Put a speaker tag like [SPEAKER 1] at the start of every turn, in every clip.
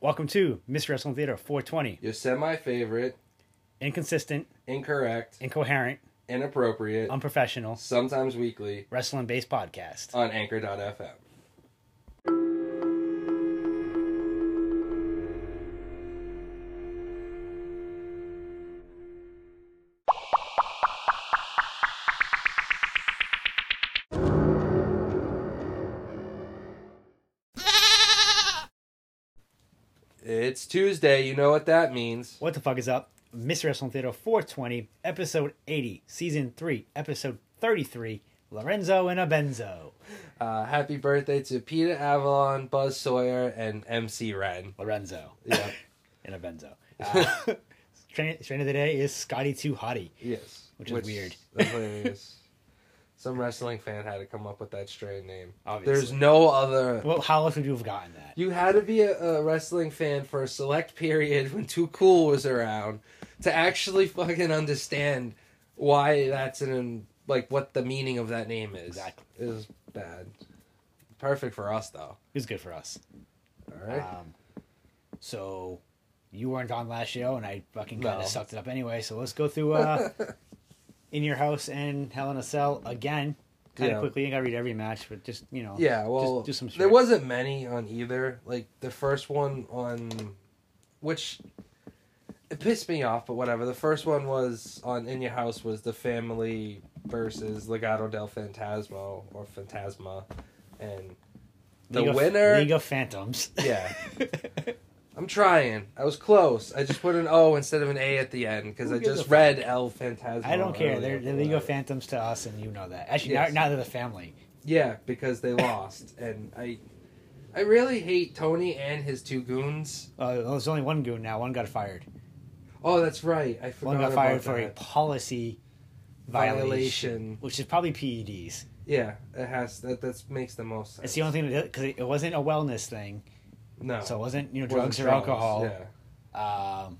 [SPEAKER 1] Welcome to Mr. Wrestling Theater 420.
[SPEAKER 2] Your semi favorite,
[SPEAKER 1] Inconsistent,
[SPEAKER 2] incorrect,
[SPEAKER 1] incoherent,
[SPEAKER 2] inappropriate,
[SPEAKER 1] Um, unprofessional
[SPEAKER 2] sometimes weekly
[SPEAKER 1] wrestling based podcast.
[SPEAKER 2] on anchor.fm. It's Tuesday. You know what that means.
[SPEAKER 1] What the fuck is up? Mr. Wrestling Theater 420, episode 80, season 3, episode 33 Lorenzo and a Benzo.
[SPEAKER 2] Uh, happy birthday to Peter Avalon, Buzz Sawyer, and MC Ren.
[SPEAKER 1] Lorenzo
[SPEAKER 2] Yeah.
[SPEAKER 1] and a Benzo. Uh, train, train of the day is Scotty Too Hottie.
[SPEAKER 2] yes.
[SPEAKER 1] Which is weird.
[SPEAKER 2] that's hilarious. Some wrestling fan had to come up with that strange name.
[SPEAKER 1] Obviously.
[SPEAKER 2] There's no other.
[SPEAKER 1] Well, how else would you have gotten that?
[SPEAKER 2] You had to be a, a wrestling fan for a select period when Too Cool was around to actually fucking understand why that's an like what the meaning of that name is.
[SPEAKER 1] Exactly.
[SPEAKER 2] It was bad. Perfect for us though.
[SPEAKER 1] It was good for us.
[SPEAKER 2] All right.
[SPEAKER 1] Um, so you weren't on last show, and I fucking kind of
[SPEAKER 2] No.
[SPEAKER 1] sucked it up anyway. So let's go through uh, in your house and Hell in a Cell again, kind of
[SPEAKER 2] Yeah.
[SPEAKER 1] quickly. I gotta read every match, but just you know,
[SPEAKER 2] Yeah, well,
[SPEAKER 1] just do some.
[SPEAKER 2] there
[SPEAKER 1] short-
[SPEAKER 2] wasn't many on either. Like the first one on, which it pissed me off, but whatever. The first one was on In Your House was the family versus Legado del Fantasma or Fantasma, and the
[SPEAKER 1] League of-
[SPEAKER 2] winner.
[SPEAKER 1] League of Phantoms.
[SPEAKER 2] Yeah, I'm trying. I was close. I just put an O instead of an A at the end because
[SPEAKER 1] Who
[SPEAKER 2] I
[SPEAKER 1] gives a
[SPEAKER 2] just
[SPEAKER 1] fuck?
[SPEAKER 2] read El Fantasma.
[SPEAKER 1] I don't care.
[SPEAKER 2] earlier,
[SPEAKER 1] They're,
[SPEAKER 2] but
[SPEAKER 1] they're League of
[SPEAKER 2] whatever.
[SPEAKER 1] Phantoms to us, and you know that. Actually,
[SPEAKER 2] Yes.
[SPEAKER 1] now, now they're the family.
[SPEAKER 2] Yeah, because they lost, and I, I really hate Tony and his two goons.
[SPEAKER 1] Uh, well, there's only one goon now. One got fired.
[SPEAKER 2] Oh, that's right. I forgot
[SPEAKER 1] One got
[SPEAKER 2] about
[SPEAKER 1] fired for a
[SPEAKER 2] that.
[SPEAKER 1] policy violation,
[SPEAKER 2] Violation.
[SPEAKER 1] which is probably PEDs.
[SPEAKER 2] Yeah, it has. That that makes the most sense.
[SPEAKER 1] It's the only thing that because it wasn't a wellness thing,
[SPEAKER 2] no.
[SPEAKER 1] so it wasn't you know
[SPEAKER 2] It wasn't
[SPEAKER 1] drugs or
[SPEAKER 2] drugs,
[SPEAKER 1] alcohol,
[SPEAKER 2] Yeah.
[SPEAKER 1] um,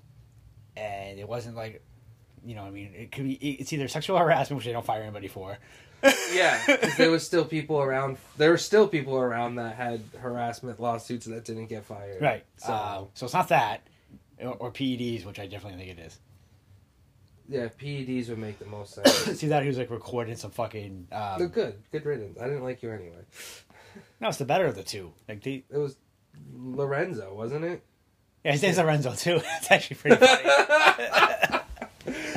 [SPEAKER 1] and it wasn't like, you know, what I mean, it could be it's either sexual harassment, which they don't fire anybody for.
[SPEAKER 2] Yeah, 'cause there was still people around. There were still people around that had harassment lawsuits that didn't get fired.
[SPEAKER 1] right. So,
[SPEAKER 2] So
[SPEAKER 1] so it's not that, or, or PEDs, which I definitely think it is.
[SPEAKER 2] yeah, PEDs would make the most sense.
[SPEAKER 1] See that he was like recording some fucking.
[SPEAKER 2] They're
[SPEAKER 1] Um,
[SPEAKER 2] good. Good riddance. I didn't like you anyway.
[SPEAKER 1] no, it's the better of the two. Like the
[SPEAKER 2] It was Lorenzo, wasn't it?
[SPEAKER 1] yeah, his name's Lorenzo too. it's actually pretty funny.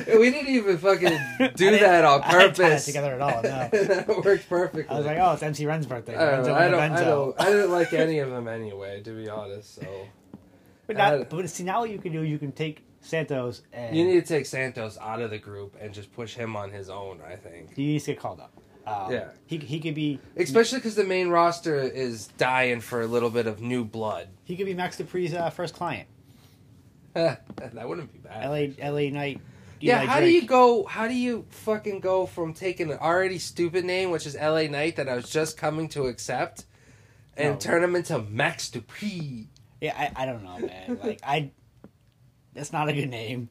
[SPEAKER 2] We didn't even fucking
[SPEAKER 1] I
[SPEAKER 2] do
[SPEAKER 1] didn't-
[SPEAKER 2] that on
[SPEAKER 1] I didn't tie that
[SPEAKER 2] purpose.
[SPEAKER 1] together at all, no.
[SPEAKER 2] that worked perfectly.
[SPEAKER 1] I was like, oh, it's MC Ren's birthday.
[SPEAKER 2] I don't,
[SPEAKER 1] Lorenzo
[SPEAKER 2] know, I,
[SPEAKER 1] and
[SPEAKER 2] don't, I
[SPEAKER 1] Lorenzo.
[SPEAKER 2] don't, I don't like any of them anyway, to be honest. So
[SPEAKER 1] But,
[SPEAKER 2] I-
[SPEAKER 1] not, but see, now what you can do, you can take Santos and
[SPEAKER 2] you need to take Santos out of the group and just push him on his own. I think,
[SPEAKER 1] He needs to get called up. Um,
[SPEAKER 2] Yeah.
[SPEAKER 1] He he could be
[SPEAKER 2] especially because the main roster is dying for a little bit of new blood.
[SPEAKER 1] he could be Max Dupree's uh, first client.
[SPEAKER 2] that wouldn't be bad.
[SPEAKER 1] LA LA Knight.
[SPEAKER 2] yeah,
[SPEAKER 1] Eli
[SPEAKER 2] how do
[SPEAKER 1] Drake.
[SPEAKER 2] you go? How do you fucking go from taking an already stupid name, which is L.A. Knight, that I was just coming to accept, and
[SPEAKER 1] No.
[SPEAKER 2] turn him into Max Dupree?
[SPEAKER 1] Yeah, I, I don't know, man. Like I, that's not a good name.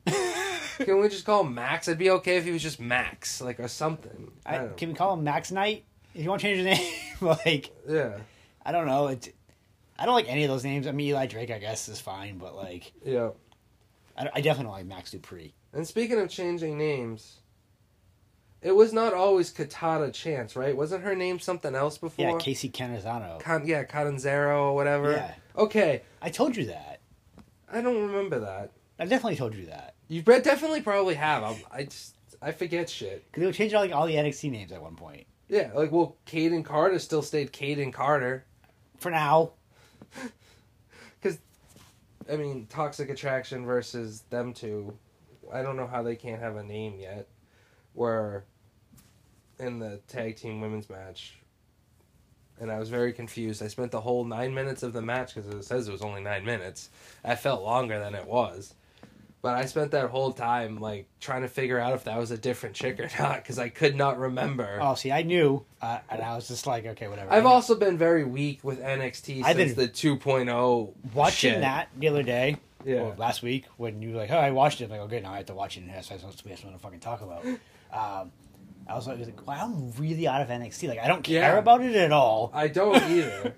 [SPEAKER 2] Can we just call him Max? I'd be okay if he was just Max, like or something. I,
[SPEAKER 1] I,
[SPEAKER 2] don't
[SPEAKER 1] can we call him Max Knight? If you want to change his name, like
[SPEAKER 2] know. Yeah.
[SPEAKER 1] I don't know. It's I don't like any of those names. I mean, Eli Drake, I guess, is fine, but like
[SPEAKER 2] Yeah.
[SPEAKER 1] I, I definitely don't like Max Dupree.
[SPEAKER 2] And speaking of changing names, it was not always Katata Chance, right? Wasn't her name something else before?
[SPEAKER 1] Yeah, Casey Canizano.
[SPEAKER 2] Con- yeah, Catanzaro or whatever.
[SPEAKER 1] Yeah.
[SPEAKER 2] Okay,
[SPEAKER 1] I told you that.
[SPEAKER 2] I don't remember that.
[SPEAKER 1] I definitely told you that
[SPEAKER 2] You bet- definitely probably have. I'm, I just I forget shit.
[SPEAKER 1] because they were changing all, like all the NXT names at one point.
[SPEAKER 2] Yeah, like well, Caden Carter still stayed Caden Carter.
[SPEAKER 1] For now,
[SPEAKER 2] I mean, Toxic Attraction versus them two. I don't know how they can't have a name yet. Were in the tag team women's match, and I was very confused. I spent the whole nine minutes of the match because it says it was only nine minutes. I felt longer than it was, but I spent that whole time like trying to figure out if that was a different chick or not because I could not remember.
[SPEAKER 1] Oh, see, I knew, uh, and I was just like, okay, whatever.
[SPEAKER 2] I've also been very weak with NXT
[SPEAKER 1] I've
[SPEAKER 2] since
[SPEAKER 1] been-
[SPEAKER 2] the 2.0
[SPEAKER 1] watching
[SPEAKER 2] shit.
[SPEAKER 1] that the other day,
[SPEAKER 2] Yeah.
[SPEAKER 1] or last week when you were like, oh, I watched it. I'm like, okay, now I have to watch it, and so I have something to fucking talk about. Um, I was like, like, wow, I'm really out of NXT. Like, I don't care
[SPEAKER 2] Yeah.
[SPEAKER 1] about it at all.
[SPEAKER 2] I don't either.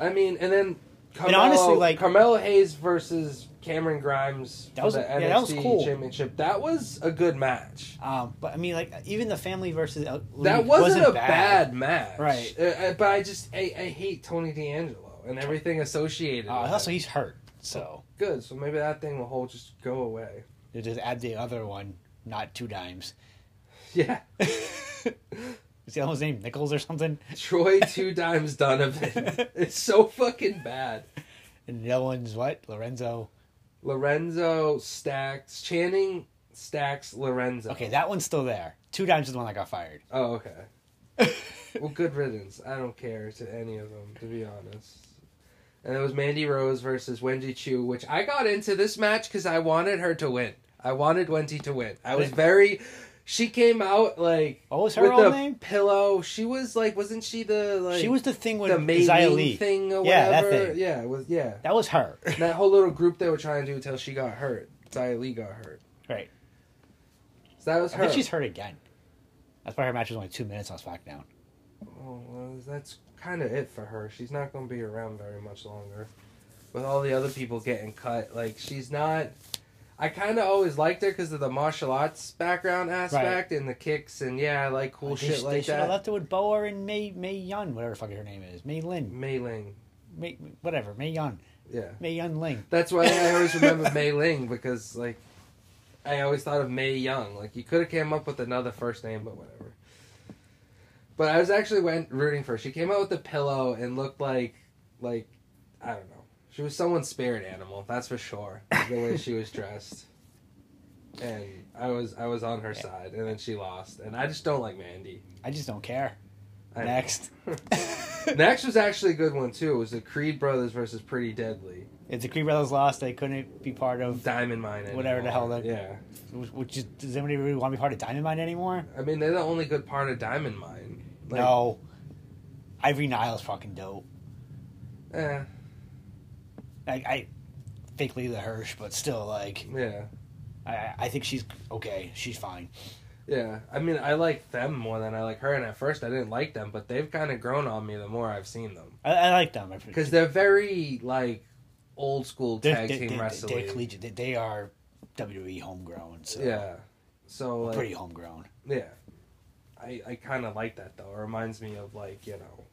[SPEAKER 2] I mean, and then Carmelo,
[SPEAKER 1] honestly, like-
[SPEAKER 2] Carmelo Hayes versus Cameron Grimes
[SPEAKER 1] That
[SPEAKER 2] for
[SPEAKER 1] was-
[SPEAKER 2] the
[SPEAKER 1] yeah,
[SPEAKER 2] NXT
[SPEAKER 1] that was cool.
[SPEAKER 2] championship. That was a good match.
[SPEAKER 1] Um, but I mean, like even the family versus uh,
[SPEAKER 2] that
[SPEAKER 1] League
[SPEAKER 2] wasn't, a bad, match,
[SPEAKER 1] Right.
[SPEAKER 2] Uh, uh, but I just I, I hate Tony D'Angelo and everything associated.
[SPEAKER 1] Uh,
[SPEAKER 2] with
[SPEAKER 1] also,
[SPEAKER 2] it.
[SPEAKER 1] he's hurt, so
[SPEAKER 2] good. So maybe that thing will whole just go away.
[SPEAKER 1] they just add the other one, not two dimes.
[SPEAKER 2] Yeah,
[SPEAKER 1] Is that his name Nichols or something?
[SPEAKER 2] Troy Two Dimes Donovan. it's so fucking bad.
[SPEAKER 1] And the other one's what Lorenzo.
[SPEAKER 2] Lorenzo Stacks Channing Stacks Lorenzo.
[SPEAKER 1] Okay, that one's still there. Two dimes is the one that got fired.
[SPEAKER 2] Oh, okay. well, good riddance. I don't care to any of them, to be honest. And it was Mandy Rose versus Wendy Chu, which I got into this match because I wanted her to win. I wanted Wendy to win. I was very. She came out like
[SPEAKER 1] What was her
[SPEAKER 2] with
[SPEAKER 1] old
[SPEAKER 2] the
[SPEAKER 1] name?
[SPEAKER 2] pillow. She was like, wasn't she the like?
[SPEAKER 1] she was the thing with
[SPEAKER 2] the main
[SPEAKER 1] Xia Li.
[SPEAKER 2] thing or
[SPEAKER 1] Yeah, that
[SPEAKER 2] whatever.
[SPEAKER 1] thing.
[SPEAKER 2] Yeah, it was yeah.
[SPEAKER 1] That was her.
[SPEAKER 2] that whole little group they were trying to do until she got hurt. Xia Li got hurt.
[SPEAKER 1] right.
[SPEAKER 2] So that was
[SPEAKER 1] I
[SPEAKER 2] her.
[SPEAKER 1] think she's hurt again. That's why her match was only two minutes on SmackDown.
[SPEAKER 2] Oh, well, that's kind of it for her. She's not going to be around very much longer. With all the other people getting cut, like she's not. I kind of always liked her because of the martial arts background aspect and the kicks and yeah, I like cool
[SPEAKER 1] Like, they
[SPEAKER 2] shit
[SPEAKER 1] sh- they
[SPEAKER 2] like
[SPEAKER 1] should have
[SPEAKER 2] that.
[SPEAKER 1] left it with Boa and May May Yun, whatever the fuck her name is, May Lin,
[SPEAKER 2] Mei Ling,
[SPEAKER 1] May whatever May Yun,
[SPEAKER 2] yeah,
[SPEAKER 1] May Yun Ling.
[SPEAKER 2] that's why I always remember Mei Ling because like I always thought of Mei Young. Like you could have came up with another first name, but whatever. But I was actually went rooting for her. She came out with the pillow and looked like like I don't know. She was someone's spirit animal, that's for sure. The way she was dressed. And I was I was on her side and then she lost. And I just don't like Mandy.
[SPEAKER 1] I just don't care.
[SPEAKER 2] I-
[SPEAKER 1] Next,
[SPEAKER 2] Next was actually a good one too. It was the Creed Brothers versus Pretty Deadly.
[SPEAKER 1] if the Creed Brothers lost, they couldn't be part of.
[SPEAKER 2] Diamond Mine.
[SPEAKER 1] Whatever the hell
[SPEAKER 2] anymore.
[SPEAKER 1] that-
[SPEAKER 2] Yeah.
[SPEAKER 1] Which is, does anybody really want to be part of Diamond Mine anymore?
[SPEAKER 2] I mean, they're the only good part of Diamond Mine. Like,
[SPEAKER 1] no. Ivory Nile's fucking dope.
[SPEAKER 2] Eh,
[SPEAKER 1] Like I think Leela Hirsch, but still, like
[SPEAKER 2] yeah.
[SPEAKER 1] I, I think she's okay. She's fine.
[SPEAKER 2] Yeah. I mean, I like them more than I like her, and at first I didn't like them, but they've kind of grown on me the more I've seen them.
[SPEAKER 1] I, I like them
[SPEAKER 2] Because they're very, like, old school tag team wrestling.
[SPEAKER 1] They're collegiate. They, they are WWE homegrown. So
[SPEAKER 2] yeah. So, like,
[SPEAKER 1] pretty homegrown.
[SPEAKER 2] yeah. I, I kind of like that, though. It reminds me of, like, you know,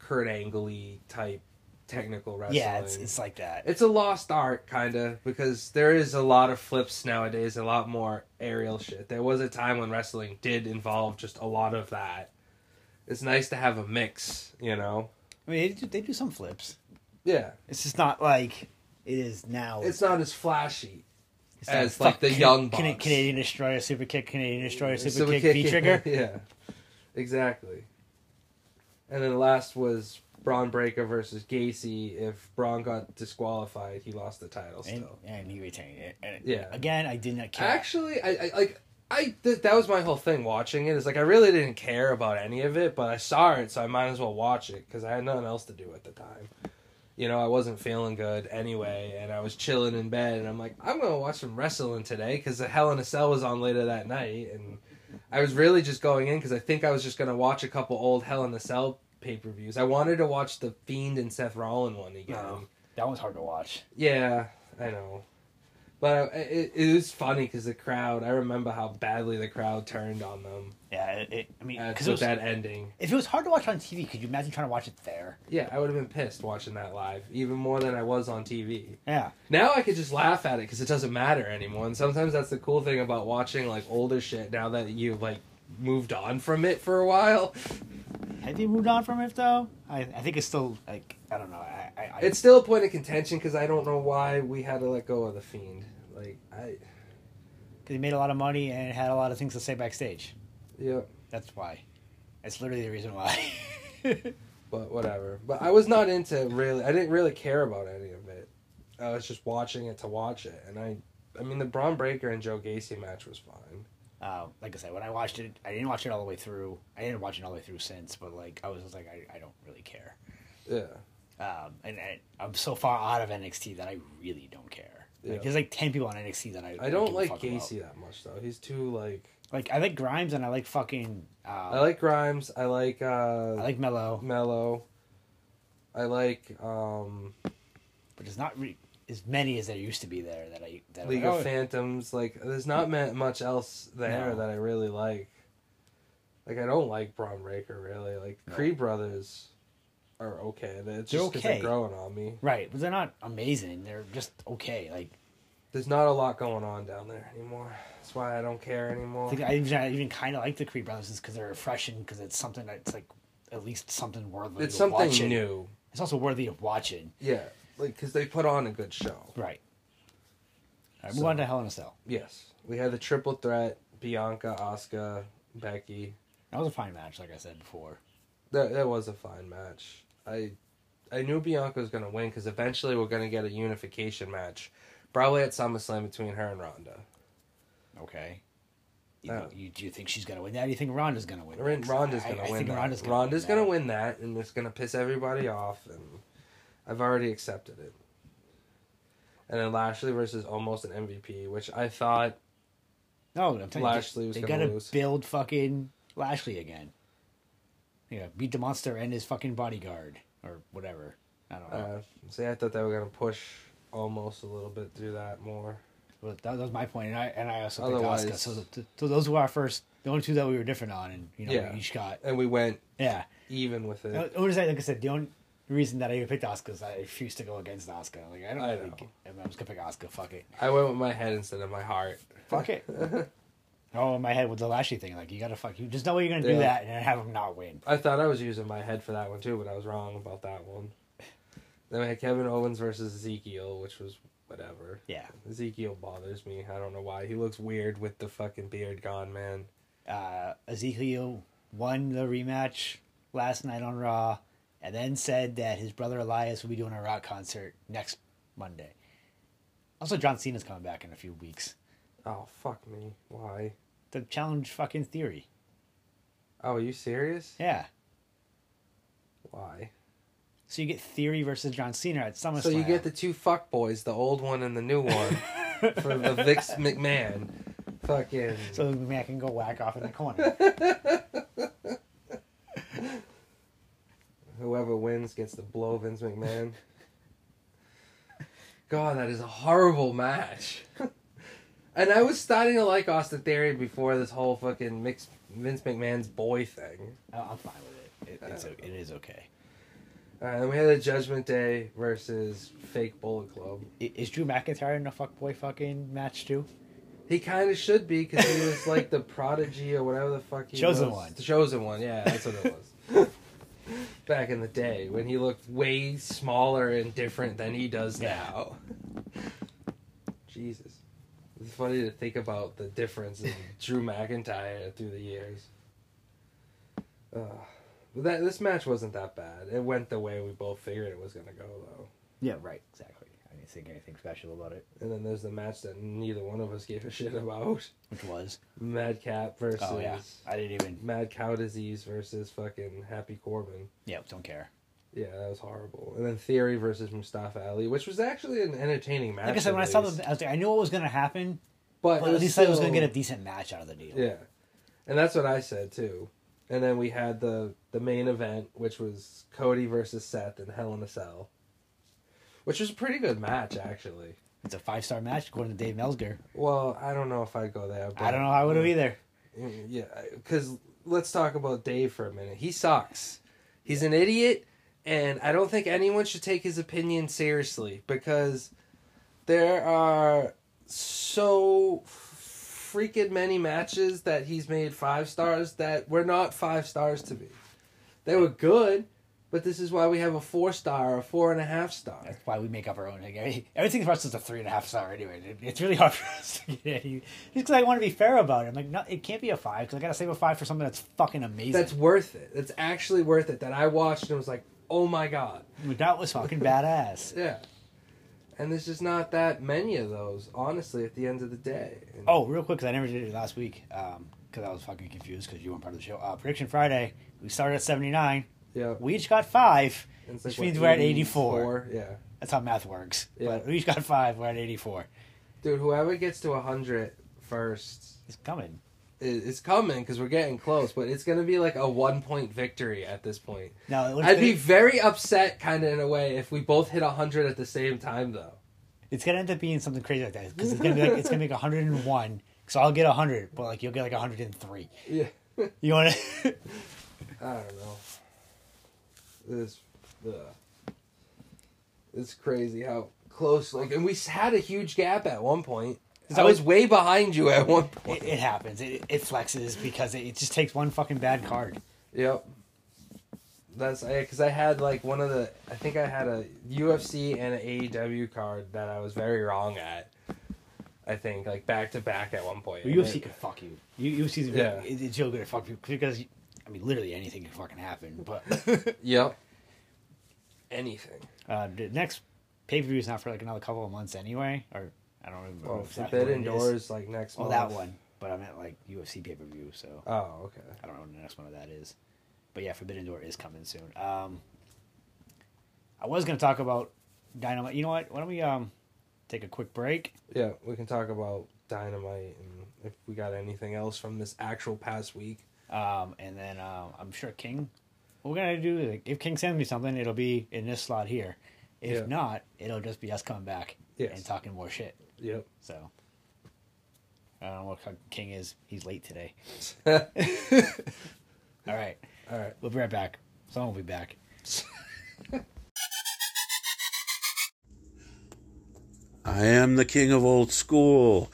[SPEAKER 2] Kurt Angley type technical wrestling.
[SPEAKER 1] Yeah, it's it's like that.
[SPEAKER 2] It's a lost art, kind of, because there is a lot of flips nowadays, a lot more aerial shit. There was a time when wrestling did involve just a lot of that. It's nice to have a mix, you know?
[SPEAKER 1] I mean, they do, they do some flips.
[SPEAKER 2] Yeah.
[SPEAKER 1] It's just not like it is now.
[SPEAKER 2] It's not as flashy
[SPEAKER 1] It's
[SPEAKER 2] as,
[SPEAKER 1] fuck
[SPEAKER 2] like, the
[SPEAKER 1] Cana-
[SPEAKER 2] Young
[SPEAKER 1] Cana-
[SPEAKER 2] Bucks.
[SPEAKER 1] Canadian Destroyer Super Kick, Canadian Destroyer Super,
[SPEAKER 2] Super
[SPEAKER 1] Kick, V trigger.
[SPEAKER 2] yeah. Exactly. And then the last was Braun Breaker versus Gacy. If Braun got disqualified, he lost the title
[SPEAKER 1] And,
[SPEAKER 2] still.
[SPEAKER 1] and he retained it. And
[SPEAKER 2] Yeah.
[SPEAKER 1] Again, I did not care.
[SPEAKER 2] Actually, I, I like I th- that was my whole thing watching it. Is like I really didn't care about any of it, but I saw it, so I might as well watch it because I had nothing else to do at the time. You know, I wasn't feeling good anyway, and I was chilling in bed, and I'm like, I'm gonna watch some wrestling today because the Hell in a Cell was on later that night, and I was really just going in because I think I was just gonna watch a couple old Hell in a Cell pay per views. I wanted to watch the Fiend and Seth Rollin one again.
[SPEAKER 1] No. that one's hard to watch.
[SPEAKER 2] Yeah, I know. But I- it, it was funny because the crowd, I remember how badly the crowd turned on them
[SPEAKER 1] Yeah, it, it, I mean,
[SPEAKER 2] at,
[SPEAKER 1] because
[SPEAKER 2] with
[SPEAKER 1] it was
[SPEAKER 2] that ending.
[SPEAKER 1] If it was hard to watch on TV, could you imagine trying to watch it there?
[SPEAKER 2] Yeah, I would have been pissed watching that live, even more than I was on TV.
[SPEAKER 1] Yeah.
[SPEAKER 2] Now I could just laugh at it because it doesn't matter anymore. And sometimes that's the cool thing about watching like older shit now that you like moved on from it for a while.
[SPEAKER 1] Have they moved on from it though? I, I think it's still like I don't know. I, I, I
[SPEAKER 2] It's still a point of contention because I don't know why we had to let go of the fiend. Like I,
[SPEAKER 1] they made a lot of money and had a lot of things to say backstage.
[SPEAKER 2] yeah.
[SPEAKER 1] That's why. That's literally the reason why.
[SPEAKER 2] but whatever. But I was not into really. I didn't really care about any of it. I was just watching it to watch it, and I, I mean, the Braun Breaker and Joe Gacy match was fine.
[SPEAKER 1] um, like I said, when I watched it, I didn't watch it all the way through. I didn't watch it all the way through since, but like I was just like I, I don't really care.
[SPEAKER 2] Yeah,
[SPEAKER 1] Um, and I, I'm so far out of NXT that I really don't care. Like,
[SPEAKER 2] Yeah.
[SPEAKER 1] There's like ten people on NXT that I
[SPEAKER 2] I don't
[SPEAKER 1] give a
[SPEAKER 2] like
[SPEAKER 1] fuck about.
[SPEAKER 2] Gacy that much though. He's too like.
[SPEAKER 1] Like I like Grimes and I like fucking. Um,
[SPEAKER 2] I like Grimes. I like uh,
[SPEAKER 1] I like Mello.
[SPEAKER 2] Mello. uh, I like um,
[SPEAKER 1] but there's not re- as many as there used to be there that I that I'm
[SPEAKER 2] League
[SPEAKER 1] like,
[SPEAKER 2] of
[SPEAKER 1] oh,
[SPEAKER 2] Phantoms. Like, there's not ma- much else there
[SPEAKER 1] No.
[SPEAKER 2] that I really like. Like, I don't like Braun Breaker really. Like,
[SPEAKER 1] No.
[SPEAKER 2] Creed Brothers are okay. It's
[SPEAKER 1] They're
[SPEAKER 2] just 'cause
[SPEAKER 1] okay.
[SPEAKER 2] they're growing on me.
[SPEAKER 1] Right, but they're not amazing. They're just okay. Like
[SPEAKER 2] There's not a lot going on down there anymore. That's why I don't care
[SPEAKER 1] I,
[SPEAKER 2] anymore.
[SPEAKER 1] think I even, I even kind of like the Creed Brothers because they're refreshing because it's something that's like at least something worthy.
[SPEAKER 2] it's
[SPEAKER 1] of
[SPEAKER 2] something
[SPEAKER 1] watching.
[SPEAKER 2] new.
[SPEAKER 1] It's also worthy of watching.
[SPEAKER 2] Yeah, like because they put on a good show.
[SPEAKER 1] Right. All right,
[SPEAKER 2] So-
[SPEAKER 1] move on to Hell in a Cell.
[SPEAKER 2] Yes, we had the triple threat: Bianca, Asuka, Becky.
[SPEAKER 1] That was a fine match, like I said before.
[SPEAKER 2] That that was a fine match. I I knew Bianca was gonna win because eventually we're gonna get a unification match, probably at SummerSlam between her and Ronda.
[SPEAKER 1] Okay. You,
[SPEAKER 2] No.
[SPEAKER 1] you, do you think she's gonna win that? Or do you think Ronda's gonna win?
[SPEAKER 2] Oh. I mean,
[SPEAKER 1] next?
[SPEAKER 2] Ronda's
[SPEAKER 1] I-
[SPEAKER 2] gonna
[SPEAKER 1] I
[SPEAKER 2] win.
[SPEAKER 1] think
[SPEAKER 2] that.
[SPEAKER 1] Ronda's gonna
[SPEAKER 2] Ronda's
[SPEAKER 1] win
[SPEAKER 2] gonna
[SPEAKER 1] that.
[SPEAKER 2] win that, and it's gonna piss everybody off. And I've already accepted it. And then Lashley versus almost an MVP, which I thought
[SPEAKER 1] No, I'm telling
[SPEAKER 2] Lashley
[SPEAKER 1] you,
[SPEAKER 2] was
[SPEAKER 1] they, they
[SPEAKER 2] gonna
[SPEAKER 1] gotta
[SPEAKER 2] lose.
[SPEAKER 1] build fucking Lashley again. Yeah, beat the monster and his fucking bodyguard or whatever. I don't know.
[SPEAKER 2] Uh, see, I thought they were gonna push almost a little bit through that more.
[SPEAKER 1] Well, that, that was my point, and I and I also picked
[SPEAKER 2] Otherwise-
[SPEAKER 1] Oscar. So, th- so those were our first, the only two that we were different on, and you know,
[SPEAKER 2] Yeah.
[SPEAKER 1] we each got
[SPEAKER 2] And we went
[SPEAKER 1] yeah.
[SPEAKER 2] even with it.
[SPEAKER 1] The only like I said, the only reason that I even picked Oscar is I refused to go against Oscar. Like I don't
[SPEAKER 2] I
[SPEAKER 1] really
[SPEAKER 2] know.
[SPEAKER 1] g- I mean, I was gonna pick Oscar. Fuck it,
[SPEAKER 2] I went with my head instead of my heart.
[SPEAKER 1] fuck it. oh, in my head with the Lashley thing, like you gotta fuck you just know you're gonna do
[SPEAKER 2] Yeah.
[SPEAKER 1] that and have him not win.
[SPEAKER 2] I thought I was using my head for that one too, but I was wrong about that one. Then we had Kevin Owens versus Ezekiel, which was whatever.
[SPEAKER 1] Yeah.
[SPEAKER 2] Ezekiel bothers me. I don't know why. He looks weird with the fucking beard gone, man.
[SPEAKER 1] uh, Ezekiel won the rematch last night on Raw, and then said that his brother Elias will be doing a rock concert next Monday. Also, John Cena's coming back in a few weeks.
[SPEAKER 2] Oh fuck me. Why?
[SPEAKER 1] The challenge fucking theory.
[SPEAKER 2] Oh, are you serious?
[SPEAKER 1] Yeah.
[SPEAKER 2] Why?
[SPEAKER 1] So you get Theory versus John Cena at SummerSlam.
[SPEAKER 2] So you get the two fuck boys, the old one and the new one, for the Vix McMahon. Fucking.
[SPEAKER 1] So the man can go whack off in the corner.
[SPEAKER 2] Whoever wins gets to blow Vince McMahon. God, that is a horrible match. and I was starting to like Austin Theory before this whole fucking mix Vince McMahon's boy thing.
[SPEAKER 1] Oh, I'm fine with it. it it's, o- it is okay.
[SPEAKER 2] Uh, and we had a Judgment Day versus fake Bullet Club.
[SPEAKER 1] I- Is Drew McIntyre in a fuckboy fucking match too?
[SPEAKER 2] He kind of should be because he was like the prodigy or whatever the fuck he
[SPEAKER 1] Chosen
[SPEAKER 2] was.
[SPEAKER 1] one.
[SPEAKER 2] The chosen one, yeah, that's what it was. Back in the day when he looked way smaller and different than he does
[SPEAKER 1] Yeah.
[SPEAKER 2] now. Jesus. It's funny to think about the difference in Drew McIntyre through the years. Uh, but that this match wasn't that bad. It went the way we both figured it was gonna go though.
[SPEAKER 1] Yeah, right. Exactly. I didn't think anything special about it.
[SPEAKER 2] And then there's the match that neither one of us gave a shit about.
[SPEAKER 1] Which was.
[SPEAKER 2] Madcap versus
[SPEAKER 1] Oh yeah. I didn't even.
[SPEAKER 2] Mad Cow Disease versus fucking Happy Corbin.
[SPEAKER 1] Yeah, don't care.
[SPEAKER 2] Yeah, that was horrible. And then Theory versus Mustafa Ali, which was actually an entertaining match.
[SPEAKER 1] Like I said,
[SPEAKER 2] at
[SPEAKER 1] when I saw
[SPEAKER 2] least.
[SPEAKER 1] the, I, was like, I knew what was going to happen,
[SPEAKER 2] but,
[SPEAKER 1] but
[SPEAKER 2] it
[SPEAKER 1] at least I was going to
[SPEAKER 2] still-
[SPEAKER 1] get a decent match out of the deal.
[SPEAKER 2] yeah, and that's what I said too. And then we had the the main event, which was Cody versus Seth and Hell in a Cell, which was a pretty good match actually.
[SPEAKER 1] It's a five star match according to Dave Melger.
[SPEAKER 2] Well, I don't know if I'd go there. But,
[SPEAKER 1] I don't know how I would have either.
[SPEAKER 2] Yeah, because let's talk about Dave for a minute. He sucks. He's an idiot, and I don't think anyone should take his opinion seriously because there are so freaking many matches that he's made five stars that were not five stars to me. They were good, but this is why we have a four star, a four and a half star.
[SPEAKER 1] That's why we make up our own. Like, every- everything for us is a three and a half star anyway. It- It's really hard for us to get any. Just because I want to be fair about it. I'm like, no, it can't be a five because I got to save a five for something that's fucking amazing.
[SPEAKER 2] That's worth it. That's actually worth it. That I watched and was like, oh my god.
[SPEAKER 1] That was fucking badass.
[SPEAKER 2] Yeah. And there's just not that many of those, honestly, at the end of the day. And
[SPEAKER 1] Oh, real quick, because I never did it last week because I was fucking confused because you weren't part of the show. Uh, Prediction Friday, we started at 79.
[SPEAKER 2] Yeah.
[SPEAKER 1] We each got five,
[SPEAKER 2] And it's
[SPEAKER 1] which
[SPEAKER 2] like,
[SPEAKER 1] means
[SPEAKER 2] what,
[SPEAKER 1] we're at 84.
[SPEAKER 2] Yeah.
[SPEAKER 1] That's how math works.
[SPEAKER 2] Yeah.
[SPEAKER 1] But we each got five. We're at 84.
[SPEAKER 2] Dude, whoever gets to 100 first
[SPEAKER 1] It's coming.
[SPEAKER 2] it- it's coming because we're getting close, but it's gonna be like a one point victory at this point.
[SPEAKER 1] No, it would
[SPEAKER 2] I'd be very upset, kind of in a way, if we both hit hundred at the same time, though.
[SPEAKER 1] It's gonna end up being something crazy like that because it's gonna be like it's gonna make 101. So I'll get 100, but like you'll get like 103.
[SPEAKER 2] Yeah,
[SPEAKER 1] You want to?
[SPEAKER 2] I don't know. This, the, it's crazy how close. Like, and we had a huge gap at one point.
[SPEAKER 1] It's
[SPEAKER 2] I was
[SPEAKER 1] always-
[SPEAKER 2] way behind you at one point.
[SPEAKER 1] it, it happens. It, it flexes because it, it just takes one fucking bad card.
[SPEAKER 2] Yep. That's because I had like one of the I think I had a UFC and an AEW card that I was very wrong at. I think like back to back at one point.
[SPEAKER 1] UFC can fuck you. You UFC's yeah.
[SPEAKER 2] Yeah.
[SPEAKER 1] it, it's real good at fuck you because I mean literally anything can fucking happen. But
[SPEAKER 2] Yep. Anything.
[SPEAKER 1] uh, the next pay per view is not for like another couple of months anyway. Or I don't remember.
[SPEAKER 2] Oh,
[SPEAKER 1] if that's what
[SPEAKER 2] Forbidden
[SPEAKER 1] it is.
[SPEAKER 2] Doors like next
[SPEAKER 1] Oh,
[SPEAKER 2] month.
[SPEAKER 1] that one. But I meant like UFC pay per view. So
[SPEAKER 2] Oh, okay.
[SPEAKER 1] I don't know when the next one of that is. But yeah, Forbidden Door is coming soon. Um, I was gonna talk about Dynamite. You know what? Why don't we um take a quick break?
[SPEAKER 2] Yeah, we can talk about Dynamite and if we got anything else from this actual past week.
[SPEAKER 1] Um, and then um, I'm sure King. What we're gonna do is like, if King sends me something, it'll be in this slot here. If
[SPEAKER 2] Yeah.
[SPEAKER 1] not, it'll just be us coming back
[SPEAKER 2] Yes.
[SPEAKER 1] and talking more shit.
[SPEAKER 2] Yep.
[SPEAKER 1] So I don't know what kind of King is. He's late today.
[SPEAKER 2] All
[SPEAKER 1] All right,
[SPEAKER 2] right.
[SPEAKER 1] we'll be right back. Someone will be back.
[SPEAKER 3] I am the king of old school.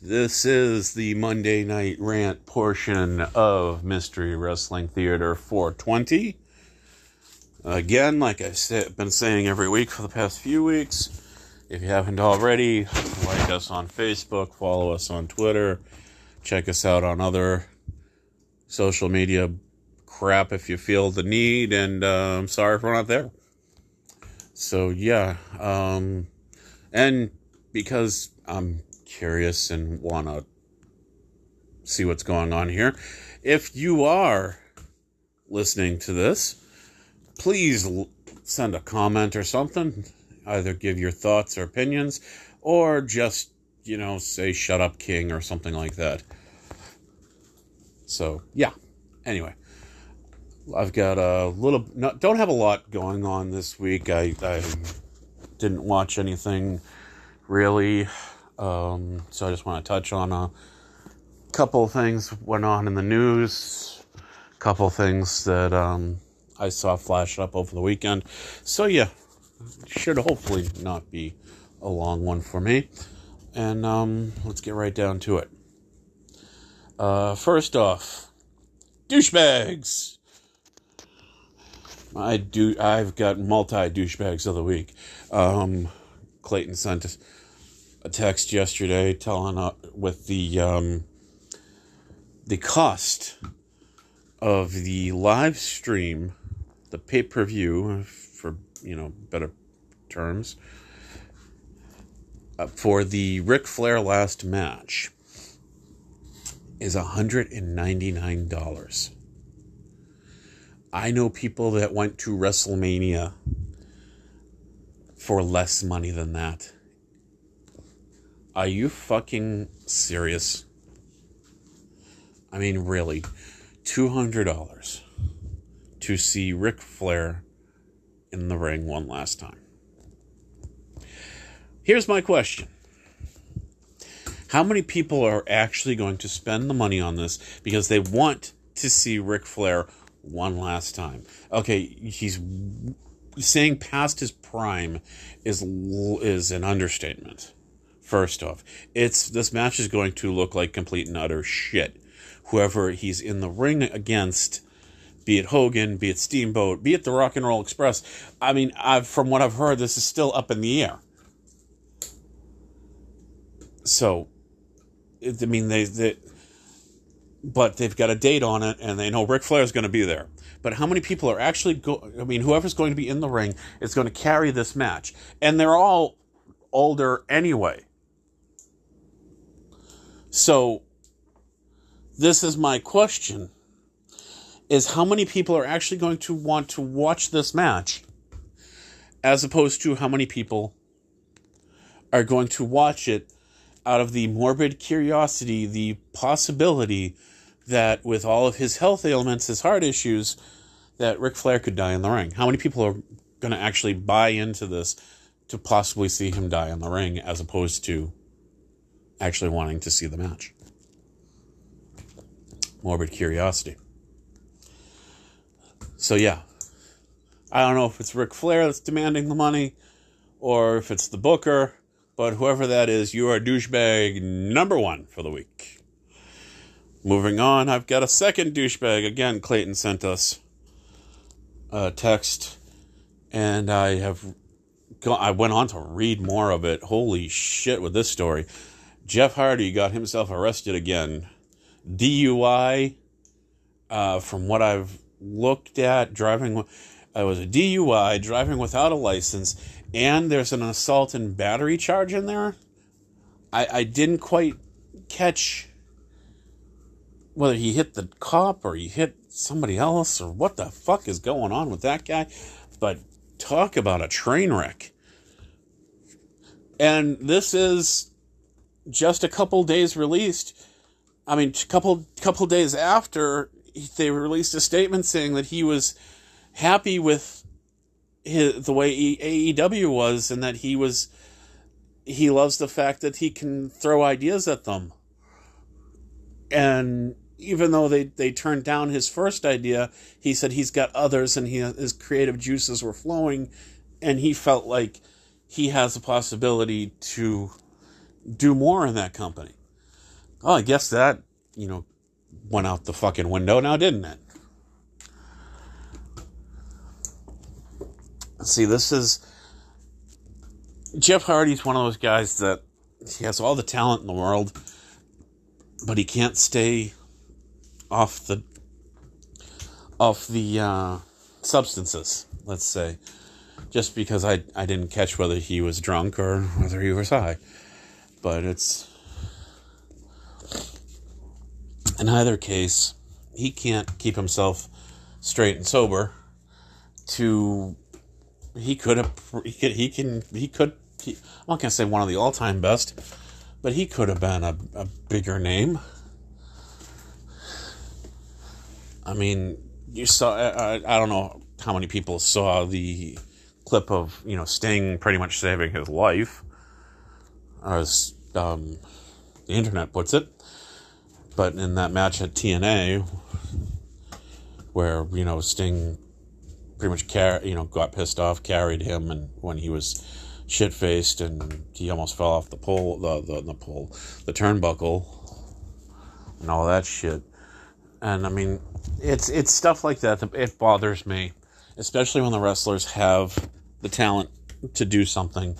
[SPEAKER 3] This is the Monday night rant portion of Mystery Wrestling Theater 420. Again, like I've sa- been saying every week for the past few weeks, if you haven't already, like us on Facebook, follow us on Twitter, check us out on other social media crap if you feel the need, and uh, I'm sorry if we're not there. So, yeah, um, and because I'm curious and want to see what's going on here, if you are listening to this, please l- send a comment or something. Either give your thoughts or opinions, or just, you know, say shut up, King, or something like that. So, yeah. Anyway. I've got a little, no, don't have a lot going on this week. I, I didn't watch anything really. Um, so I just want to touch on a couple things went on in the news, couple things that um, I saw flash up over the weekend. So yeah, should hopefully not be a long one for me. And um, let's get right down to it. Uh, first off, douchebags. I do. I've got multi douchebags of the week. Um, Clayton sent a text yesterday telling uh, with the um, the cost of the live stream, the pay per view, for you know better terms, uh, for the Ric Flair last match is hundred and ninety nine dollars. I know people that went to WrestleMania for less money than that. Are you fucking serious? I mean, really, $200 to see Ric Flair in the ring one last time. Here's my question How many people are actually going to spend the money on this because they want to see Ric Flair one last time? Okay, he's saying past his prime is l- is an understatement. First off, it's this match is going to look like complete and utter shit. Whoever he's in the ring against, be it Hogan, be it Steamboat, be it the Rock and Roll Express. I mean, I've, from what I've heard, this is still up in the air. So, it- I mean, they, they but they've got a date on it and they know Ric Flair is going to be there. But how many people are actually go I mean whoever's going to be in the ring is going to carry this match and they're all older anyway. So this is my question is how many people are actually going to want to watch this match as opposed to how many people are going to watch it out of the morbid curiosity the possibility that with all of his health ailments, his heart issues, that Ric Flair could die in the ring. How many people are going to actually buy into this to possibly see him die in the ring as opposed to actually wanting to see the match? Morbid curiosity. So, yeah. I don't know if it's Ric Flair that's demanding the money or if it's the booker, but whoever that is, you are douchebag number one for the week. Moving on, I've got a second douchebag. Again, Clayton sent us a text, and I have. go- I went on to read more of it. Holy shit, with this story. Jeff Hardy got himself arrested again. DUI, uh, from what I've looked at, driving. wi- I was a DUI, driving without a license, and there's an assault and battery charge in there. I, I didn't quite catch whether he hit the cop or he hit somebody else or what the fuck is going on with that guy. But talk about a train wreck. And this is just a couple days released. I mean, a couple couple days after he- they released a statement saying that he was happy with his, the way E- AEW was and that he was he loves the fact that he can throw ideas at them and even though they, they turned down his first idea, he said he's got others and he, his creative juices were flowing, and he felt like he has the possibility to do more in that company. Oh, I guess that, you know, went out the fucking window now, didn't it? See, this is. Jeff Hardy's one of those guys that he has all the talent in the world but he can't stay off the off the uh, substances. Let's say, just because I I didn't catch whether he was drunk or whether he was high, but it's in either case he can't keep himself straight and sober. To he could have he could he can he could he, I'm not gonna say one of the all time best, but he could have been a, a bigger name. I mean, you saw, I, I, I don't know how many people saw the clip of, you know, Sting pretty much saving his life, as um, the internet puts it. But in that match at TNA, where, you know, Sting pretty much, car- you know, got pissed off, carried him, and when he was shit faced, and he almost fell off the pole, the, the the pole, the turnbuckle, and all that shit. And I mean, it's it's stuff like that that it bothers me, especially when the wrestlers have the talent to do something,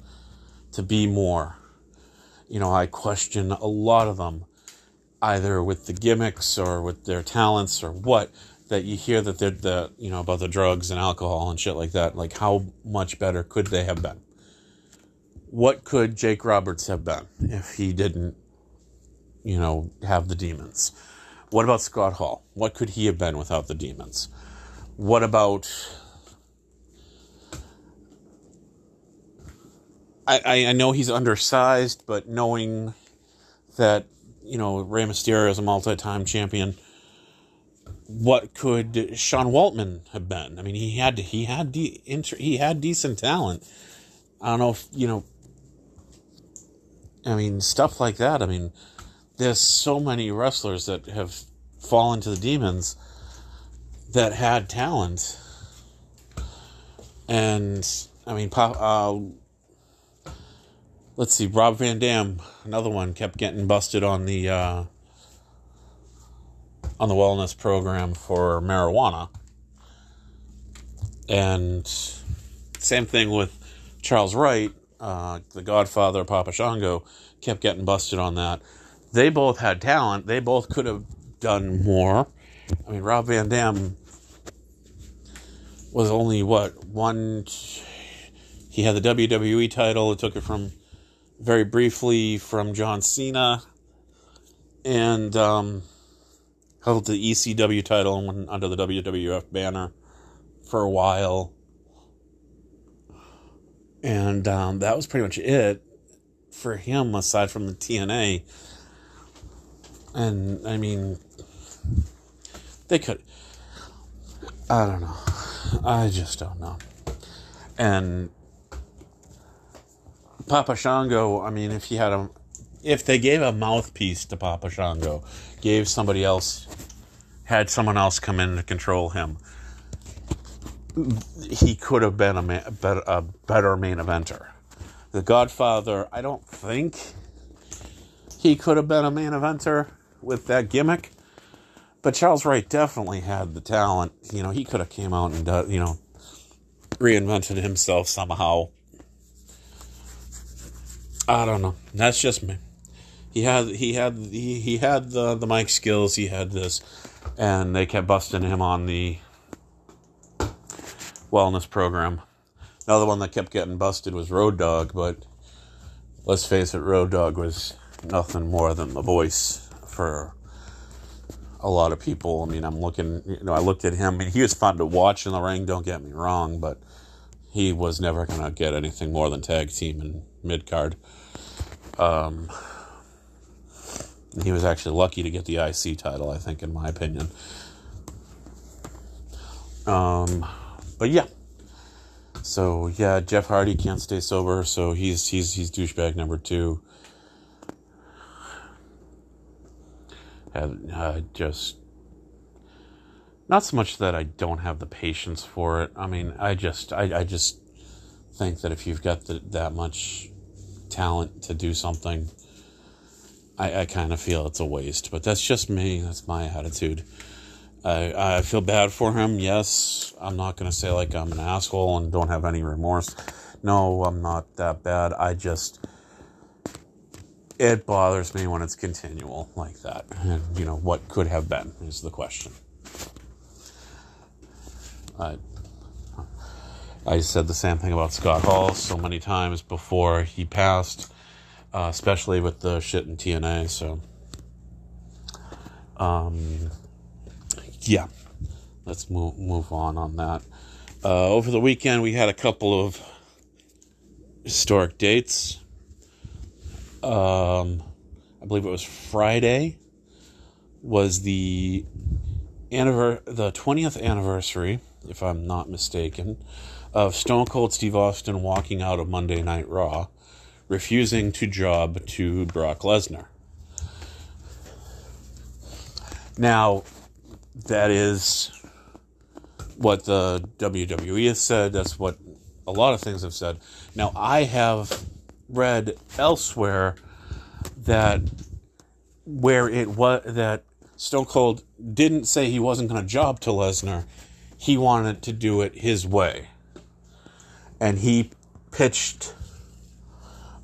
[SPEAKER 3] to be more. You know, I question a lot of them, either with the gimmicks or with their talents or what. That you hear that they're the you know about the drugs and alcohol and shit like that. Like how much better could they have been? what could Jake Roberts have been if he didn't, you know, have the demons? What about Scott Hall? What could he have been without the demons? What about. I, I, I know he's undersized, but knowing that, you know, Rey Mysterio is a multi time champion, what could Sean Waltman have been? I mean, he had he had de- inter- he had decent talent. I don't know if, you know, I mean, stuff like that. I mean, there's so many wrestlers that have fallen to the demons that had talent. And, I mean, pop, uh, let's see, Rob Van Dam, another one, kept getting busted on the, uh, on the wellness program for marijuana. And same thing with Charles Wright, uh, the Godfather of Papa Shango, kept getting busted on that. They both had talent. They both could have done more. I mean, Rob Van Dam was only what one. He had the WWE title. It took it from very briefly from John Cena, and um, held the ECW title and went under the WWF banner for a while and um, that was pretty much it for him aside from the TNA. And I mean, they could. I don't know. I just don't know. And Papa Shango, I mean, if he had a, if they gave a mouthpiece to Papa Shango, gave somebody else, had someone else come in to control him, he could have been a, ma- a better, a better main eventer. The Godfather, I don't think he could have been a main eventer with that gimmick, but Charles Wright definitely had the talent. You know, he could have came out and done, you know, reinvented himself somehow. I don't know. That's just me. He had he had he, he had the the mic skills. He had this, and they kept busting him on the wellness program. Another one that kept getting busted was Road Dog, but let's face it, Road Dog was nothing more than the voice for a lot of people. I mean, I'm looking, you know, I looked at him. I mean, he was fun to watch in the ring. Don't get me wrong, but he was never going to get anything more than tag team and mid card. Um, he was actually lucky to get the IC title, I think, in my opinion. Um, but yeah. So yeah, Jeff Hardy can't stay sober, so he's he's he's douchebag number two. And, uh, just not so much that I don't have the patience for it. I mean, I just I, I just think that if you've got the, that much talent to do something, I, I kind of feel it's a waste. But that's just me. That's my attitude. I, I feel bad for him. Yes, I'm not going to say like I'm an asshole and don't have any remorse. No, I'm not that bad. I just it bothers me when it's continual like that. And you know what could have been is the question. I I said the same thing about Scott Hall so many times before he passed, uh, especially with the shit in TNA. So, um, yeah, let's move move on on that. Uh, over the weekend, we had a couple of historic dates. Um, I believe it was Friday was the anniver- the 20th anniversary, if I'm not mistaken, of Stone Cold Steve Austin walking out of Monday Night Raw, refusing to job to Brock Lesnar. Now, that is what the WWE has said. That's what a lot of things have said. Now, I have read elsewhere that where it was that Stone Cold didn't say he wasn't going to job to Lesnar. He wanted to do it his way. And he pitched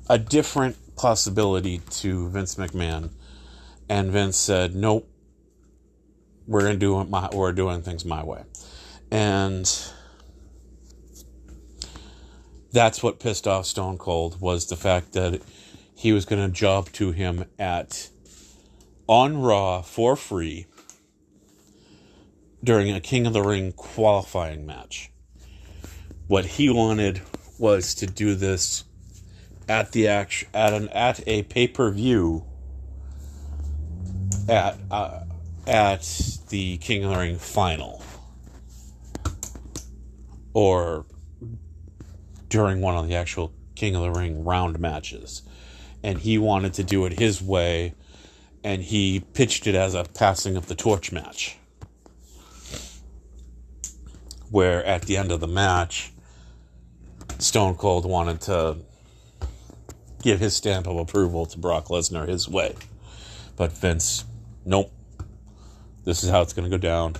[SPEAKER 3] a different possibility to Vince McMahon. And Vince said, "Nope. We're going to do it my we're doing things my way." And that's what pissed off Stone Cold was the fact that he was going to job to him at on Raw for free during a King of the Ring qualifying match. What he wanted was to do this at the action at an at a pay per view at uh, at the King of the Ring final or during one of the actual King of the Ring round matches. And he wanted to do it his way, and he pitched it as a passing of the torch match. Where at the end of the match, Stone Cold wanted to give his stamp of approval to Brock Lesnar his way. But Vince, nope. This is how it's going to go down.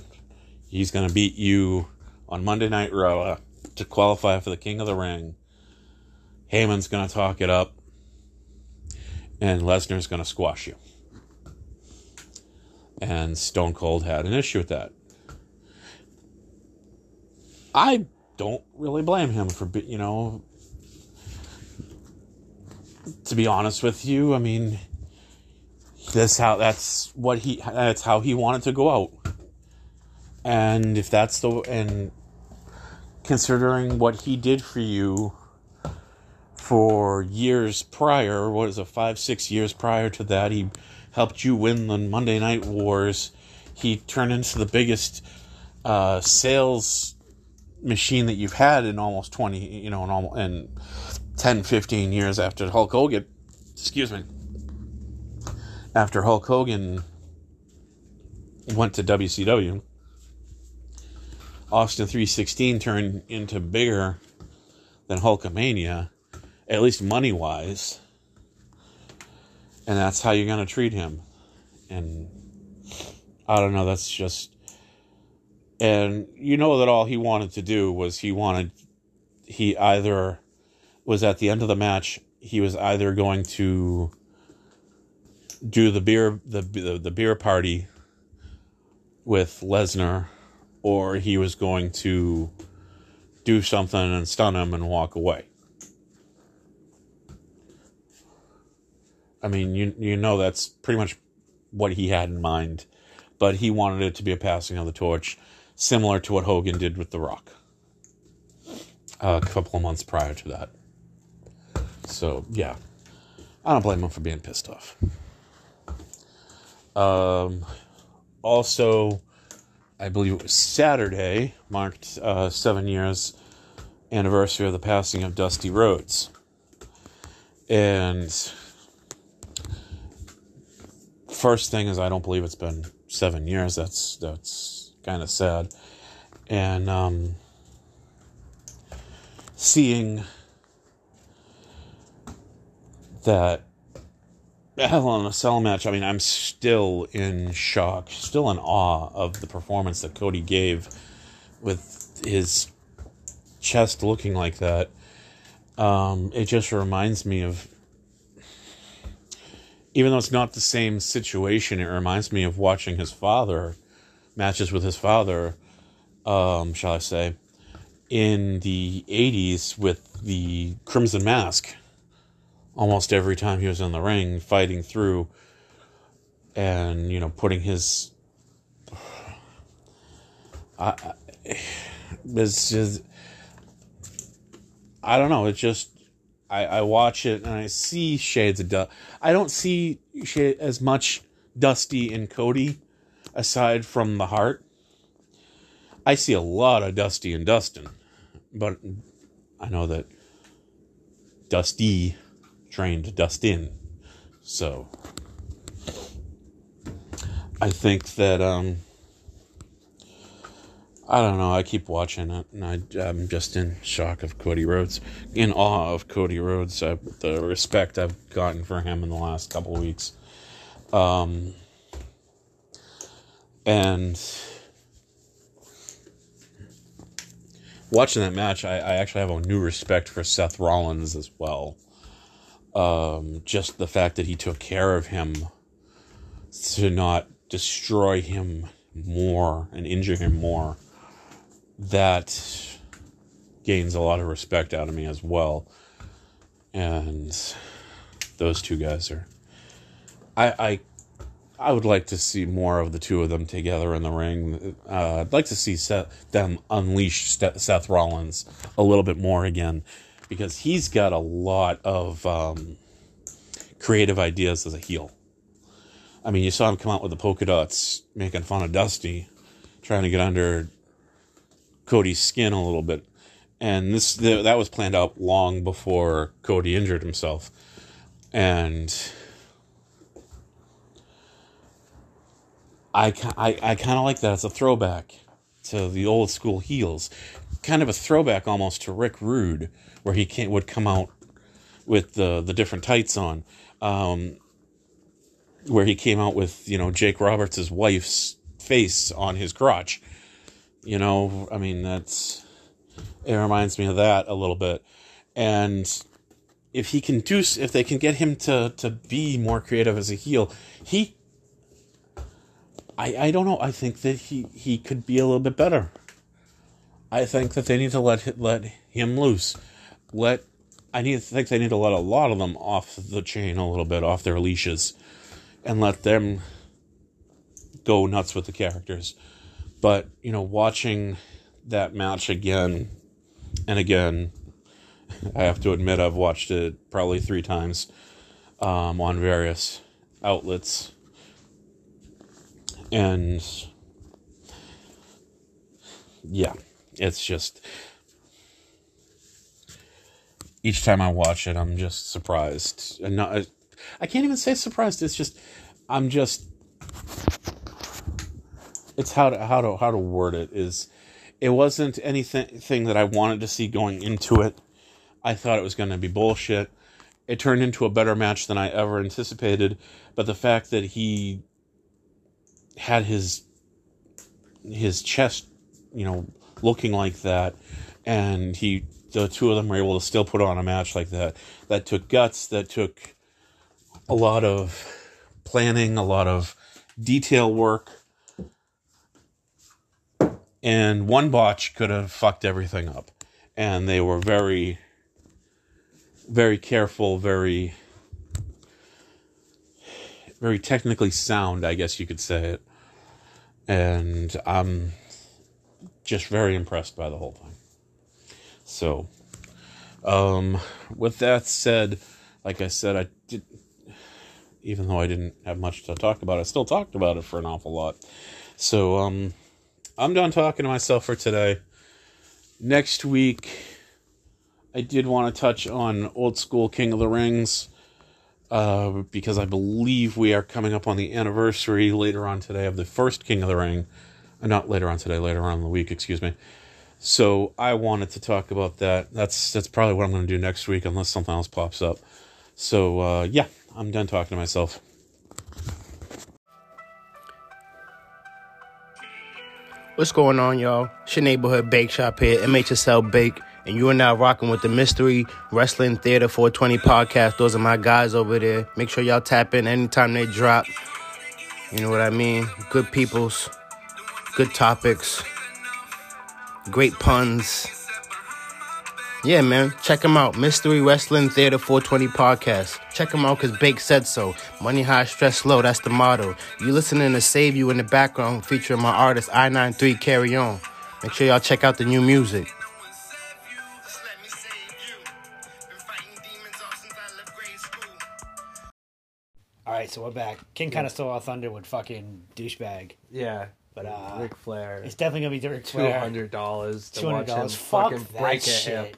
[SPEAKER 3] He's going to beat you on Monday Night Raw to qualify for the King of the Ring. Heyman's going to talk it up, and Lesnar's going to squash you. And Stone Cold had an issue with that. I don't really blame him for, be- you know, to be honest with you, I mean, this how that's what he that's how he wanted to go out. And if that's the and considering what he did for you for years prior. What is it, five, six years prior to that? He helped you win the Monday Night Wars. He turned into the biggest uh, sales machine that you've had in almost 20, you know, in, almost, in 10, 15 years after Hulk Hogan. Excuse me. After Hulk Hogan went to WCW, Austin 316 turned into bigger than Hulkamania, at least money wise. And that's how you're going to treat him. And I don't know, that's just. And you know that all he wanted to do was he wanted. He either was at the end of the match, he was either going to do the beer the the, the beer party with Lesnar or he was going to do something and stun him and walk away. I mean, you you know that's pretty much what he had in mind, but he wanted it to be a passing of the torch, similar to what Hogan did with The Rock uh, a couple of months prior to that. So yeah, I don't blame him for being pissed off. Um, also, I believe it was Saturday, marked uh, seven years anniversary of the passing of Dusty Rhodes. And first thing is, I don't believe it's been seven years. That's that's kind of sad. And um, seeing that Hell in a Cell match, I mean, I'm still in shock, still in awe of the performance that Cody gave with his chest looking like that. Um, it just reminds me of, even though it's not the same situation, it reminds me of watching his father, matches with his father, um, shall I say, in the 80s with the Crimson Mask almost every time he was in the ring fighting through and you know putting his I, I it's just I don't know it just I I watch it and I see shades of dust I don't see shade as much Dusty and Cody aside from the heart I see a lot of Dusty and Dustin but I know that Dusty trained Dustin. So I think that um I don't know, I keep watching it and I I'm just in shock of Cody Rhodes. In awe of Cody Rhodes, uh, the respect I've gotten for him in the last couple of weeks. Um and watching that match, I, I actually have a new respect for Seth Rollins as well um, just the fact that he took care of him to not destroy him more and injure him more that gains a lot of respect out of me as well and those two guys are i i i would like to see more of the two of them together in the ring uh, i'd like to see seth, them unleash Ste- seth rollins a little bit more again because he's got a lot of um, creative ideas as a heel. I mean, you saw him come out with the polka dots, making fun of Dusty, trying to get under Cody's skin a little bit, and this th- that was planned out long before Cody injured himself, and. I, ki- I, I kind of like that. It's a throwback to the old school heels kind of a throwback almost to Rick Rude, where he can would come out with the the different tights on, um, where he came out with you know Jake Roberts' wife's face on his crotch. You know, I mean that's it reminds me of that a little bit, and if he can do if they can get him to to be more creative as a heel, he. I, I don't know. I think that he, he could be a little bit better. I think that they need to let let him loose. Let I need think they need to let a lot of them off the chain a little bit, off their leashes, and let them go nuts with the characters. But you know, watching that match again and again I have to admit I've watched it probably three times um, on various outlets. And yeah, it's just each time I watch it, I'm just surprised. And not, I, I can't even say surprised. It's just I'm just it's how to how to how to word it is. It wasn't anything thing that I wanted to see going into it. I thought it was going to be bullshit. It turned into a better match than I ever anticipated. But the fact that he had his his chest, you know, looking like that, and he the two of them were able to still put on a match like that. That took guts. That took a lot of planning, a lot of detail work. And one botch could have fucked everything up. And they were very, very careful, very, very technically sound, I guess you could say it. And I'm just very impressed by the whole thing. So, um, with that said, like I said, I did, even though I didn't have much to talk about, I still talked about it for an awful lot. So, um, I'm done talking to myself for today. Next week, I did want to touch on old school King of the Rings, uh, because I believe we are coming up on the anniversary later on today of the first King of the Ring. Uh, Not later on today, later on in the week, excuse me. So I wanted to talk about that. That's that's probably what I'm going to do next week, unless something else pops up. So uh, yeah, I'm done talking to myself.
[SPEAKER 4] What's going on, y'all? It's your neighborhood bake shop here, MHSL Bake, and you are now rocking with the Mystery Wrestling Theater 420 podcast. Those are my guys over there. Make sure y'all tap in anytime they drop. You know what I mean? Good peoples, good topics, great puns. Yeah, man. Check them out. Mystery Wrestling Theater 420 podcast. Check them out because Bake said so. Money high, stress low. That's the motto. You listening to Save You in the background featuring my artist I93 Carry On. Make sure y'all check out the new music.
[SPEAKER 5] Let me save you. Been fighting demons all since I left grade school.
[SPEAKER 1] All right, so we're back. King kind of stole our thunder with fucking douchebag,
[SPEAKER 2] Yeah.
[SPEAKER 1] but uh,
[SPEAKER 2] Ric Flair.
[SPEAKER 1] it's definitely gonna be Ric
[SPEAKER 2] Two
[SPEAKER 1] Flair.
[SPEAKER 2] hundred dollars to watch him
[SPEAKER 1] $200. Fuck
[SPEAKER 2] fucking
[SPEAKER 1] that
[SPEAKER 2] break a
[SPEAKER 1] shit.
[SPEAKER 2] hip.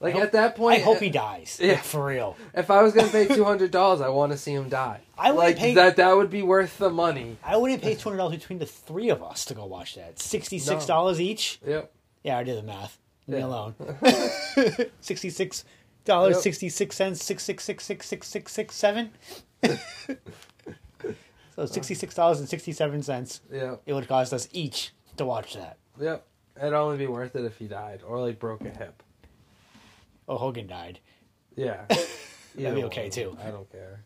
[SPEAKER 2] Like
[SPEAKER 1] I hope-
[SPEAKER 2] at that point,
[SPEAKER 1] I hope he dies.
[SPEAKER 2] uh, Yeah.
[SPEAKER 1] Like, for real.
[SPEAKER 2] If I was gonna pay two hundred dollars, I want to see him die.
[SPEAKER 1] I would
[SPEAKER 2] like
[SPEAKER 1] pay-
[SPEAKER 2] that. That would be worth the money.
[SPEAKER 1] I wouldn't pay two hundred dollars between the three of us to go watch that. Sixty six dollars each.
[SPEAKER 2] Yep.
[SPEAKER 1] Yeah, I did the math. Leave me
[SPEAKER 2] Yeah.
[SPEAKER 1] alone. Sixty six dollars
[SPEAKER 2] Yep.
[SPEAKER 1] sixty six cents six six six six six six six seven. so sixty six dollars and sixty seven cents.
[SPEAKER 2] Yep.
[SPEAKER 1] It would cost us each to watch that.
[SPEAKER 2] Yep. It'd only be worth it if he died or like broke a hip.
[SPEAKER 1] Oh, Hogan died.
[SPEAKER 2] Yeah. Either
[SPEAKER 1] be okay,
[SPEAKER 2] one.
[SPEAKER 1] too.
[SPEAKER 2] I don't care.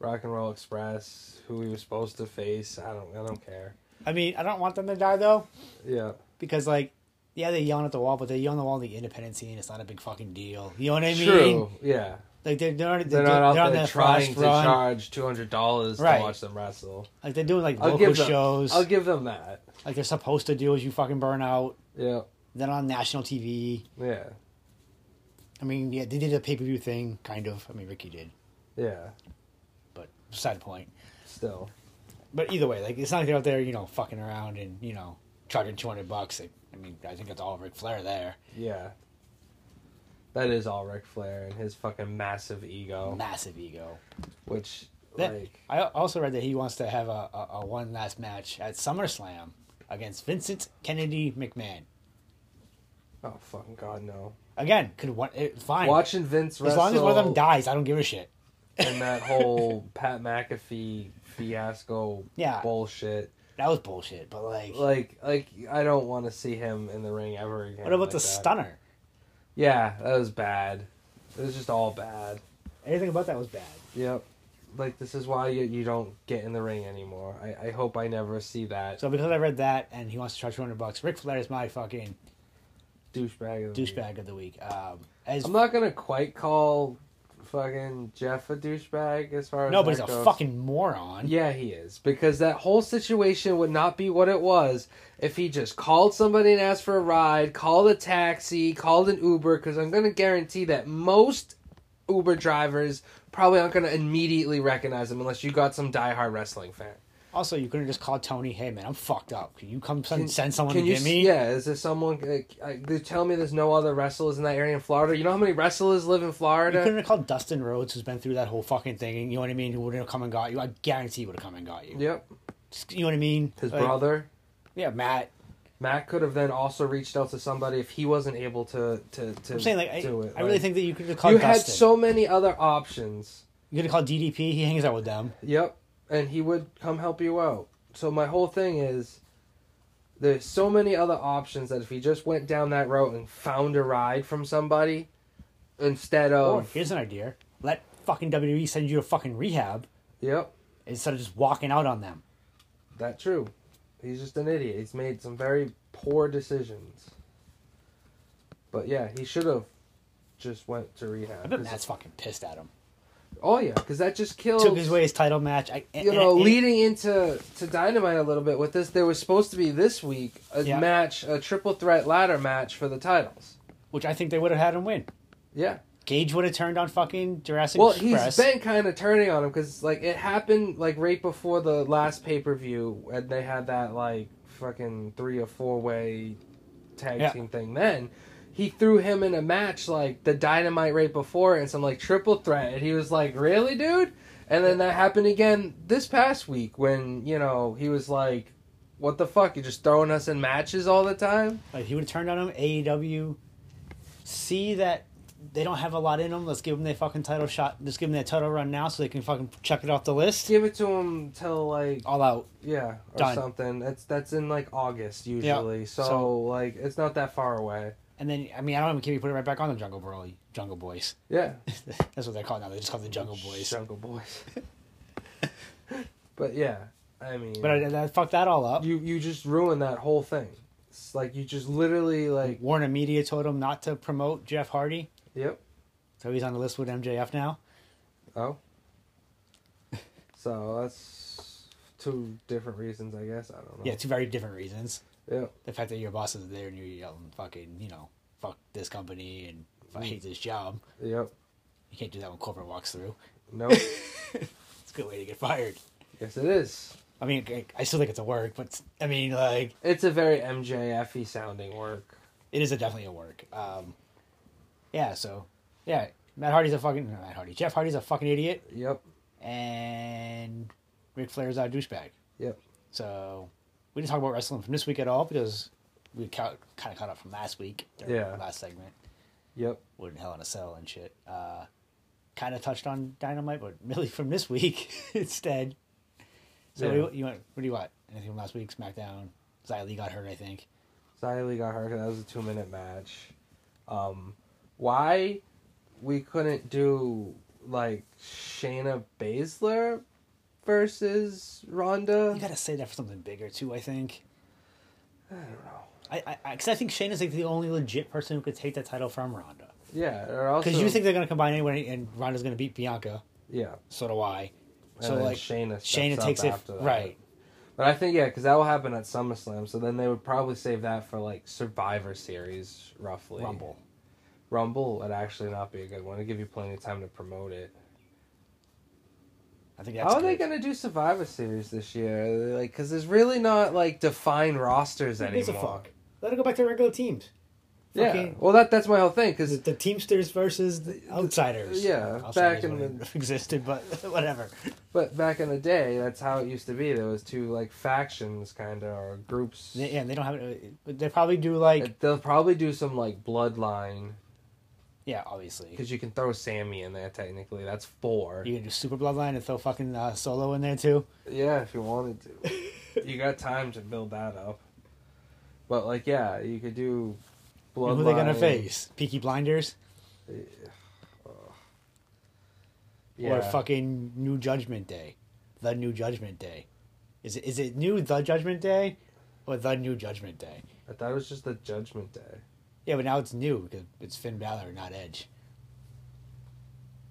[SPEAKER 2] Rock and Roll Express, who he was supposed to face. I don't. I don't care.
[SPEAKER 1] I mean, I don't want them to die though,
[SPEAKER 2] Yeah.
[SPEAKER 1] because like, yeah, they yell at the wall, but they yell on the wall in the independent scene. It's not a big fucking deal. You know what I mean?
[SPEAKER 2] True. Yeah.
[SPEAKER 1] Like they're they're,
[SPEAKER 2] They're,
[SPEAKER 1] they're,
[SPEAKER 2] not out
[SPEAKER 1] they're on
[SPEAKER 2] there
[SPEAKER 1] that
[SPEAKER 2] trying
[SPEAKER 1] fast
[SPEAKER 2] to
[SPEAKER 1] run.
[SPEAKER 2] charge two hundred dollars
[SPEAKER 1] Right.
[SPEAKER 2] to watch them wrestle.
[SPEAKER 1] Like they're doing like
[SPEAKER 2] I'll
[SPEAKER 1] local
[SPEAKER 2] give them.
[SPEAKER 1] shows.
[SPEAKER 2] I'll give them that.
[SPEAKER 1] like they're supposed to do is you fucking burn out.
[SPEAKER 2] Yeah.
[SPEAKER 1] Then on national TV.
[SPEAKER 2] Yeah.
[SPEAKER 1] I mean, yeah, they did a pay per view thing, kind of. I mean, Ricky did,
[SPEAKER 2] Yeah.
[SPEAKER 1] but beside the point.
[SPEAKER 2] Still.
[SPEAKER 1] But either way, like it's not like they're out there, you know, fucking around and you know charging two hundred bucks. Like, I mean, I think that's all Ric Flair there.
[SPEAKER 2] Yeah. That is all Ric Flair and his fucking massive ego,
[SPEAKER 1] Massive ego.
[SPEAKER 2] which
[SPEAKER 1] That-
[SPEAKER 2] like
[SPEAKER 1] I also read that he wants to have a, a, a one last match at SummerSlam against Vincent Kennedy McMahon.
[SPEAKER 2] oh fucking god no.
[SPEAKER 1] Again, could one it, fine.
[SPEAKER 2] Watching Vince
[SPEAKER 1] as
[SPEAKER 2] wrestle
[SPEAKER 1] long as one of them dies, I don't give a shit.
[SPEAKER 2] and that whole Pat McAfee fiasco
[SPEAKER 1] Yeah.
[SPEAKER 2] bullshit.
[SPEAKER 1] That was bullshit. But like,
[SPEAKER 2] Like like I don't want to see him in the ring ever again.
[SPEAKER 1] what about
[SPEAKER 2] like
[SPEAKER 1] the
[SPEAKER 2] that.
[SPEAKER 1] stunner?
[SPEAKER 2] Yeah, that was bad. It was just all bad.
[SPEAKER 1] Anything about that was bad.
[SPEAKER 2] Yep. Like this is why you, you don't get in the ring anymore. I, I hope I never see that
[SPEAKER 1] So because I read that and he wants to charge two hundred bucks, Ric Flair is my fucking
[SPEAKER 2] douchebag. of the week.
[SPEAKER 1] douchebag of the week. Um, as
[SPEAKER 2] I'm not gonna quite call fucking Jeff a douchebag as far as
[SPEAKER 1] No, but he's
[SPEAKER 2] that
[SPEAKER 1] a
[SPEAKER 2] goes.
[SPEAKER 1] fucking moron.
[SPEAKER 2] Yeah, he is because that whole situation would not be what it was if he just called somebody and asked for a ride, called a taxi, called an Uber. Because I'm gonna guarantee that most Uber drivers probably aren't gonna immediately recognize him unless you got some diehard wrestling fan.
[SPEAKER 1] Also, you couldn't just call Tony, hey man, I'm fucked up. Can you come send, send someone
[SPEAKER 2] Can
[SPEAKER 1] to
[SPEAKER 2] you?
[SPEAKER 1] get
[SPEAKER 2] s-
[SPEAKER 1] me?
[SPEAKER 2] Yeah, is there someone? Like, uh, they tell me there's no other wrestlers in that area in Florida. You know how many wrestlers live in
[SPEAKER 1] You couldn't
[SPEAKER 2] Florida?
[SPEAKER 1] have called Dustin Rhodes, who's been through that whole fucking thing, and you know what I mean? Who wouldn't have come and got you? I guarantee he would have come and got you.
[SPEAKER 2] Yep,
[SPEAKER 1] Just- You know what I mean?
[SPEAKER 2] his
[SPEAKER 1] Like,
[SPEAKER 2] brother.
[SPEAKER 1] Yeah, Matt.
[SPEAKER 2] Matt could have then also reached out to somebody if he wasn't able to to, to
[SPEAKER 1] I'm saying, like, I,
[SPEAKER 2] do it.
[SPEAKER 1] I really
[SPEAKER 2] like-
[SPEAKER 1] think that you could have called
[SPEAKER 2] you had
[SPEAKER 1] Dustin.
[SPEAKER 2] so many other options.
[SPEAKER 1] you could have called DDP, he hangs out with them.
[SPEAKER 2] Yep, and he would come help you out. So my whole thing is, there's so many other options that if he just went down that route and found a ride from somebody, instead
[SPEAKER 1] Or,
[SPEAKER 2] of
[SPEAKER 1] here's an idea. Let fucking WWE send you to fucking rehab
[SPEAKER 2] yep,
[SPEAKER 1] instead of just walking out on them.
[SPEAKER 2] that true. He's just an idiot. He's made some very poor decisions. But yeah, he should have just went to rehab.
[SPEAKER 1] I bet
[SPEAKER 2] 'Cause-
[SPEAKER 1] Matt's fucking pissed at him.
[SPEAKER 2] Oh yeah, because that just kills.
[SPEAKER 1] Took his way his title match. I, and-
[SPEAKER 2] Oh. you know,
[SPEAKER 1] and-
[SPEAKER 2] leading into to Dynamite a little bit with this, there was supposed to be this week a
[SPEAKER 1] Yeah.
[SPEAKER 2] match, a triple threat ladder match for the titles.
[SPEAKER 1] which I think they would have had him win.
[SPEAKER 2] Yeah.
[SPEAKER 1] Gage would have turned on fucking Jurassic
[SPEAKER 2] Well, he's
[SPEAKER 1] Express.
[SPEAKER 2] been kind of turning on him because like it happened like right before the last pay per view, and they had that like fucking three or four way tag
[SPEAKER 1] Yeah.
[SPEAKER 2] team thing. Then he threw him in a match like the Dynamite right before, and some like triple threat, and he was like, "Really, dude?" And then that happened again this past week when you know he was like. What the fuck? You're just throwing us in matches all the time?
[SPEAKER 1] Like, he would have turned on him. AEW E see that they don't have a lot in them. Let's give them their fucking title shot. Let's give them their title run now, so they can fucking check it off the list.
[SPEAKER 2] Give it to him till like
[SPEAKER 1] All out.
[SPEAKER 2] Yeah, or
[SPEAKER 1] Done.
[SPEAKER 2] something. That's that's in like August usually. So,
[SPEAKER 1] so-
[SPEAKER 2] like it's not that far away.
[SPEAKER 1] And then I mean I don't even care. if You put it right back on the Jungle Broly, Jungle Boys.
[SPEAKER 2] Yeah.
[SPEAKER 1] That's what they're called now. They just call them the Jungle Boys.
[SPEAKER 2] Jungle Boys. but yeah, I mean
[SPEAKER 1] But I, I fucked that all up.
[SPEAKER 2] you you just ruin that whole thing. It's like you just literally like
[SPEAKER 1] Warner Media told him not to promote Jeff Hardy,
[SPEAKER 2] yep.
[SPEAKER 1] so he's on the list with MJF now.
[SPEAKER 2] Oh. So that's two different reasons, I guess. I don't know.
[SPEAKER 1] Yeah, two very different reasons.
[SPEAKER 2] Yep.
[SPEAKER 1] the fact that your boss is there and you're yelling fucking you know fuck this company and I hate this job
[SPEAKER 2] Yep.
[SPEAKER 1] you can't do that when corporate walks through
[SPEAKER 2] Nope.
[SPEAKER 1] it's a good way to get fired
[SPEAKER 2] yes, it is.
[SPEAKER 1] I mean I- I still think it's a work but I mean like
[SPEAKER 2] It's a very MJF sounding work.
[SPEAKER 1] it is a, definitely a work um yeah so yeah Matt Hardy's a fucking not Matt Hardy Jeff Hardy's a fucking idiot
[SPEAKER 2] Yep.
[SPEAKER 1] and Ric Flair's a douchebag
[SPEAKER 2] Yep.
[SPEAKER 1] so we didn't talk about wrestling from this week at all because we kind of caught up from last week
[SPEAKER 2] Yeah.
[SPEAKER 1] last segment
[SPEAKER 2] Yep.
[SPEAKER 1] wouldn't Hell in a Cell and shit. Uh, kind of touched on Dynamite, but really from this week instead. So
[SPEAKER 2] Yeah.
[SPEAKER 1] what, do you, you want, what do you want? Anything from last week? SmackDown. Xylee got hurt, I think.
[SPEAKER 2] Lee got hurt. 'cause That was a two minute match. Um, why we couldn't do like Shayna Baszler versus Ronda?
[SPEAKER 1] You got to say that for something bigger too. I think. I don't know. I because I, think Shane is like the only legit person who could take that title from Ronda.
[SPEAKER 2] yeah, or also
[SPEAKER 1] Because you think they're gonna combine anyone, and Ronda's gonna beat Bianca.
[SPEAKER 2] yeah.
[SPEAKER 1] So do I.
[SPEAKER 2] And
[SPEAKER 1] So
[SPEAKER 2] then
[SPEAKER 1] like
[SPEAKER 2] Shayna steps
[SPEAKER 1] Shayna
[SPEAKER 2] up
[SPEAKER 1] takes it
[SPEAKER 2] after that.
[SPEAKER 1] right.
[SPEAKER 2] But I think yeah, because that will happen at SummerSlam. So then they would probably save that for like Survivor Series, roughly.
[SPEAKER 1] Rumble.
[SPEAKER 2] Rumble would actually not be a good one. It'd give you plenty of time to promote it.
[SPEAKER 1] I think that's.
[SPEAKER 2] How are they
[SPEAKER 1] good.
[SPEAKER 2] gonna do Survivor Series this year? Like, because there's really not like defined rosters
[SPEAKER 1] Who gives a
[SPEAKER 2] anymore.
[SPEAKER 1] fuck? Let her go back to regular teams.
[SPEAKER 2] Yeah.
[SPEAKER 1] Fucking-
[SPEAKER 2] Well, that that's my whole thing because
[SPEAKER 1] the, the Teamsters versus the Outsiders.
[SPEAKER 2] Yeah,
[SPEAKER 1] Outsiders
[SPEAKER 2] back in
[SPEAKER 1] wouldn't have existed, but whatever.
[SPEAKER 2] but back in the day, that's how it used to be. There was two like factions, kind of or groups.
[SPEAKER 1] They, yeah, they don't have. it- They probably do like
[SPEAKER 2] They'll probably do some like bloodline
[SPEAKER 1] yeah, obviously.
[SPEAKER 2] because you can throw Sammy in there. Technically, that's four.
[SPEAKER 1] You can do Super Bloodline and throw fucking uh, Solo in there too.
[SPEAKER 2] Yeah, if you wanted to, you got time to build that up. But like, yeah, you could do.
[SPEAKER 1] And who are they gonna
[SPEAKER 2] bloodline.
[SPEAKER 1] face? Peaky Blinders
[SPEAKER 2] Yeah.
[SPEAKER 1] or fucking New Judgment Day? The New Judgment Day. Is it is it new The Judgment Day or the New Judgment Day?
[SPEAKER 2] I thought it was just the Judgment Day.
[SPEAKER 1] Yeah, but now it's new because it's Finn Balor, not Edge.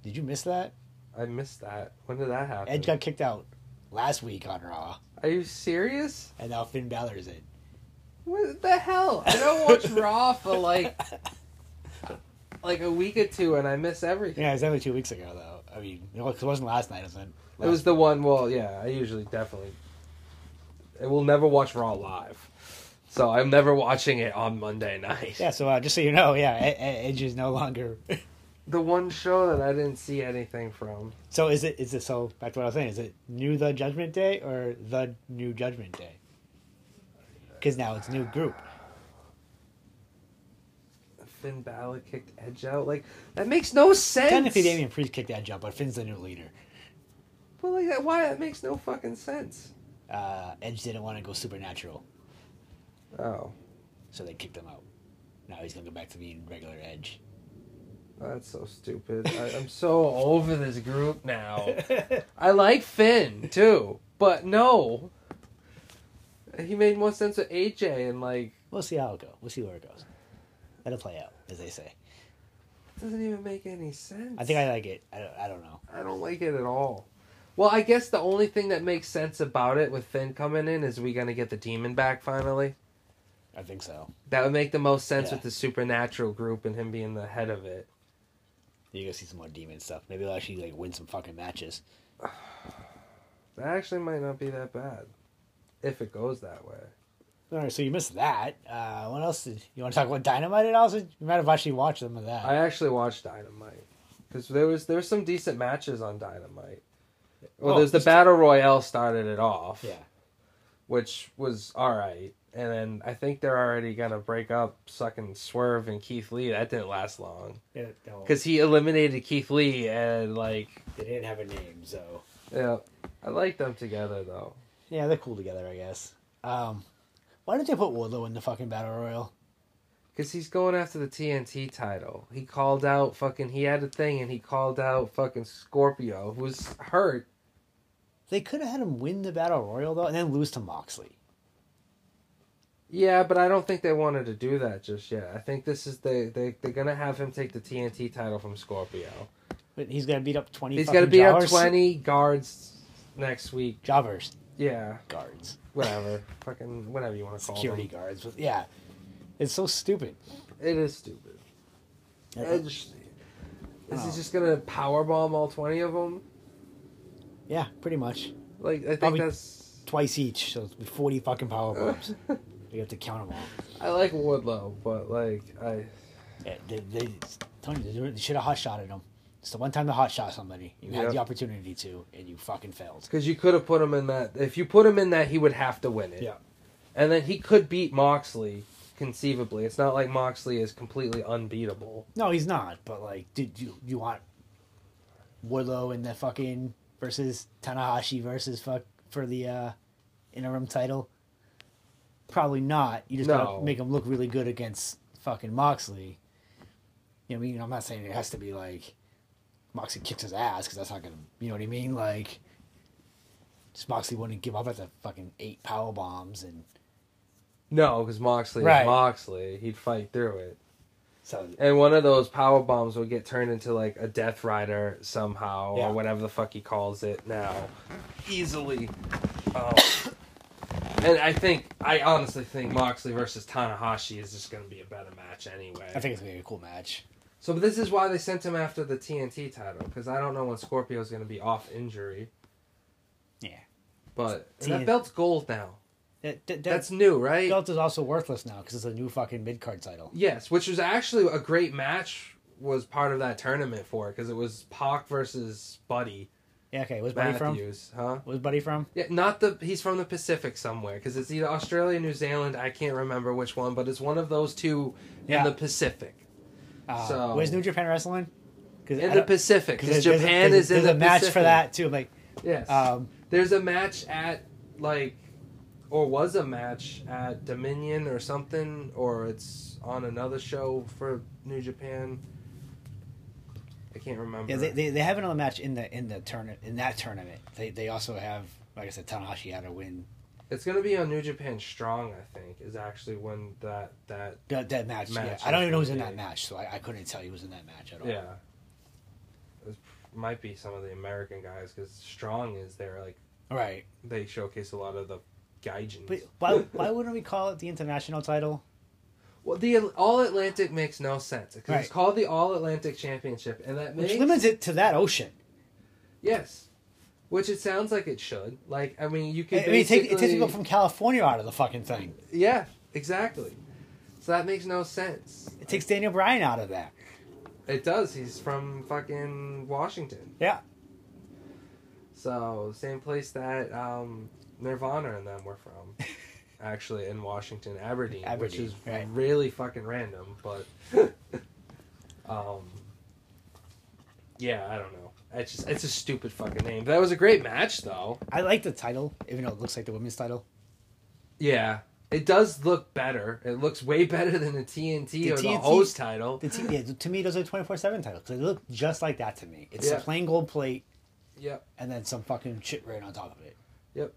[SPEAKER 1] Did you miss that?
[SPEAKER 2] I missed that. When did that happen?
[SPEAKER 1] Edge got kicked out last week on Raw,
[SPEAKER 2] Are you serious?
[SPEAKER 1] and now Finn Balor's in.
[SPEAKER 2] What the hell? I don't watch Raw for like like a week or two, and I miss everything.
[SPEAKER 1] Yeah, it was only two weeks ago though. I mean, it was- it wasn't last night, it was it?
[SPEAKER 2] It was the one. Well, yeah, I usually definitely. I will never watch Raw live, so I'm never watching it on Monday night.
[SPEAKER 1] Yeah, so uh, just so you know, yeah, Ed- Ed- Edge is no longer.
[SPEAKER 2] The one show that I didn't see anything from.
[SPEAKER 1] so is it? Is it? So back to what I was saying. Is it new the Judgment Day or the new Judgment Day? Because now it's new group.
[SPEAKER 2] Finn Balor kicked Edge out. Like that makes no sense.
[SPEAKER 1] Technically, Damian Priest kicked that jump, but Finn's the new leader.
[SPEAKER 2] But like that, why that makes no fucking sense.
[SPEAKER 1] Uh, Edge didn't want to go supernatural,
[SPEAKER 2] Oh,
[SPEAKER 1] so they kicked him out. Now he's gonna go back to being regular Edge.
[SPEAKER 2] that's so stupid. I, I'm so over this group now. I like Finn too, but no. He made more sense with AJ and like
[SPEAKER 1] We'll see how it goes. We'll see where it goes. That'll play out, as they say.
[SPEAKER 2] doesn't even make any sense.
[SPEAKER 1] I think I like it. I don't, I don't know.
[SPEAKER 2] I don't like it at all. Well, I guess the only thing that makes sense about it with Finn coming in is we gonna get the demon back finally.
[SPEAKER 1] I think so.
[SPEAKER 2] That would make the most sense
[SPEAKER 1] Yeah.
[SPEAKER 2] with the supernatural group and him being the head of it.
[SPEAKER 1] You're gonna see some more demon stuff. Maybe they'll actually like win some fucking matches.
[SPEAKER 2] That actually might not be that bad. If it goes that way.
[SPEAKER 1] All right, so you missed that. Uh, what else did you want to talk about? Dynamite at all? So You might have actually watched some of that.
[SPEAKER 2] I actually watched Dynamite. Because there was there was some decent matches on Dynamite. Well
[SPEAKER 1] Oh,
[SPEAKER 2] there's the
[SPEAKER 1] just-
[SPEAKER 2] Battle Royale started it off.
[SPEAKER 1] yeah,
[SPEAKER 2] Which was alright. And then I think they're already gonna break up sucking Swerve and Keith Lee. That didn't last long.
[SPEAKER 1] because
[SPEAKER 2] Because he eliminated Keith Lee and like
[SPEAKER 1] oh, they didn't have a name, so
[SPEAKER 2] yeah. I like them together though.
[SPEAKER 1] yeah, they're cool together, I guess. Um, why didn't they put Wardlow in the fucking battle royal?
[SPEAKER 2] Because he's going after the TNT title. He called out fucking, he had a thing and he called out fucking Scorpio, who was hurt.
[SPEAKER 1] They could have had him win the battle royal though, and then lose to Moxley.
[SPEAKER 2] Yeah, but I don't think they wanted to do that just yet. I think this is, they, they, they're going to have him take the TNT title from Scorpio.
[SPEAKER 1] But he's gonna beat up twenty.
[SPEAKER 2] He's
[SPEAKER 1] He's
[SPEAKER 2] going to
[SPEAKER 1] gonna beat
[SPEAKER 2] beat up
[SPEAKER 1] jobbers. up
[SPEAKER 2] 20 guards next week.
[SPEAKER 1] jobbers,
[SPEAKER 2] Yeah,
[SPEAKER 1] guards,
[SPEAKER 2] whatever. fucking, whatever you want to call
[SPEAKER 1] security guards. But yeah, it's so stupid.
[SPEAKER 2] them. It is stupid. Edge. Is
[SPEAKER 1] Oh.
[SPEAKER 2] he just going to powerbomb all 20 of them?
[SPEAKER 1] Yeah, pretty much.
[SPEAKER 2] Like, I think
[SPEAKER 1] Probably-
[SPEAKER 2] that's.
[SPEAKER 1] twice each, so it's forty fucking power bombs. you have to count them all.
[SPEAKER 2] I like Woodlow, but like, I.
[SPEAKER 1] Yeah, they, they, Tony, they, should have hot shotted him. It's the one time to hot shot somebody. You
[SPEAKER 2] Yep.
[SPEAKER 1] had the opportunity to, and you fucking failed.
[SPEAKER 2] Because you could have put him in that. If you put him in that, he would have to win it. And then he could beat Moxley, conceivably. It's not like Moxley is completely unbeatable.
[SPEAKER 1] No, he's not. But like, did you you want Wardlow and the fucking versus Tanahashi versus fuck for the uh, interim title? Probably not. You just
[SPEAKER 2] No.
[SPEAKER 1] gotta make him look really good against fucking Moxley. You know, what I mean, I'm not saying it has to be like Moxley kicks his ass because that's not gonna. You know what I mean? Like, just Moxley wouldn't give up at the fucking eight power bombs, and
[SPEAKER 2] No, because Moxley
[SPEAKER 1] Right.
[SPEAKER 2] is Moxley. He'd fight through it.
[SPEAKER 1] so
[SPEAKER 2] And one of those power bombs will get turned into like a Death Rider somehow,
[SPEAKER 1] Yeah.
[SPEAKER 2] or whatever the fuck he calls it now. Easily. Um, and I think, I honestly think Moxley versus Tanahashi is just going to be a better match anyway.
[SPEAKER 1] I think it's gonna be a cool match.
[SPEAKER 2] So but this is why they sent him after the TNT title because I don't know when Scorpio's going to be off injury.
[SPEAKER 1] Yeah,
[SPEAKER 2] But and
[SPEAKER 1] TN
[SPEAKER 2] that belt's gold now.
[SPEAKER 1] that, that,
[SPEAKER 2] That's new, right?
[SPEAKER 1] belt is also worthless now because it's a new fucking mid card title.
[SPEAKER 2] Yes, which was actually a great match. Was part of that tournament for because it was Pac versus Buddy
[SPEAKER 1] Yeah, okay. Where's Buddy from?
[SPEAKER 2] Matthews, huh?
[SPEAKER 1] Where's Buddy from?
[SPEAKER 2] Yeah, not the he's from the Pacific somewhere because it's either Australia, New Zealand. I can't remember which one, but it's one of those two
[SPEAKER 1] Yeah.
[SPEAKER 2] in the Pacific.
[SPEAKER 1] Uh,
[SPEAKER 2] So-
[SPEAKER 1] where's New Japan Wrestling? Because
[SPEAKER 2] In the Pacific, because Japan
[SPEAKER 1] there's,
[SPEAKER 2] is in
[SPEAKER 1] there's
[SPEAKER 2] the
[SPEAKER 1] a match
[SPEAKER 2] Pacific.
[SPEAKER 1] for that too. I'm like,
[SPEAKER 2] Yes.
[SPEAKER 1] um,
[SPEAKER 2] There's a match at like, or was a match at Dominion or something, or it's on another show for New Japan. I can't remember.
[SPEAKER 1] yeah, they, they, they have another match in the in the tournament in that tournament. They they also have like I said, Tanahashi had to win
[SPEAKER 2] It's gonna be on New Japan Strong, I think, is actually when that that
[SPEAKER 1] that, that match.
[SPEAKER 2] Match
[SPEAKER 1] yeah, I don't
[SPEAKER 2] is
[SPEAKER 1] even know who's
[SPEAKER 2] the
[SPEAKER 1] in
[SPEAKER 2] day.
[SPEAKER 1] Oh. that match, so I, I couldn't tell you who was in that match at all.
[SPEAKER 2] yeah. It might be some of the American guys because Strong is there. Like
[SPEAKER 1] Right.
[SPEAKER 2] they showcase a lot of the gaijins.
[SPEAKER 1] But why, why wouldn't we call it the international title?
[SPEAKER 2] well, the All Atlantic makes no sense because
[SPEAKER 1] Right.
[SPEAKER 2] it's called the All Atlantic Championship, and that
[SPEAKER 1] Which
[SPEAKER 2] makes
[SPEAKER 1] limits it to that ocean.
[SPEAKER 2] yes, which it sounds like it should. Like I mean, you
[SPEAKER 1] I
[SPEAKER 2] could
[SPEAKER 1] mean, it takes, it takes
[SPEAKER 2] basically-
[SPEAKER 1] people from California out of the fucking thing.
[SPEAKER 2] yeah, exactly. So that makes no sense.
[SPEAKER 1] It takes Daniel Bryan out of that.
[SPEAKER 2] It does. He's from fucking Washington.
[SPEAKER 1] Yeah.
[SPEAKER 2] So same place that um, Nirvana and them were from, actually in Washington, Aberdeen, which
[SPEAKER 1] Aberdeen,
[SPEAKER 2] is
[SPEAKER 1] right.
[SPEAKER 2] really fucking random. But um, yeah, I don't know. It's just it's a stupid fucking name. That was a great match though.
[SPEAKER 1] I like the title, even though it looks like the women's title.
[SPEAKER 2] Yeah, it does look better. It looks way better than the TNT
[SPEAKER 1] The
[SPEAKER 2] or the
[SPEAKER 1] TNT
[SPEAKER 2] host title.
[SPEAKER 1] The t- yeah, to me, those are 24 7 titles because they look just like that to me. It's a
[SPEAKER 2] Yeah.
[SPEAKER 1] plain gold plate
[SPEAKER 2] Yep,
[SPEAKER 1] and then some fucking shit written on top of it.
[SPEAKER 2] yep.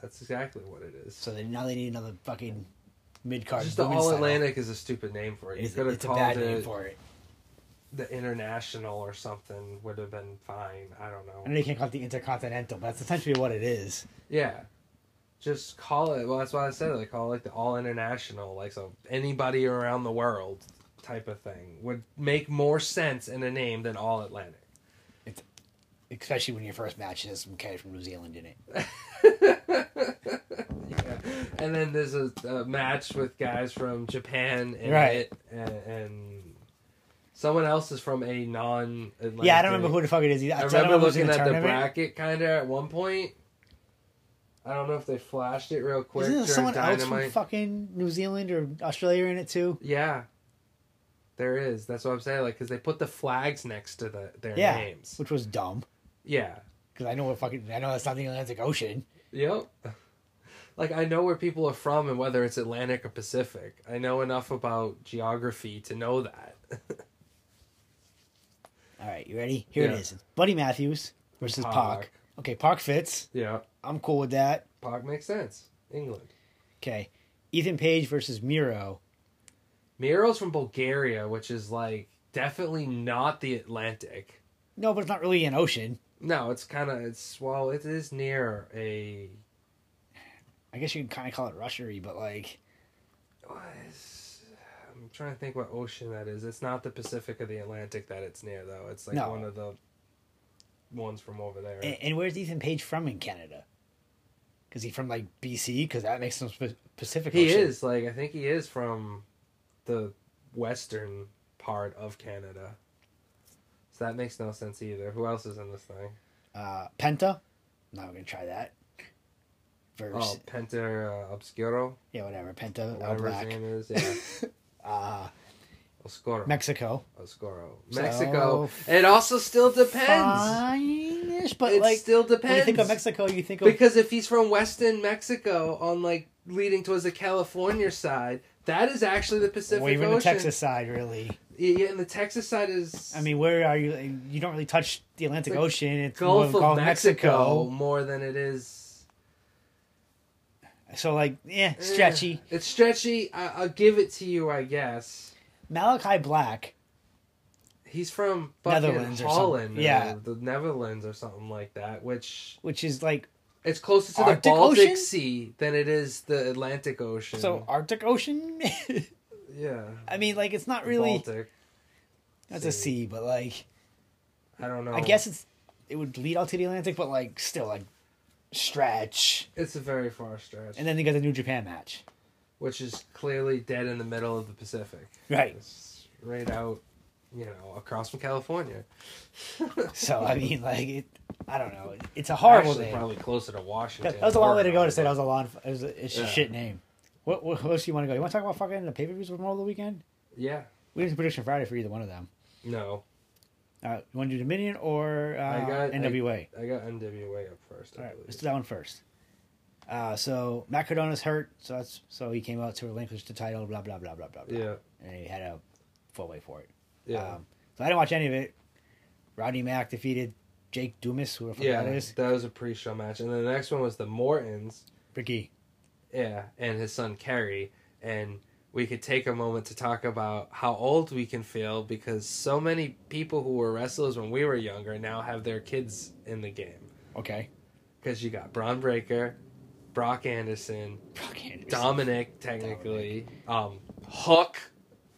[SPEAKER 2] That's exactly what it is.
[SPEAKER 1] So then now they need another fucking mid card.
[SPEAKER 2] Just the All Atlantic is a stupid name for it. You
[SPEAKER 1] It's,
[SPEAKER 2] could have
[SPEAKER 1] it's a
[SPEAKER 2] called
[SPEAKER 1] bad
[SPEAKER 2] it
[SPEAKER 1] name for it.
[SPEAKER 2] the International or something. Would have been fine. I don't
[SPEAKER 1] I know
[SPEAKER 2] know.
[SPEAKER 1] they can't call it the Intercontinental, but that's essentially what it is.
[SPEAKER 2] Yeah, just call it. Well, that's why I said it. Like call it like the All International, like so anybody around the world type of thing would make more sense in a name than All Atlantic.
[SPEAKER 1] Especially when your first match has some kid from New Zealand in it.
[SPEAKER 2] Yeah. And then there's a, a match with guys from Japan and
[SPEAKER 1] Right.
[SPEAKER 2] it, and, and someone else is from a non.
[SPEAKER 1] yeah, I don't remember who the fuck it is. Either.
[SPEAKER 2] I
[SPEAKER 1] So don't
[SPEAKER 2] remember
[SPEAKER 1] know if it was in
[SPEAKER 2] looking at the
[SPEAKER 1] tournament.
[SPEAKER 2] bracket kind of at one point. I don't know if they flashed it real quick
[SPEAKER 1] Isn't there
[SPEAKER 2] during
[SPEAKER 1] someone else
[SPEAKER 2] Dynamite.
[SPEAKER 1] from fucking New Zealand or Australia in it too?
[SPEAKER 2] yeah, there is. That's what I'm saying. Like, because they put the flags next to the their
[SPEAKER 1] Yeah,
[SPEAKER 2] names.
[SPEAKER 1] which was dumb
[SPEAKER 2] Yeah.
[SPEAKER 1] because I know what fucking I know that's not the Atlantic Ocean.
[SPEAKER 2] Yep. Like I know where people are from and whether it's Atlantic or Pacific. I know enough about geography to know that.
[SPEAKER 1] All right, you ready? Here
[SPEAKER 2] Yeah.
[SPEAKER 1] it is: it's Buddy Matthews versus Pac.
[SPEAKER 2] Pac.
[SPEAKER 1] Okay, Pac fits.
[SPEAKER 2] yeah,
[SPEAKER 1] I'm cool with that.
[SPEAKER 2] Pog makes sense. England.
[SPEAKER 1] Okay, Ethan Page versus Miro.
[SPEAKER 2] Miro's from Bulgaria, which is like definitely not the Atlantic.
[SPEAKER 1] No, but it's not really an ocean.
[SPEAKER 2] No, it's kind of it's well, it is near a.
[SPEAKER 1] I guess you can kind of call it rushery, but like,
[SPEAKER 2] it's- I'm trying to think what ocean that is. It's not the Pacific or the Atlantic that it's near though. It's like
[SPEAKER 1] No. Eh.
[SPEAKER 2] one of the ones from over there.
[SPEAKER 1] and, and where's Ethan Page from in Canada? Is he from like BC? Because that makes him sp- Pacific.
[SPEAKER 2] he
[SPEAKER 1] Ocean.
[SPEAKER 2] is like I think he is from the western part of Canada. So that makes no sense either. Who else is in this thing?
[SPEAKER 1] uh, Penta. Now we're gonna try that. Verse,
[SPEAKER 2] Oh, Penta uh, Obscuro,
[SPEAKER 1] yeah, whatever. Penta, all
[SPEAKER 2] whatever his
[SPEAKER 1] black.
[SPEAKER 2] name is. Yeah,
[SPEAKER 1] Uh,
[SPEAKER 2] Oscuro.
[SPEAKER 1] Mexico.
[SPEAKER 2] Oscuro.
[SPEAKER 1] So-
[SPEAKER 2] Mexico. It also still depends.
[SPEAKER 1] Fine-ish, but
[SPEAKER 2] it
[SPEAKER 1] like
[SPEAKER 2] still
[SPEAKER 1] when you
[SPEAKER 2] depends.
[SPEAKER 1] think of Mexico, you think of
[SPEAKER 2] because if he's from Western Mexico, on like leading towards the California side, that is actually the Pacific
[SPEAKER 1] or even
[SPEAKER 2] Ocean.
[SPEAKER 1] the Texas side, really.
[SPEAKER 2] Yeah, yeah, and the Texas side is.
[SPEAKER 1] I mean, where are you? You don't really touch the Atlantic
[SPEAKER 2] The
[SPEAKER 1] Ocean. It's more
[SPEAKER 2] Gulf
[SPEAKER 1] of
[SPEAKER 2] of
[SPEAKER 1] Gulf
[SPEAKER 2] Mexico,
[SPEAKER 1] Mexico.
[SPEAKER 2] more than it is
[SPEAKER 1] So like, yeah, stretchy.
[SPEAKER 2] Eh, It's stretchy. I, I'll give it to you, I guess.
[SPEAKER 1] Malachi Black.
[SPEAKER 2] He's from fucking
[SPEAKER 1] Netherlands or
[SPEAKER 2] Holland,
[SPEAKER 1] something. Yeah.
[SPEAKER 2] or the Netherlands or something like that. Which
[SPEAKER 1] Which is like
[SPEAKER 2] it's closer to
[SPEAKER 1] Arctic
[SPEAKER 2] the Baltic
[SPEAKER 1] Ocean?
[SPEAKER 2] Sea than it is the Atlantic Ocean.
[SPEAKER 1] so Arctic Ocean.
[SPEAKER 2] yeah,
[SPEAKER 1] I mean, like it's not
[SPEAKER 2] the
[SPEAKER 1] really
[SPEAKER 2] Baltic.
[SPEAKER 1] that's a sea, but like
[SPEAKER 2] I don't know.
[SPEAKER 1] I guess it's it would lead out to the Atlantic, but like still like stretch.
[SPEAKER 2] it's a very far stretch,
[SPEAKER 1] And then they got the New Japan match.
[SPEAKER 2] which is clearly dead in the middle of the Pacific.
[SPEAKER 1] Right.
[SPEAKER 2] It's right out, you know, across from California.
[SPEAKER 1] So I mean, like it. I don't know. It's a horrible
[SPEAKER 2] Actually,
[SPEAKER 1] name.
[SPEAKER 2] probably closer to Washington.
[SPEAKER 1] That, that was a long way to go to
[SPEAKER 2] Oregon.
[SPEAKER 1] say that was a long. It was a, it's a
[SPEAKER 2] Yeah.
[SPEAKER 1] shit name. What, what, what else do you want to go? You want to talk about fucking the pay per views from all the weekend?
[SPEAKER 2] Yeah.
[SPEAKER 1] We didn't do prediction Friday for either one of them.
[SPEAKER 2] No,
[SPEAKER 1] Uh, you want to do Dominion or uh,
[SPEAKER 2] I got I-
[SPEAKER 1] NWA?
[SPEAKER 2] I, got NWA up first. I
[SPEAKER 1] All right,
[SPEAKER 2] believe.
[SPEAKER 1] let's do that one first. Uh, so Matt Cardona's hurt, so that's so he came out to relinquish the title. Blah blah blah blah blah. blah.
[SPEAKER 2] Yeah.
[SPEAKER 1] and he had a full way for it.
[SPEAKER 2] Yeah.
[SPEAKER 1] Um, so I didn't watch any of it. Rodney Mack defeated Jake Dumas, whoever the fuck
[SPEAKER 2] yeah,
[SPEAKER 1] that is.
[SPEAKER 2] that was a pre-show match, and then the next one was the Mortons,
[SPEAKER 1] Ricky.
[SPEAKER 2] yeah, and his son Kerry, and we could take a moment to talk about how old we can feel because so many people who were wrestlers when we were younger now have their kids in the game.
[SPEAKER 1] Okay.
[SPEAKER 2] Because you got Braun Breaker, Brock Anderson,
[SPEAKER 1] Brock Anderson.
[SPEAKER 2] Dominic, technically, um, Hook,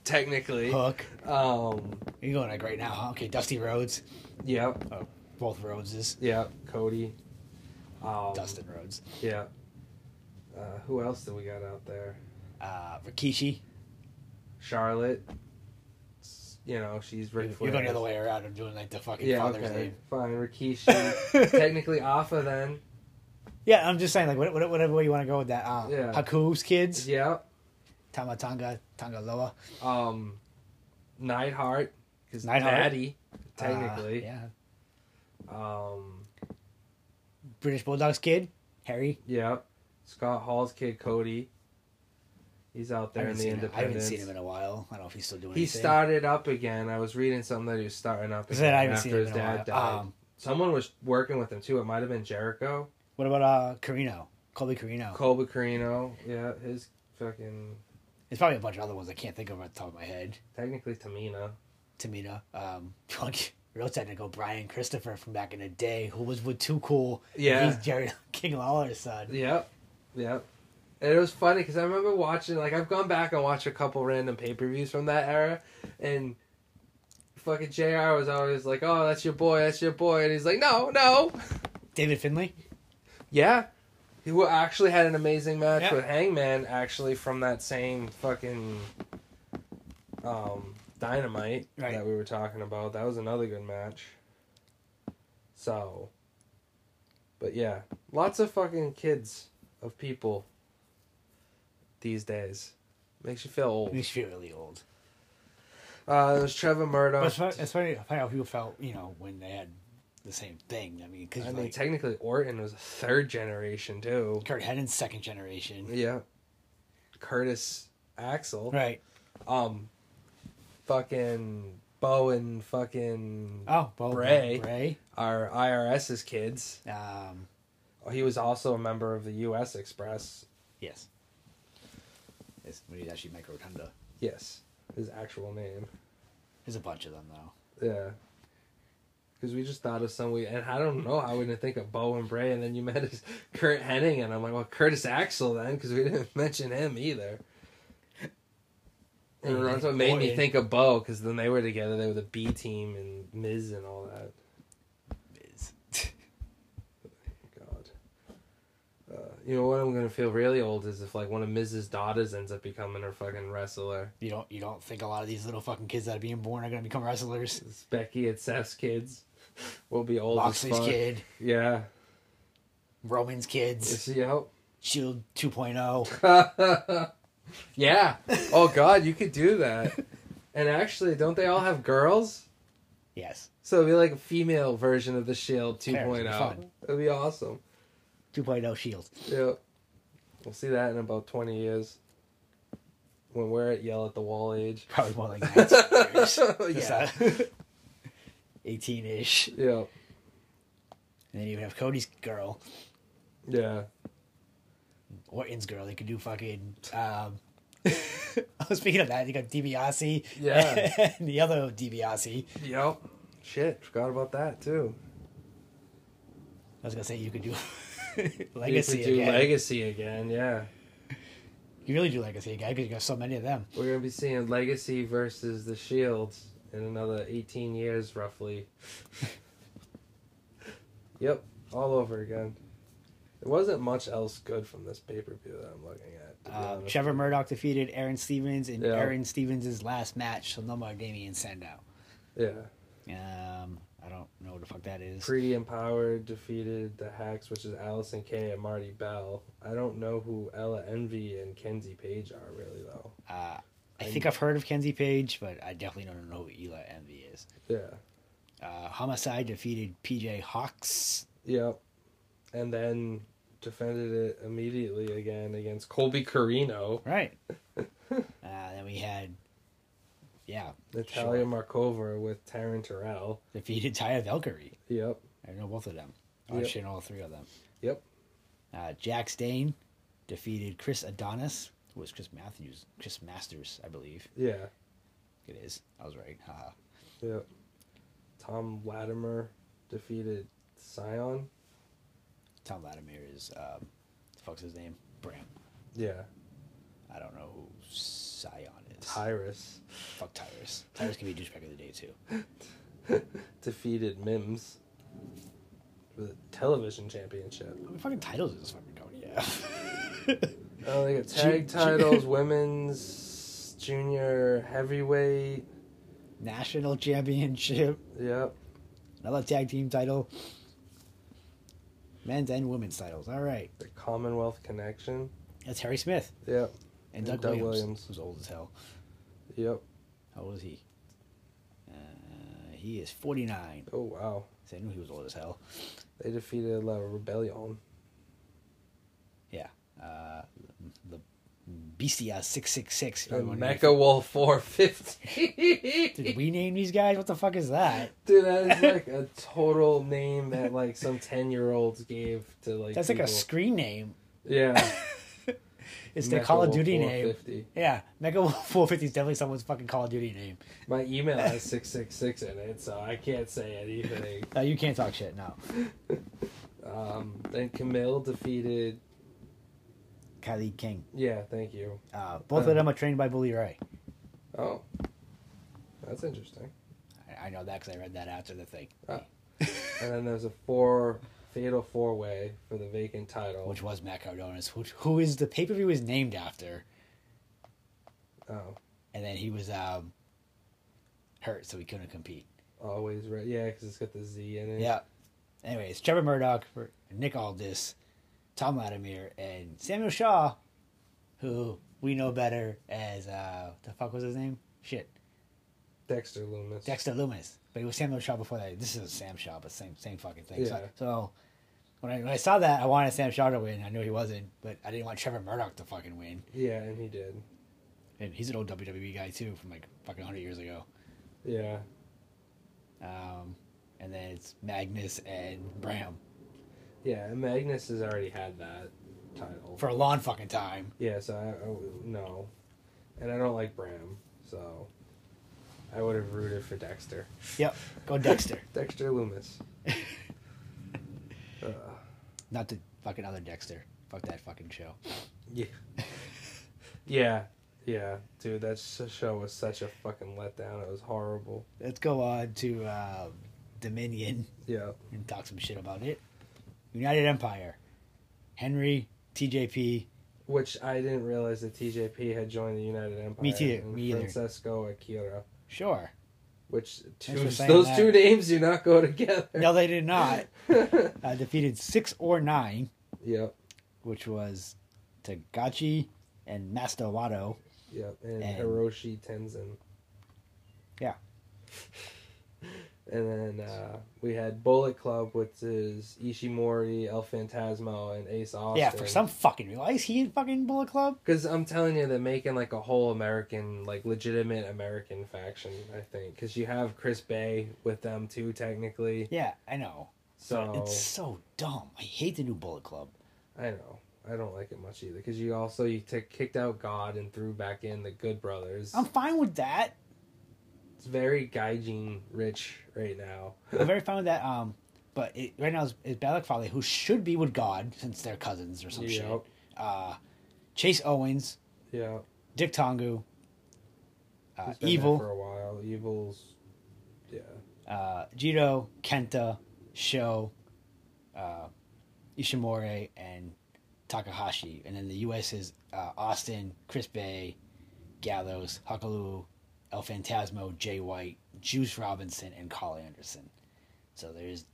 [SPEAKER 2] technically.
[SPEAKER 1] Hook.
[SPEAKER 2] Um,
[SPEAKER 1] You're going like right now, huh? Okay, Dusty Rhodes.
[SPEAKER 2] yep,
[SPEAKER 1] Oh, both Rhodeses.
[SPEAKER 2] yep, Cody. Um,
[SPEAKER 1] Dustin Rhodes.
[SPEAKER 2] Yeah. Uh, who else do we got out there?
[SPEAKER 1] Uh, Rikishi.
[SPEAKER 2] Charlotte. S- You know, she's Ric
[SPEAKER 1] You're
[SPEAKER 2] Flair.
[SPEAKER 1] going the other way around. I'm doing like the fucking
[SPEAKER 2] Yeah,
[SPEAKER 1] father's
[SPEAKER 2] okay.
[SPEAKER 1] name.
[SPEAKER 2] Fine, Rikishi. Technically Alpha then.
[SPEAKER 1] Yeah, I'm just saying, like, what- what- whatever way you want to go with that. Uh,
[SPEAKER 2] Yeah.
[SPEAKER 1] Haku's kids.
[SPEAKER 2] Yeah.
[SPEAKER 1] Tamatanga, Tangaloa. uh,
[SPEAKER 2] Um, Neidhart. Because
[SPEAKER 1] Neidhart.
[SPEAKER 2] Natty,
[SPEAKER 1] Uh,
[SPEAKER 2] technically.
[SPEAKER 1] yeah.
[SPEAKER 2] Um,
[SPEAKER 1] British Bulldog's kid. Harry.
[SPEAKER 2] yeah. Scott Hall's kid, Cody. He's out
[SPEAKER 1] I
[SPEAKER 2] there in
[SPEAKER 1] haven't
[SPEAKER 2] the
[SPEAKER 1] seen him- I haven't
[SPEAKER 2] Independence.
[SPEAKER 1] seen him in a while. I don't know if he's still doing
[SPEAKER 2] he
[SPEAKER 1] anything.
[SPEAKER 2] started up again. I was reading something that he was starting up
[SPEAKER 1] I
[SPEAKER 2] again
[SPEAKER 1] said I haven't
[SPEAKER 2] after
[SPEAKER 1] seen him
[SPEAKER 2] his
[SPEAKER 1] in a
[SPEAKER 2] dad
[SPEAKER 1] while.
[SPEAKER 2] died.
[SPEAKER 1] Um,
[SPEAKER 2] Someone was working with him too. It might have been Jericho.
[SPEAKER 1] What about uh Carino? Colby Carino.
[SPEAKER 2] Colby Carino, yeah, his fucking
[SPEAKER 1] There's probably a bunch of other ones I can't think of off the top of my head.
[SPEAKER 2] technically Tamina.
[SPEAKER 1] Tamina, um, real technical Brian Christopher from back in the day, who was with Too Cool. and
[SPEAKER 2] Yeah.
[SPEAKER 1] he's Jerry King Lawler's son.
[SPEAKER 2] Yep, yep. And it was funny because I remember watching. Like I've gone back and watched a couple random pay per views from that era, and fucking Jr. was always like, "Oh, that's your boy, that's your boy," and he's like, "No, no."
[SPEAKER 1] David Finley.
[SPEAKER 2] Yeah, he wa- actually had an amazing match
[SPEAKER 1] Yeah.
[SPEAKER 2] with Hangman actually from that same fucking um, Dynamite
[SPEAKER 1] Right.
[SPEAKER 2] that we were talking about. That was another good match. So, but yeah, lots of fucking kids of people these days. Makes you feel old.
[SPEAKER 1] He's really old.
[SPEAKER 2] Uh, there's Trevor
[SPEAKER 1] But
[SPEAKER 2] Murdoch.
[SPEAKER 1] it's funny, it's funny how people felt, you know, when they had the same thing. I mean, because
[SPEAKER 2] I mean,
[SPEAKER 1] like,
[SPEAKER 2] technically Orton was a third generation too.
[SPEAKER 1] Kurt Henning's second generation.
[SPEAKER 2] Yeah. Curtis Axel.
[SPEAKER 1] Right.
[SPEAKER 2] um fucking Bo and fucking
[SPEAKER 1] Oh, Bo
[SPEAKER 2] Bray.
[SPEAKER 1] Bray.
[SPEAKER 2] our IRS's kids.
[SPEAKER 1] Um,
[SPEAKER 2] He was also a member of the US Express.
[SPEAKER 1] yes. It's, when he's actually Mike Rotunda.
[SPEAKER 2] Yes. His actual name.
[SPEAKER 1] There's a bunch of them, though.
[SPEAKER 2] Yeah. Cause we just thought of some we and I don't know how we didn't think of Bo and Bray and then you met his Kurt Henning and I'm like, well Curtis Axel then because we didn't mention him either. And that's what made me
[SPEAKER 1] Orton.
[SPEAKER 2] think of Bo because then they were together. They were the B team and Miz and all that.
[SPEAKER 1] Miz.
[SPEAKER 2] God. Uh, you know what I'm gonna feel really old is if like one of Miz's daughters ends up becoming her fucking wrestler.
[SPEAKER 1] You don't you don't think a lot of these little fucking kids that are being born are gonna become wrestlers?
[SPEAKER 2] It's Becky and Seth's kids will be old
[SPEAKER 1] Moxley's
[SPEAKER 2] as fuck.
[SPEAKER 1] kid,
[SPEAKER 2] Yeah.
[SPEAKER 1] Roman's
[SPEAKER 2] You
[SPEAKER 1] kids,
[SPEAKER 2] see how?
[SPEAKER 1] Shield 2.0.
[SPEAKER 2] Yeah. Oh God, you could do that. And actually, don't they all have girls?
[SPEAKER 1] yes,
[SPEAKER 2] So it'd be like a female version of the Shield
[SPEAKER 1] Fair, it'd be
[SPEAKER 2] 2.0.
[SPEAKER 1] fun.
[SPEAKER 2] It'd be awesome.
[SPEAKER 1] 2.0 Shield.
[SPEAKER 2] Yeah. We'll see that in about 20 years. When we're at yell at the wall age.
[SPEAKER 1] Probably more like 19 years.
[SPEAKER 2] yeah.
[SPEAKER 1] 18 ish. And
[SPEAKER 2] Yeah.
[SPEAKER 1] then you would have Cody's girl,
[SPEAKER 2] Yeah.
[SPEAKER 1] Orton's girl. They could do fucking. Um, oh, speaking of that, you got DiBiase.
[SPEAKER 2] Yeah.
[SPEAKER 1] and the other DiBiase.
[SPEAKER 2] Yep. Shit, forgot about that too.
[SPEAKER 1] I was gonna say you could do
[SPEAKER 2] You could
[SPEAKER 1] Legacy
[SPEAKER 2] do
[SPEAKER 1] again.
[SPEAKER 2] Legacy again, yeah.
[SPEAKER 1] you really do Legacy again because you got so many of them.
[SPEAKER 2] We're gonna be seeing Legacy versus the Shields in another eighteen years, roughly. yep, all over again. There wasn't much else good from this pay per view that I'm looking at. to be
[SPEAKER 1] Um,
[SPEAKER 2] honest.
[SPEAKER 1] Trevor Murdoch defeated Aaron Stevens in
[SPEAKER 2] Yeah.
[SPEAKER 1] Aaron Stevens' last match, so no more Damian Sandow.
[SPEAKER 2] Yeah,
[SPEAKER 1] Um, I don't know what the fuck that is.
[SPEAKER 2] Pretty Empowered defeated the Hacks, which is Allison Kay and Marty Bell. I don't know who Ella Envy and Kenzie Page are really though.
[SPEAKER 1] Uh, I think I've heard of Kenzie Page, but I definitely don't know who Eli Envy is.
[SPEAKER 2] Yeah.
[SPEAKER 1] Uh, Homicide defeated PJ Hawks.
[SPEAKER 2] Yep. And then defended it immediately again against Colby Carino,
[SPEAKER 1] Right. uh, then we had, yeah,
[SPEAKER 2] Natalia
[SPEAKER 1] sure,
[SPEAKER 2] Markova with Taryn Terrell.
[SPEAKER 1] defeated Taya Valkyrie.
[SPEAKER 2] Yep.
[SPEAKER 1] I know both of them. Oh,
[SPEAKER 2] Yep.
[SPEAKER 1] I've seen all three of them.
[SPEAKER 2] Yep.
[SPEAKER 1] Uh, Jack Stane defeated Chris Adonis, was Chris Matthews, Chris Masters, I believe
[SPEAKER 2] Yeah.
[SPEAKER 1] it is. I was right. Uh, Haha.
[SPEAKER 2] Yeah. Tom Latimer defeated Scion.
[SPEAKER 1] Tom Latimer is um, the fuck's his name? Bram.
[SPEAKER 2] Yeah.
[SPEAKER 1] I don't know who Scion is.
[SPEAKER 2] Tyrus
[SPEAKER 1] Fuck Tyrus. Tyrus can be a douchebag of the day too.
[SPEAKER 2] defeated Mims for the television championship.
[SPEAKER 1] How many fucking titles is this fucking going? Yeah.
[SPEAKER 2] Oh, they got tag
[SPEAKER 1] Ju- ju-
[SPEAKER 2] titles, women's, junior, heavyweight.
[SPEAKER 1] National championship.
[SPEAKER 2] Yep.
[SPEAKER 1] Another tag team title. Men's and women's titles. All right.
[SPEAKER 2] The Commonwealth Connection.
[SPEAKER 1] That's Harry Smith
[SPEAKER 2] Yep.
[SPEAKER 1] and
[SPEAKER 2] And
[SPEAKER 1] Doug,
[SPEAKER 2] Doug
[SPEAKER 1] Williams,
[SPEAKER 2] Williams.
[SPEAKER 1] who's old as hell.
[SPEAKER 2] Yep.
[SPEAKER 1] How old is he? Uh, he is 49.
[SPEAKER 2] Oh wow.
[SPEAKER 1] So I knew he was old as hell.
[SPEAKER 2] They defeated La Rebellion.
[SPEAKER 1] Yeah. Uh, the Bestia 666.
[SPEAKER 2] And
[SPEAKER 1] Everyone knows-
[SPEAKER 2] Mecha Wolf 450.
[SPEAKER 1] Did we name these guys? What the fuck is that?
[SPEAKER 2] Dude, that is like a total name that like some 10 year olds gave to like.
[SPEAKER 1] That's like a
[SPEAKER 2] people.
[SPEAKER 1] screen name.
[SPEAKER 2] Yeah.
[SPEAKER 1] It's their Call of
[SPEAKER 2] Mecha
[SPEAKER 1] Duty
[SPEAKER 2] Wolf
[SPEAKER 1] name.
[SPEAKER 2] 450.
[SPEAKER 1] Yeah, Mega Wolf 450 is definitely someone's fucking Call of Duty name.
[SPEAKER 2] My email has 666 in it, so I can't say anything.
[SPEAKER 1] Uh, you can't talk shit, no.
[SPEAKER 2] Um, then Camille defeated.
[SPEAKER 1] Kylie King.
[SPEAKER 2] Yeah, thank you.
[SPEAKER 1] Uh, both of them are trained by Bully Ray.
[SPEAKER 2] Oh. That's interesting.
[SPEAKER 1] I, I know that because I read that after the thing,
[SPEAKER 2] And then there's a four fatal four way for the vacant title.
[SPEAKER 1] which was Matt Cardona's, which, who is the pay per view is named after.
[SPEAKER 2] oh,
[SPEAKER 1] And then he was um, hurt, so he couldn't compete.
[SPEAKER 2] always right. Yeah, because it's got the Z in it.
[SPEAKER 1] Yeah. Anyways, Trevor Murdoch, for- Nick Aldis, Tom Latimer, and Samuel Shaw, who we know better as uh, the fuck was his name? Shit,
[SPEAKER 2] Dexter Loomis.
[SPEAKER 1] Dexter Loomis. But it was Samuel Shaw before that. This is Sam Shaw, but same same fucking thing. So,
[SPEAKER 2] Yeah.
[SPEAKER 1] so when I when I saw that, I wanted Sam Shaw to win. I knew he wasn't, but I didn't want Trevor Murdoch to fucking win.
[SPEAKER 2] Yeah, and he did.
[SPEAKER 1] And he's an old WWE guy too, from like fucking hundred years ago.
[SPEAKER 2] Yeah.
[SPEAKER 1] Um, and then it's Magnus and Bram
[SPEAKER 2] Yeah, and Magnus has already had that title.
[SPEAKER 1] for a long fucking time.
[SPEAKER 2] Yeah, so I, I no, and I don't like Bram, so I would have rooted for Dexter.
[SPEAKER 1] Yep, go Dexter.
[SPEAKER 2] Dexter Loomis. uh,
[SPEAKER 1] Not the fucking other Dexter. Fuck that fucking show.
[SPEAKER 2] yeah. yeah, yeah, dude, that sh- show was such a fucking letdown. It was horrible.
[SPEAKER 1] Let's go on to uh, Dominion
[SPEAKER 2] Yeah,
[SPEAKER 1] and talk some shit about it. United Empire. Henry, TJP.
[SPEAKER 2] which I didn't realize that TJP had joined the United Empire.
[SPEAKER 1] Me too,
[SPEAKER 2] and
[SPEAKER 1] me either.
[SPEAKER 2] Francesco Akira.
[SPEAKER 1] Sure.
[SPEAKER 2] Which two,
[SPEAKER 1] for
[SPEAKER 2] those
[SPEAKER 1] saying that.
[SPEAKER 2] two names do not go together.
[SPEAKER 1] No, they did not. Uh, defeated six or nine,
[SPEAKER 2] Yep,
[SPEAKER 1] which was Tagachi and Master Wado.
[SPEAKER 2] yep, and,
[SPEAKER 1] And-
[SPEAKER 2] Hiroshi Tenzin.
[SPEAKER 1] Yeah.
[SPEAKER 2] And then uh, we had Bullet Club, which is Ishimori, El Fantasmo, and Ace Austin.
[SPEAKER 1] Yeah, for some fucking reason. Why is he in fucking Bullet Club?
[SPEAKER 2] Because I'm telling you, they're making like a whole American, like legitimate American faction, I think. Because you have Chris Bay with them too, technically.
[SPEAKER 1] Yeah, I know.
[SPEAKER 2] So
[SPEAKER 1] It's so dumb. I hate the new Bullet Club.
[SPEAKER 2] I know. I don't like it much either. Because you also you took kicked out God and threw back in the Good Brothers.
[SPEAKER 1] I'm fine with that.
[SPEAKER 2] It's very Gaijin rich right now.
[SPEAKER 1] I'm very fine with that. Um, but it, right now is, is Balak Folly, who should be with God since they're cousins or some shit.
[SPEAKER 2] Yep.
[SPEAKER 1] Uh, Chase Owens,
[SPEAKER 2] Yeah.
[SPEAKER 1] Dick Tongu, uh,
[SPEAKER 2] He's been there for
[SPEAKER 1] Evil,
[SPEAKER 2] a while. Evil's. Yeah.
[SPEAKER 1] uh, Jiro, Kenta, Sho, uh, Ishimori, and Takahashi. And then the U.S. is uh, Austin, Chris Bay, Gallows, Huckaloo, El Fantasmo, Jay White, Juice Robinson, and Carl Anderson. So there's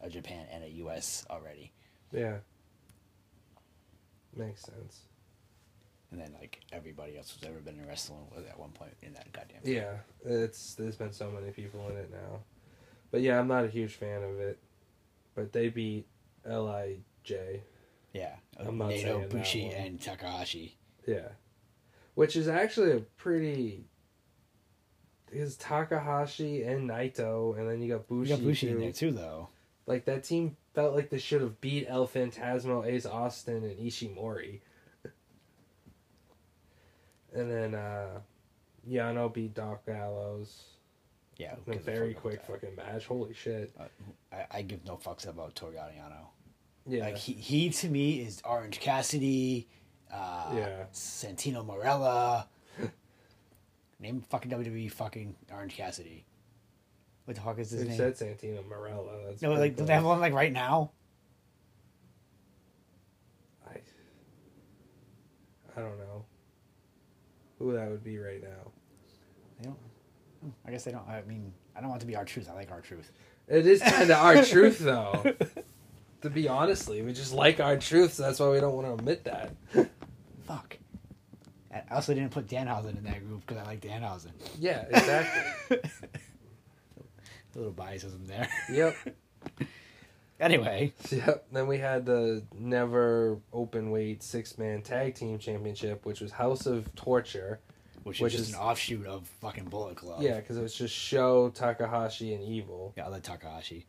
[SPEAKER 1] a Japan and a U.S. already.
[SPEAKER 2] Yeah. Makes sense.
[SPEAKER 1] and then like everybody else who's ever been in wrestling was at one point in that goddamn.
[SPEAKER 2] Yeah, it's there's been so many people in it now, but yeah, I'm not a huge fan of it. But they beat Lij.
[SPEAKER 1] yeah.
[SPEAKER 2] I'm not
[SPEAKER 1] Naito,
[SPEAKER 2] saying that
[SPEAKER 1] Bushi,
[SPEAKER 2] one.
[SPEAKER 1] and Takahashi.
[SPEAKER 2] Yeah, which is actually a pretty. Is Takahashi and Naito, and then you got
[SPEAKER 1] We
[SPEAKER 2] Bushi.
[SPEAKER 1] got Bushi in
[SPEAKER 2] too.
[SPEAKER 1] there too, though.
[SPEAKER 2] Like that team felt like they should have beat El Fantasmo, Ace Austin, and Ishimori. And then uh Yano beat Doc Gallows.
[SPEAKER 1] Yeah, who
[SPEAKER 2] In a
[SPEAKER 1] gives a
[SPEAKER 2] very
[SPEAKER 1] fuck
[SPEAKER 2] quick
[SPEAKER 1] about
[SPEAKER 2] fucking match. Holy shit.
[SPEAKER 1] that? I, I give no fucks about Toriano.
[SPEAKER 2] Yeah.
[SPEAKER 1] Like he, he to me is Orange Cassidy, uh,
[SPEAKER 2] Yeah.
[SPEAKER 1] Santino Morella. Name fucking WWE fucking Orange Cassidy. What the fuck is his
[SPEAKER 2] Who
[SPEAKER 1] name?
[SPEAKER 2] said Santino Morella? That's
[SPEAKER 1] no,
[SPEAKER 2] pretty
[SPEAKER 1] like don't they have
[SPEAKER 2] close.
[SPEAKER 1] one like right now?
[SPEAKER 2] I, I don't know who that would be right now.
[SPEAKER 1] They don't. hmm, I guess they don't. I mean, I don't want to be our truth. I like our truth.
[SPEAKER 2] It is kind of our truth, though. To be honestly, we just like our truth. So that's why we don't want to admit that.
[SPEAKER 1] Fuck. I also didn't put Danhausen in that group because I like Danhausen.
[SPEAKER 2] Yeah, exactly.
[SPEAKER 1] A little biasism there.
[SPEAKER 2] yep,
[SPEAKER 1] anyway,
[SPEAKER 2] yep. Then we had the never open weight six man tag team championship, which was House of Torture.
[SPEAKER 1] which,
[SPEAKER 2] Which
[SPEAKER 1] is just
[SPEAKER 2] is-
[SPEAKER 1] an offshoot of fucking Bullet Club.
[SPEAKER 2] Yeah, because it was just Show Takahashi and Evil.
[SPEAKER 1] Yeah, I like Takahashi.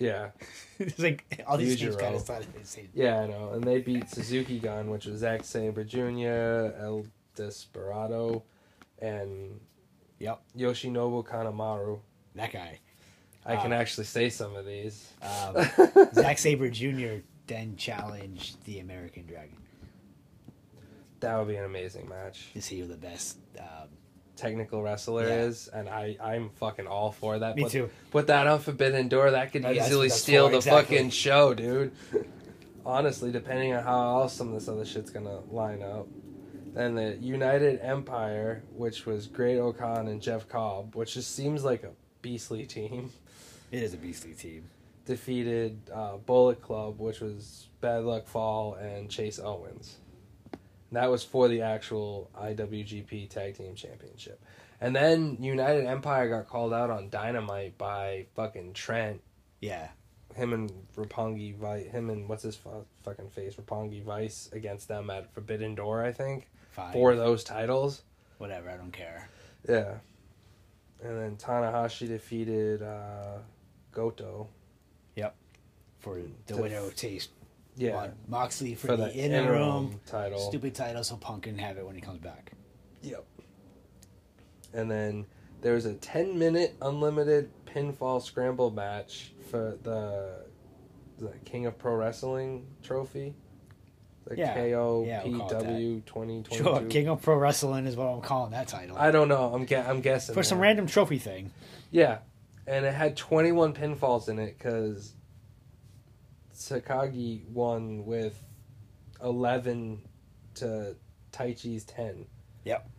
[SPEAKER 2] Yeah,
[SPEAKER 1] it's like all these names
[SPEAKER 2] Yujiro.
[SPEAKER 1] kind of sound the same.
[SPEAKER 2] yeah, I know. And they beat Suzuki Gun, which was Zack Saber Jr., El Desperado, and
[SPEAKER 1] Yep,
[SPEAKER 2] Yoshinobu Kanemaru.
[SPEAKER 1] that guy.
[SPEAKER 2] I can
[SPEAKER 1] Ah.
[SPEAKER 2] actually say some of these.
[SPEAKER 1] Um, Zack Saber Jr. then challenged the American Dragon
[SPEAKER 2] That would be an amazing match.
[SPEAKER 1] to see who the best. Um,
[SPEAKER 2] Technical wrestler
[SPEAKER 1] Yeah.
[SPEAKER 2] is, and I, I'm fucking all for that.
[SPEAKER 1] Me
[SPEAKER 2] put,
[SPEAKER 1] too.
[SPEAKER 2] Put that on Forbidden Door. That could
[SPEAKER 1] That- that's
[SPEAKER 2] easily
[SPEAKER 1] what that's
[SPEAKER 2] steal
[SPEAKER 1] for,
[SPEAKER 2] the
[SPEAKER 1] exactly.
[SPEAKER 2] fucking show, dude. Honestly, depending on how else some of this other shit's gonna line up. Then the United Empire, which was Great Okan and Jeff Cobb, which just seems like a beastly team,
[SPEAKER 1] it is a beastly team.
[SPEAKER 2] defeated uh, Bullet Club, which was Bad Luck Fall and Chase Owens. That was for the actual IWGP Tag Team Championship. And then United Empire got called out on Dynamite by fucking Trent.
[SPEAKER 1] Yeah,
[SPEAKER 2] Him and Rapongi Vice, him and what's his fu- fucking face, Rapongi Vice against them at Forbidden Door, I think,
[SPEAKER 1] fine.
[SPEAKER 2] for those titles.
[SPEAKER 1] Whatever, I don't care.
[SPEAKER 2] Yeah. And then Tanahashi defeated uh, Goto.
[SPEAKER 1] For the
[SPEAKER 2] To-
[SPEAKER 1] winner of taste.
[SPEAKER 2] Yeah.
[SPEAKER 1] on Moxley for,
[SPEAKER 2] for
[SPEAKER 1] the,
[SPEAKER 2] the
[SPEAKER 1] interim,
[SPEAKER 2] interim title.
[SPEAKER 1] Stupid title, so Punk can have it when he comes back.
[SPEAKER 2] Yep. And then there was a 10 minute unlimited pinfall scramble match for the, the King of Pro Wrestling trophy. The
[SPEAKER 1] Yeah. Yeah, we'll call it
[SPEAKER 2] KOPW 2022.
[SPEAKER 1] Sure, King of Pro Wrestling is what I'm calling that title.
[SPEAKER 2] I don't know. I'm, gue- I'm guessing.
[SPEAKER 1] For some
[SPEAKER 2] there.
[SPEAKER 1] random trophy thing.
[SPEAKER 2] Yeah. And it had 21 pinfalls in it because Sakagi won with 11 to Taichi's 10.
[SPEAKER 1] Yep.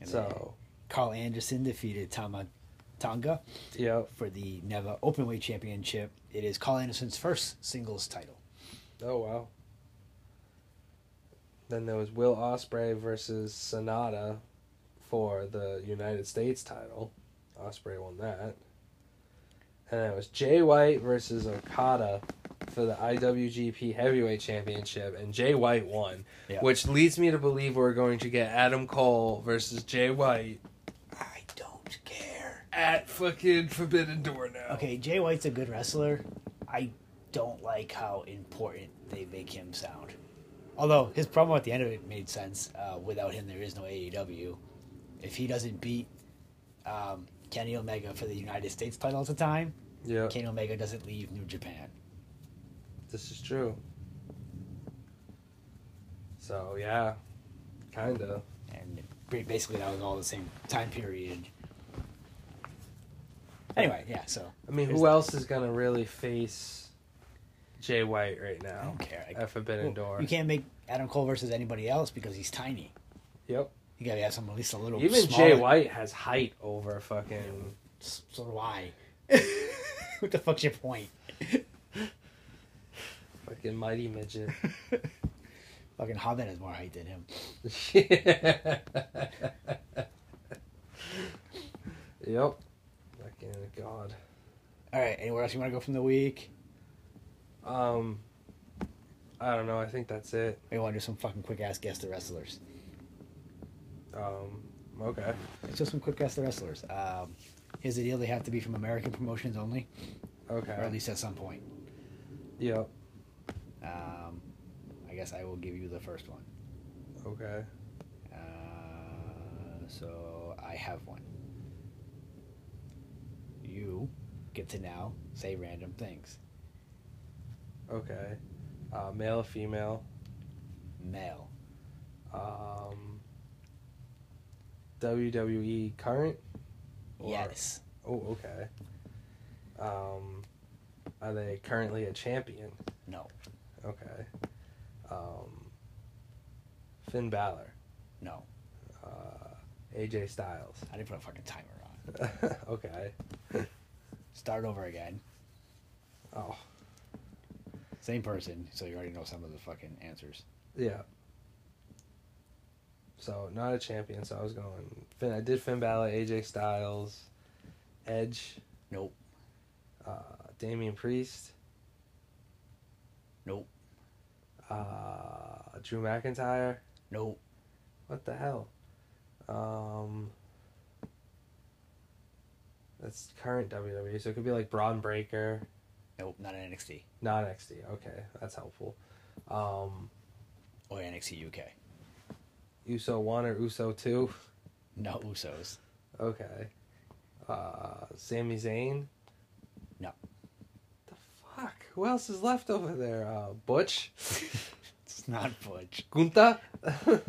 [SPEAKER 1] And then
[SPEAKER 2] So,
[SPEAKER 1] Carl Anderson defeated Tama Tonga
[SPEAKER 2] yep.
[SPEAKER 1] for the NEVA Openweight Championship. It is Carl Anderson's first singles title.
[SPEAKER 2] Oh wow. Then there was Will Osprey versus Sonata for the United States title. Osprey won that. And then it was Jay White versus Okada for the IWGP Heavyweight Championship, and Jay White won,
[SPEAKER 1] Yeah.
[SPEAKER 2] which leads me to believe we're going to get Adam Cole versus Jay White
[SPEAKER 1] I don't care.
[SPEAKER 2] at fucking Forbidden Door now.
[SPEAKER 1] Okay, Jay White's a good wrestler. I don't like how important they make him sound. Although his promo at the end of it made sense. Uh, without him, there is no AEW. If he doesn't beat um, Kenny Omega for the United States title at the time,
[SPEAKER 2] Yeah,
[SPEAKER 1] Kenny Omega doesn't leave New Japan.
[SPEAKER 2] this is true. So yeah, kinda.
[SPEAKER 1] and ba- basically that was all the same time period. Anyway, yeah. So
[SPEAKER 2] I mean,
[SPEAKER 1] There's
[SPEAKER 2] who else is gonna really face Jay White right now?
[SPEAKER 1] I don't care. I,
[SPEAKER 2] At Forbidden Door.
[SPEAKER 1] You can't make Adam Cole versus anybody else because he's tiny.
[SPEAKER 2] Yep.
[SPEAKER 1] You gotta have someone at least a little.
[SPEAKER 2] Even
[SPEAKER 1] smaller.
[SPEAKER 2] Jay White has height over fucking.
[SPEAKER 1] S- So do I. what the fuck's your point?
[SPEAKER 2] Fucking mighty midget.
[SPEAKER 1] Fucking Hobbit has more height than him.
[SPEAKER 2] yep. Fucking god.
[SPEAKER 1] All right. Anywhere else you want to go from the week?
[SPEAKER 2] Um, I don't know. I think that's it.
[SPEAKER 1] We want to do some fucking quick ass guess the wrestlers.
[SPEAKER 2] Um, okay.
[SPEAKER 1] Let's do some quick guess the wrestlers. Um, here's the deal: they have to be from American promotions only, or at
[SPEAKER 2] Okay.
[SPEAKER 1] least at some point.
[SPEAKER 2] Yep.
[SPEAKER 1] Um, I guess I will give you the first one.
[SPEAKER 2] Okay.
[SPEAKER 1] Uh, so I have one. You get to now say random things.
[SPEAKER 2] Okay. Uh, male, female.
[SPEAKER 1] Male,
[SPEAKER 2] Um, WWE current. Or-
[SPEAKER 1] yes.
[SPEAKER 2] Oh, okay. Um, are they currently a champion?
[SPEAKER 1] No,
[SPEAKER 2] Okay. Um, Finn Balor,
[SPEAKER 1] no.
[SPEAKER 2] uh, AJ Styles.
[SPEAKER 1] I didn't put a fucking timer on.
[SPEAKER 2] okay.
[SPEAKER 1] Start over again.
[SPEAKER 2] Oh,
[SPEAKER 1] Same person, so you already know some of the fucking answers.
[SPEAKER 2] yeah. So not a champion. So I was going. Finn, I did Finn Balor, AJ Styles, Edge,
[SPEAKER 1] Nope,
[SPEAKER 2] uh, Damian Priest,
[SPEAKER 1] nope,
[SPEAKER 2] uh, Drew McIntyre.
[SPEAKER 1] nope.
[SPEAKER 2] What the hell? Um, that's current WWE, so it could be like Braun Breaker,
[SPEAKER 1] Nope, not in NXT
[SPEAKER 2] not NXT. Okay, that's helpful. Um,
[SPEAKER 1] or NXT UK.
[SPEAKER 2] Uso one or Uso two.
[SPEAKER 1] No Usos.
[SPEAKER 2] Okay. Uh, Sami Zayn.
[SPEAKER 1] No.
[SPEAKER 2] The fuck? Who else is left over there? Uh, Butch,
[SPEAKER 1] It's not Butch.
[SPEAKER 2] Gunta,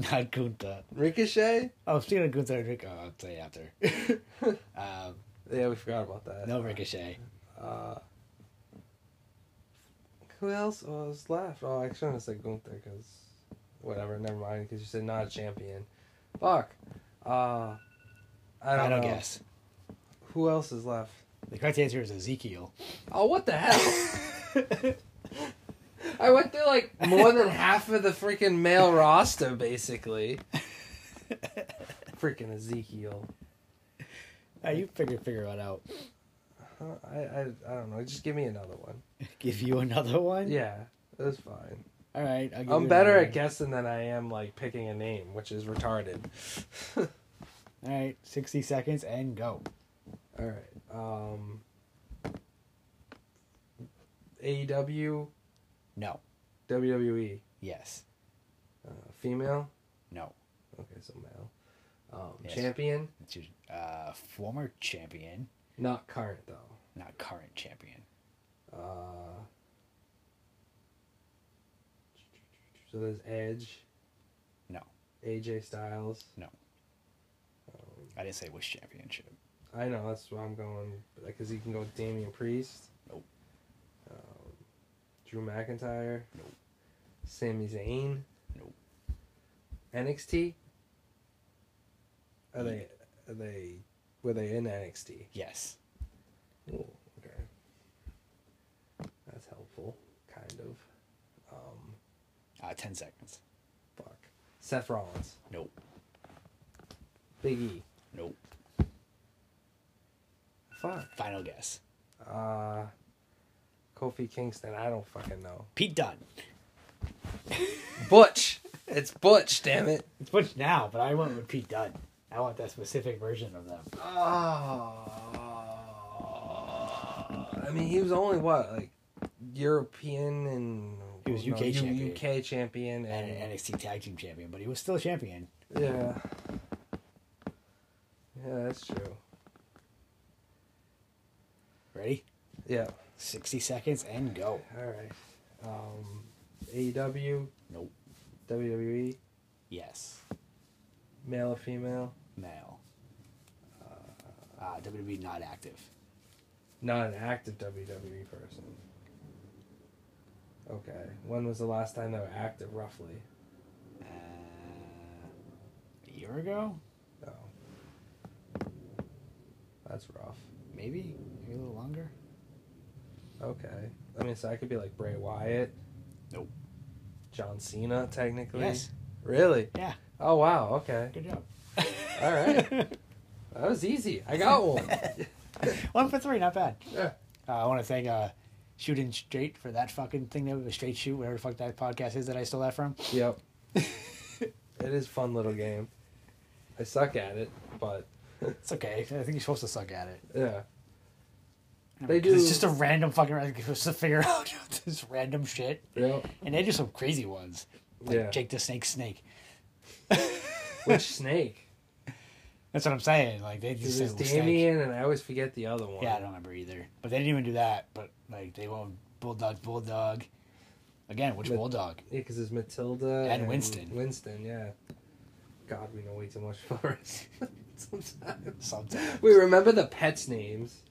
[SPEAKER 1] Not Gunther.
[SPEAKER 2] Ricochet.
[SPEAKER 1] Oh, speaking of Gunther, Rick- oh, I'll tell you after. um,
[SPEAKER 2] Yeah, we forgot about that.
[SPEAKER 1] no Ricochet.
[SPEAKER 2] Uh, who else was left? Oh, I shouldn't have said Gunther because whatever. Never mind. Because you said not a champion. Fuck. Uh, I
[SPEAKER 1] I
[SPEAKER 2] don't,
[SPEAKER 1] don't,
[SPEAKER 2] know.
[SPEAKER 1] guess.
[SPEAKER 2] Who else is left?
[SPEAKER 1] The correct answer is Ezekiel.
[SPEAKER 2] Oh, what the hell? I went through like more than half of the freaking male roster, basically. Freaking Ezekiel.
[SPEAKER 1] Uh, you figure figure it out.
[SPEAKER 2] Huh, I, I I don't know. Just give me another one.
[SPEAKER 1] Give you another one.
[SPEAKER 2] Yeah, that's fine.
[SPEAKER 1] All right. I'll give
[SPEAKER 2] I'm
[SPEAKER 1] you
[SPEAKER 2] better
[SPEAKER 1] another
[SPEAKER 2] at
[SPEAKER 1] one.
[SPEAKER 2] guessing than I am like picking a name, which is retarded.
[SPEAKER 1] All right. Sixty seconds and go.
[SPEAKER 2] All right. Um E AEW,
[SPEAKER 1] No.
[SPEAKER 2] WWE,
[SPEAKER 1] Yes.
[SPEAKER 2] E. uh, female.
[SPEAKER 1] No.
[SPEAKER 2] Okay, so male. Um,
[SPEAKER 1] Yes.
[SPEAKER 2] Champion,
[SPEAKER 1] It's your, uh, former champion,
[SPEAKER 2] not current though.
[SPEAKER 1] not current champion.
[SPEAKER 2] Uh, so there's Edge,
[SPEAKER 1] No.
[SPEAKER 2] AJ Styles.
[SPEAKER 1] No.
[SPEAKER 2] Um,
[SPEAKER 1] I didn't say which championship.
[SPEAKER 2] I know that's why I'm going because you can go with Damian Priest.
[SPEAKER 1] Nope.
[SPEAKER 2] Um, Drew McIntyre.
[SPEAKER 1] Nope.
[SPEAKER 2] Sami Zayn.
[SPEAKER 1] Nope.
[SPEAKER 2] NXT. Are they? Are they? Were they in NXT?
[SPEAKER 1] Yes.
[SPEAKER 2] Oh, okay. That's helpful, kind of. Um,
[SPEAKER 1] Uh, ten seconds.
[SPEAKER 2] fuck. Seth Rollins.
[SPEAKER 1] Nope.
[SPEAKER 2] Big E.
[SPEAKER 1] Nope.
[SPEAKER 2] Fuck.
[SPEAKER 1] Final guess.
[SPEAKER 2] Uh, Kofi Kingston. I don't fucking know.
[SPEAKER 1] Pete Dunn.
[SPEAKER 2] Butch. It's Butch. Damn it.
[SPEAKER 1] It's Butch now, but I went with Pete Dunn. I want that specific version of them.
[SPEAKER 2] Oh, Ah. I mean, he was only what like European and
[SPEAKER 1] He was UK
[SPEAKER 2] U-
[SPEAKER 1] champion.
[SPEAKER 2] UK champion
[SPEAKER 1] And an
[SPEAKER 2] and,
[SPEAKER 1] NXT Tag Team Champion, but he was still a champion.
[SPEAKER 2] yeah, yeah, that's true.
[SPEAKER 1] Ready?
[SPEAKER 2] Yeah,
[SPEAKER 1] 60 seconds and go.
[SPEAKER 2] all right. Um, AEW,
[SPEAKER 1] Nope.
[SPEAKER 2] WWE,
[SPEAKER 1] Yes.
[SPEAKER 2] E, male or female,
[SPEAKER 1] Male. Uh, WWE not active.
[SPEAKER 2] not an active WWE person. Okay, when was the last time they were active, roughly?
[SPEAKER 1] Uh, a year ago?
[SPEAKER 2] No, Oh. that's rough.
[SPEAKER 1] Maybe? Maybe a little longer?
[SPEAKER 2] Okay. I mean, so I could be like Bray Wyatt.
[SPEAKER 1] Nope.
[SPEAKER 2] John Cena, technically.
[SPEAKER 1] Yes.
[SPEAKER 2] Really?
[SPEAKER 1] Yeah.
[SPEAKER 2] Oh, wow. Okay.
[SPEAKER 1] Good job.
[SPEAKER 2] All right. That was easy. I got one.
[SPEAKER 1] One for three, not bad.
[SPEAKER 2] Yeah.
[SPEAKER 1] Uh, I want to thank uh, Shooting Straight for that fucking thing that was Straight Shoot, whatever the fuck that podcast is that I stole that from.
[SPEAKER 2] yep. It is a fun little game. I suck at it, but
[SPEAKER 1] It's okay. I think you're supposed to suck at it.
[SPEAKER 2] yeah.
[SPEAKER 1] I
[SPEAKER 2] They
[SPEAKER 1] mean, 'cause It's
[SPEAKER 2] do-
[SPEAKER 1] just a random fucking. It's just to figure out this random shit,
[SPEAKER 2] Yep.
[SPEAKER 1] and they do some crazy ones. Like
[SPEAKER 2] Yeah.
[SPEAKER 1] Jake the Snake, Snake.
[SPEAKER 2] Which snake?
[SPEAKER 1] That's what I'm saying. Like they
[SPEAKER 2] It
[SPEAKER 1] just
[SPEAKER 2] was
[SPEAKER 1] said Damien.
[SPEAKER 2] Damien, and I always forget the other one.
[SPEAKER 1] Yeah, I don't remember either. But they didn't even do that. But like they won't bulldog, bulldog. Again, which
[SPEAKER 2] But-
[SPEAKER 1] bulldog?
[SPEAKER 2] because it's Matilda
[SPEAKER 1] And Winston.
[SPEAKER 2] Winston, yeah. God, we know way too much for us. Sometimes
[SPEAKER 1] Something.
[SPEAKER 2] we remember the pets' names.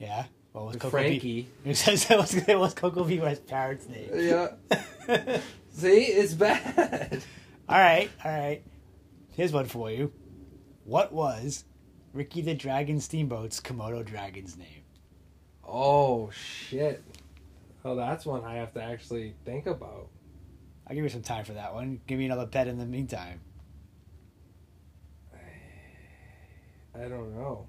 [SPEAKER 1] Yeah. Well, it was Coco Frankie.
[SPEAKER 2] Frankie.
[SPEAKER 1] It says it was, it was Coco Beaver's parents' name.
[SPEAKER 2] Yeah. See, it's bad.
[SPEAKER 1] All right, all right. Here's one for you. What was Ricky the Dragon Steamboat's Komodo Dragon's name?
[SPEAKER 2] Oh shit. Oh, that's one I have to actually think about.
[SPEAKER 1] I'll give you some time for that one. Give me another pet in the meantime.
[SPEAKER 2] I don't know.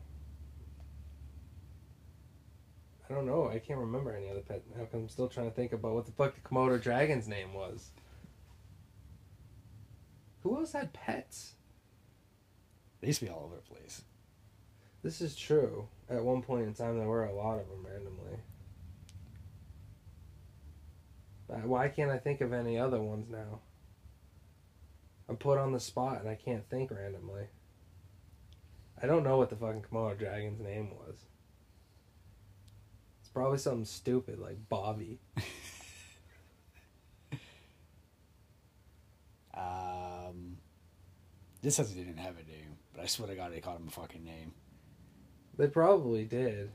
[SPEAKER 2] I don't know. I can't remember any other pet. How come I'm still trying to think about what the fuck the Komodo dragon's name was? Who else had pets?
[SPEAKER 1] They used to be all over the place.
[SPEAKER 2] This is true. At one point in time, there were a lot of them randomly. Uh, Why can't I think of any other ones now? I'm put on the spot and I can't think randomly. I don't know what the fucking Komodo dragon's name was. It's probably something stupid like Bobby.
[SPEAKER 1] Um, this says they didn't have a name, but I swear to God they called him a fucking name.
[SPEAKER 2] They probably did.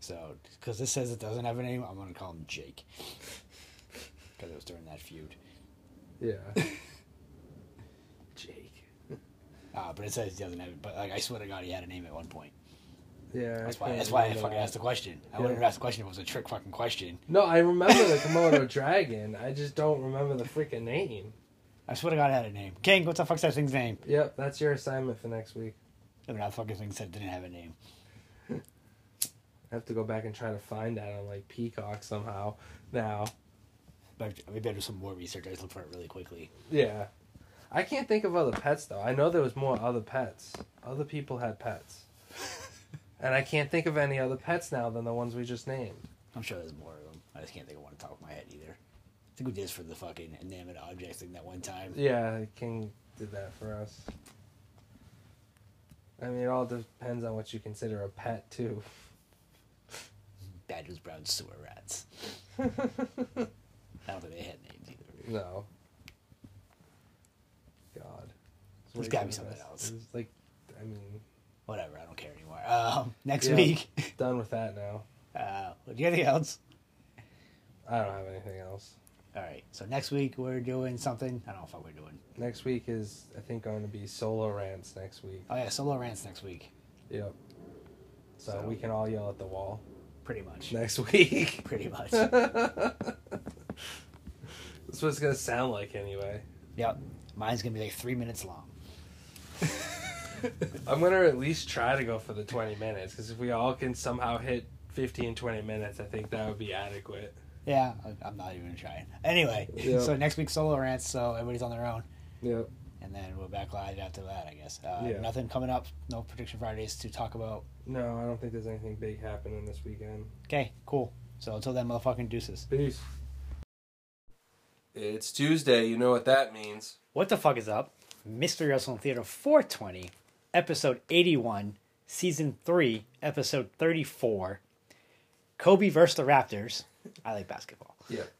[SPEAKER 1] So, because this says it doesn't have a name, I'm going to call him Jake. Because it was during that feud.
[SPEAKER 2] Yeah. Jake.
[SPEAKER 1] Uh, but it says he doesn't have it. But like, I swear to God, he had a name at one point.
[SPEAKER 2] Yeah.
[SPEAKER 1] That's
[SPEAKER 2] I
[SPEAKER 1] why.
[SPEAKER 2] can't
[SPEAKER 1] That's why I
[SPEAKER 2] remember
[SPEAKER 1] fucking
[SPEAKER 2] that.
[SPEAKER 1] asked the question. I
[SPEAKER 2] Yeah.
[SPEAKER 1] wouldn't have asked the question if it was a trick fucking question.
[SPEAKER 2] No, I remember the Komodo dragon. I just don't remember the freaking name.
[SPEAKER 1] I swear to God, I had a name. King, what the fuck's that thing's name?
[SPEAKER 2] Yep, that's your assignment for next week.
[SPEAKER 1] I mean, that fucking thing said it didn't have a name.
[SPEAKER 2] I have to go back and try to find that on like Peacock somehow. Now,
[SPEAKER 1] But maybe I do some more research. I just look for it really quickly.
[SPEAKER 2] yeah, I can't think of other pets though. I know there was more other pets. Other people had pets, and I can't think of any other pets now than the ones we just named.
[SPEAKER 1] I'm sure there's more of them. I just can't think of one on top of my head either. I think we did this for the fucking inanimate objects thing that one time.
[SPEAKER 2] Yeah, King did that for us. I mean, it all depends on what you consider a pet too.
[SPEAKER 1] Badgers, Browns, sewer rats. I don't think they had names either.
[SPEAKER 2] No. God. It's
[SPEAKER 1] There's
[SPEAKER 2] way
[SPEAKER 1] gotta
[SPEAKER 2] too
[SPEAKER 1] be something
[SPEAKER 2] fast.
[SPEAKER 1] else.
[SPEAKER 2] It's like, I mean,
[SPEAKER 1] Whatever, I don't care anymore. Um, next
[SPEAKER 2] Yeah.
[SPEAKER 1] week,
[SPEAKER 2] done with that now.
[SPEAKER 1] uh, do you have anything else?
[SPEAKER 2] I don't have anything else.
[SPEAKER 1] All right, so next week we're doing something. I don't know what we're doing.
[SPEAKER 2] Next week is, I think, going to be solo rants next week.
[SPEAKER 1] Oh yeah, solo rants next week,
[SPEAKER 2] Yep. So,
[SPEAKER 1] So-
[SPEAKER 2] we can all yell at the wall
[SPEAKER 1] pretty much.
[SPEAKER 2] next week.
[SPEAKER 1] Pretty much.
[SPEAKER 2] That's what it's going to sound like anyway.
[SPEAKER 1] yep. Mine's gonna be like three minutes long.
[SPEAKER 2] I'm going to at least try to go for the 20 minutes because if we all can somehow hit 15, 20 minutes, I think that would be adequate.
[SPEAKER 1] Yeah, I- I'm not even trying. Anyway,
[SPEAKER 2] Yeah.
[SPEAKER 1] so next week's solo rants, so everybody's on their own,
[SPEAKER 2] Yep.
[SPEAKER 1] and then we're back live after that, I guess. Uh,
[SPEAKER 2] Yeah.
[SPEAKER 1] Nothing coming up. No prediction Fridays to talk about.
[SPEAKER 2] No, I don't think there's anything big happening this weekend.
[SPEAKER 1] Okay, cool. So until then, motherfucking deuces.
[SPEAKER 2] Peace. It's Tuesday. You know what that means.
[SPEAKER 1] What the fuck is up? Mystery Wrestling Theater 420, episode 81, season 3, episode 34. Kobe versus the Raptors. I like basketball.
[SPEAKER 2] Yep.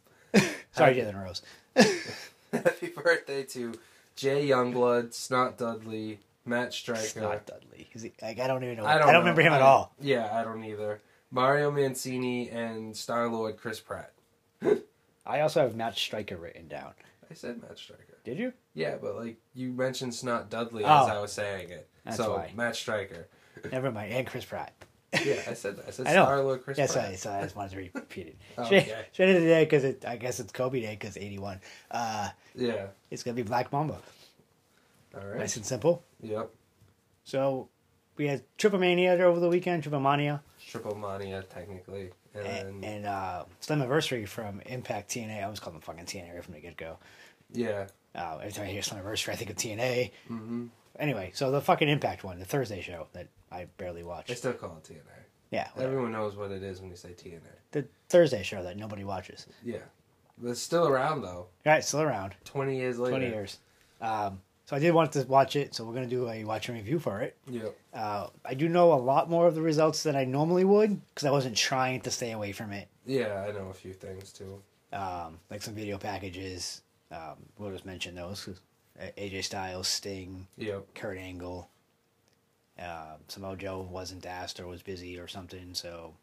[SPEAKER 1] Sorry, Jalen Rose.
[SPEAKER 2] Happy birthday to Jay Youngblood, Snot Dudley, Matt
[SPEAKER 1] It's
[SPEAKER 2] Striker.
[SPEAKER 1] not Dudley. He's- Like, I don't even know.
[SPEAKER 2] I don't,
[SPEAKER 1] I don't
[SPEAKER 2] know.
[SPEAKER 1] remember him
[SPEAKER 2] I
[SPEAKER 1] at
[SPEAKER 2] don't-
[SPEAKER 1] all.
[SPEAKER 2] Yeah, I don't either. Mario Mancini and Star Lord Chris Pratt.
[SPEAKER 1] I also have Matt Striker written down.
[SPEAKER 2] I said Matt Striker.
[SPEAKER 1] Did you?
[SPEAKER 2] Yeah, but like you mentioned Snot Dudley as
[SPEAKER 1] Oh.
[SPEAKER 2] I was saying it.
[SPEAKER 1] That's
[SPEAKER 2] so
[SPEAKER 1] why.
[SPEAKER 2] Matt Striker.
[SPEAKER 1] Never mind. And Chris Pratt.
[SPEAKER 2] Yeah, I said that. I said
[SPEAKER 1] I know.
[SPEAKER 2] Star Lord Chris
[SPEAKER 1] yeah,
[SPEAKER 2] Pratt.
[SPEAKER 1] sorry, sorry. I just wanted to repeat it.
[SPEAKER 2] Oh,
[SPEAKER 1] Straight
[SPEAKER 2] okay.
[SPEAKER 1] straight into the day because I guess it's Kobe Day because 81. Uh,
[SPEAKER 2] Yeah.
[SPEAKER 1] it's going to be Black Mamba.
[SPEAKER 2] All right.
[SPEAKER 1] Nice and simple.
[SPEAKER 2] Yep.
[SPEAKER 1] So we had Tripomania over the weekend, Tripomania,
[SPEAKER 2] Triple Mania technically, and,
[SPEAKER 1] and,
[SPEAKER 2] then
[SPEAKER 1] and uh, Slammiversary from Impact TNA. I always call them fucking TNA right from the get go.
[SPEAKER 2] yeah,
[SPEAKER 1] Uh, every time I hear Slammiversary, I think of TNA. Mm-hmm. Anyway, so the fucking Impact one, the Thursday show that I barely watch.
[SPEAKER 2] I still call it TNA.
[SPEAKER 1] Oh, yeah, whatever.
[SPEAKER 2] Everyone knows what it is when you say TNA.
[SPEAKER 1] the Thursday show that nobody watches.
[SPEAKER 2] Yeah, but it's still around though.
[SPEAKER 1] All right, still around.
[SPEAKER 2] Twenty years later.
[SPEAKER 1] Twenty years. Um, So I did want to watch it, so we're gonna do a watch and review for it.
[SPEAKER 2] Yeah.
[SPEAKER 1] Uh, I do know a lot more of the results than I normally would because I wasn't trying to stay away from it.
[SPEAKER 2] Yeah, I know a few things too.
[SPEAKER 1] Um, like some video packages, um, we'll just mention those. 'cause, uh, AJ Styles, Sting,
[SPEAKER 2] Yep.
[SPEAKER 1] Kurt Angle. Um, Samoa Joe wasn't asked or was busy or something, so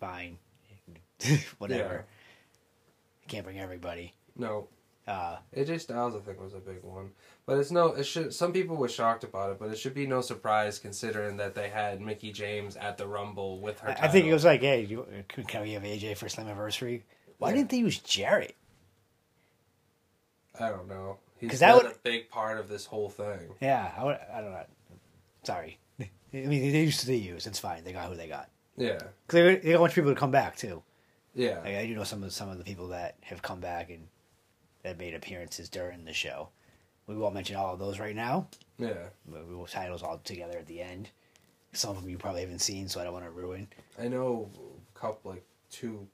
[SPEAKER 1] fine, whatever. I can't bring everybody.
[SPEAKER 2] No.
[SPEAKER 1] Uh,
[SPEAKER 2] AJ Styles, I think, was a big one, but it's no. It should. Some people were shocked about it, but it should be no surprise considering that they had Mickey James at the Rumble with her.
[SPEAKER 1] I, I think it
[SPEAKER 2] title.
[SPEAKER 1] was like, hey, you, can can we have AJ for Slammiversary? Why
[SPEAKER 2] Yeah.
[SPEAKER 1] didn't they use Jarrett?
[SPEAKER 2] I don't know. He's
[SPEAKER 1] 'Cause that
[SPEAKER 2] been
[SPEAKER 1] would-
[SPEAKER 2] a big part of this whole thing.
[SPEAKER 1] Yeah, I, would, I don't know. Sorry. I mean, they used to use. It's fine. They got who they got.
[SPEAKER 2] Yeah.
[SPEAKER 1] 'Cause They, they want people to come back too.
[SPEAKER 2] Yeah.
[SPEAKER 1] Like, I do know some of some of the people that have come back and that made appearances during the show. We won't mention all of those right now.
[SPEAKER 2] Yeah.
[SPEAKER 1] But We will titles all together at the end. Some of them you probably haven't seen, so I don't want to ruin.
[SPEAKER 2] I know a couple like two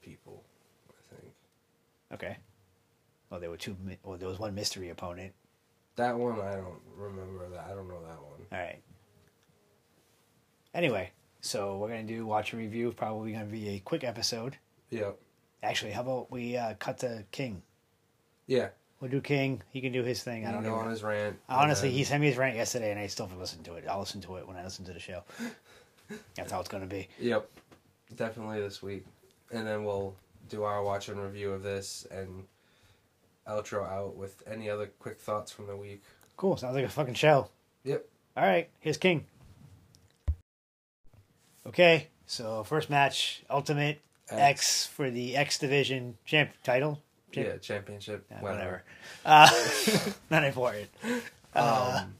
[SPEAKER 2] people, I think.
[SPEAKER 1] Okay. Well, there were two. mi- Well, there was one mystery opponent.
[SPEAKER 2] That one I don't remember that. I don't know that one.
[SPEAKER 1] All right. Anyway, so we're gonna do watch and review. Probably gonna be a quick episode.
[SPEAKER 2] Yep.
[SPEAKER 1] Actually, how about we uh, cut to King?
[SPEAKER 2] Yeah.
[SPEAKER 1] We'll do King. He can do his thing. I don't
[SPEAKER 2] You
[SPEAKER 1] know.
[SPEAKER 2] on his rant. and
[SPEAKER 1] Honestly,
[SPEAKER 2] then-
[SPEAKER 1] he sent me his rant yesterday, and I still haven't listened to it. I'll listen to it when I listen to the show. That's how it's gonna be.
[SPEAKER 2] Yep. Definitely this week. And then we'll do our watch and review of this and outro out with any other quick thoughts from the week.
[SPEAKER 1] Cool. Sounds like a fucking show.
[SPEAKER 2] Yep.
[SPEAKER 1] All right, here's King. Okay, so first match, Ultimate X, for the X Division champ title. Champ-
[SPEAKER 2] Yeah, championship.
[SPEAKER 1] Yeah,
[SPEAKER 2] whatever.
[SPEAKER 1] whatever. Uh, not important.
[SPEAKER 2] Um,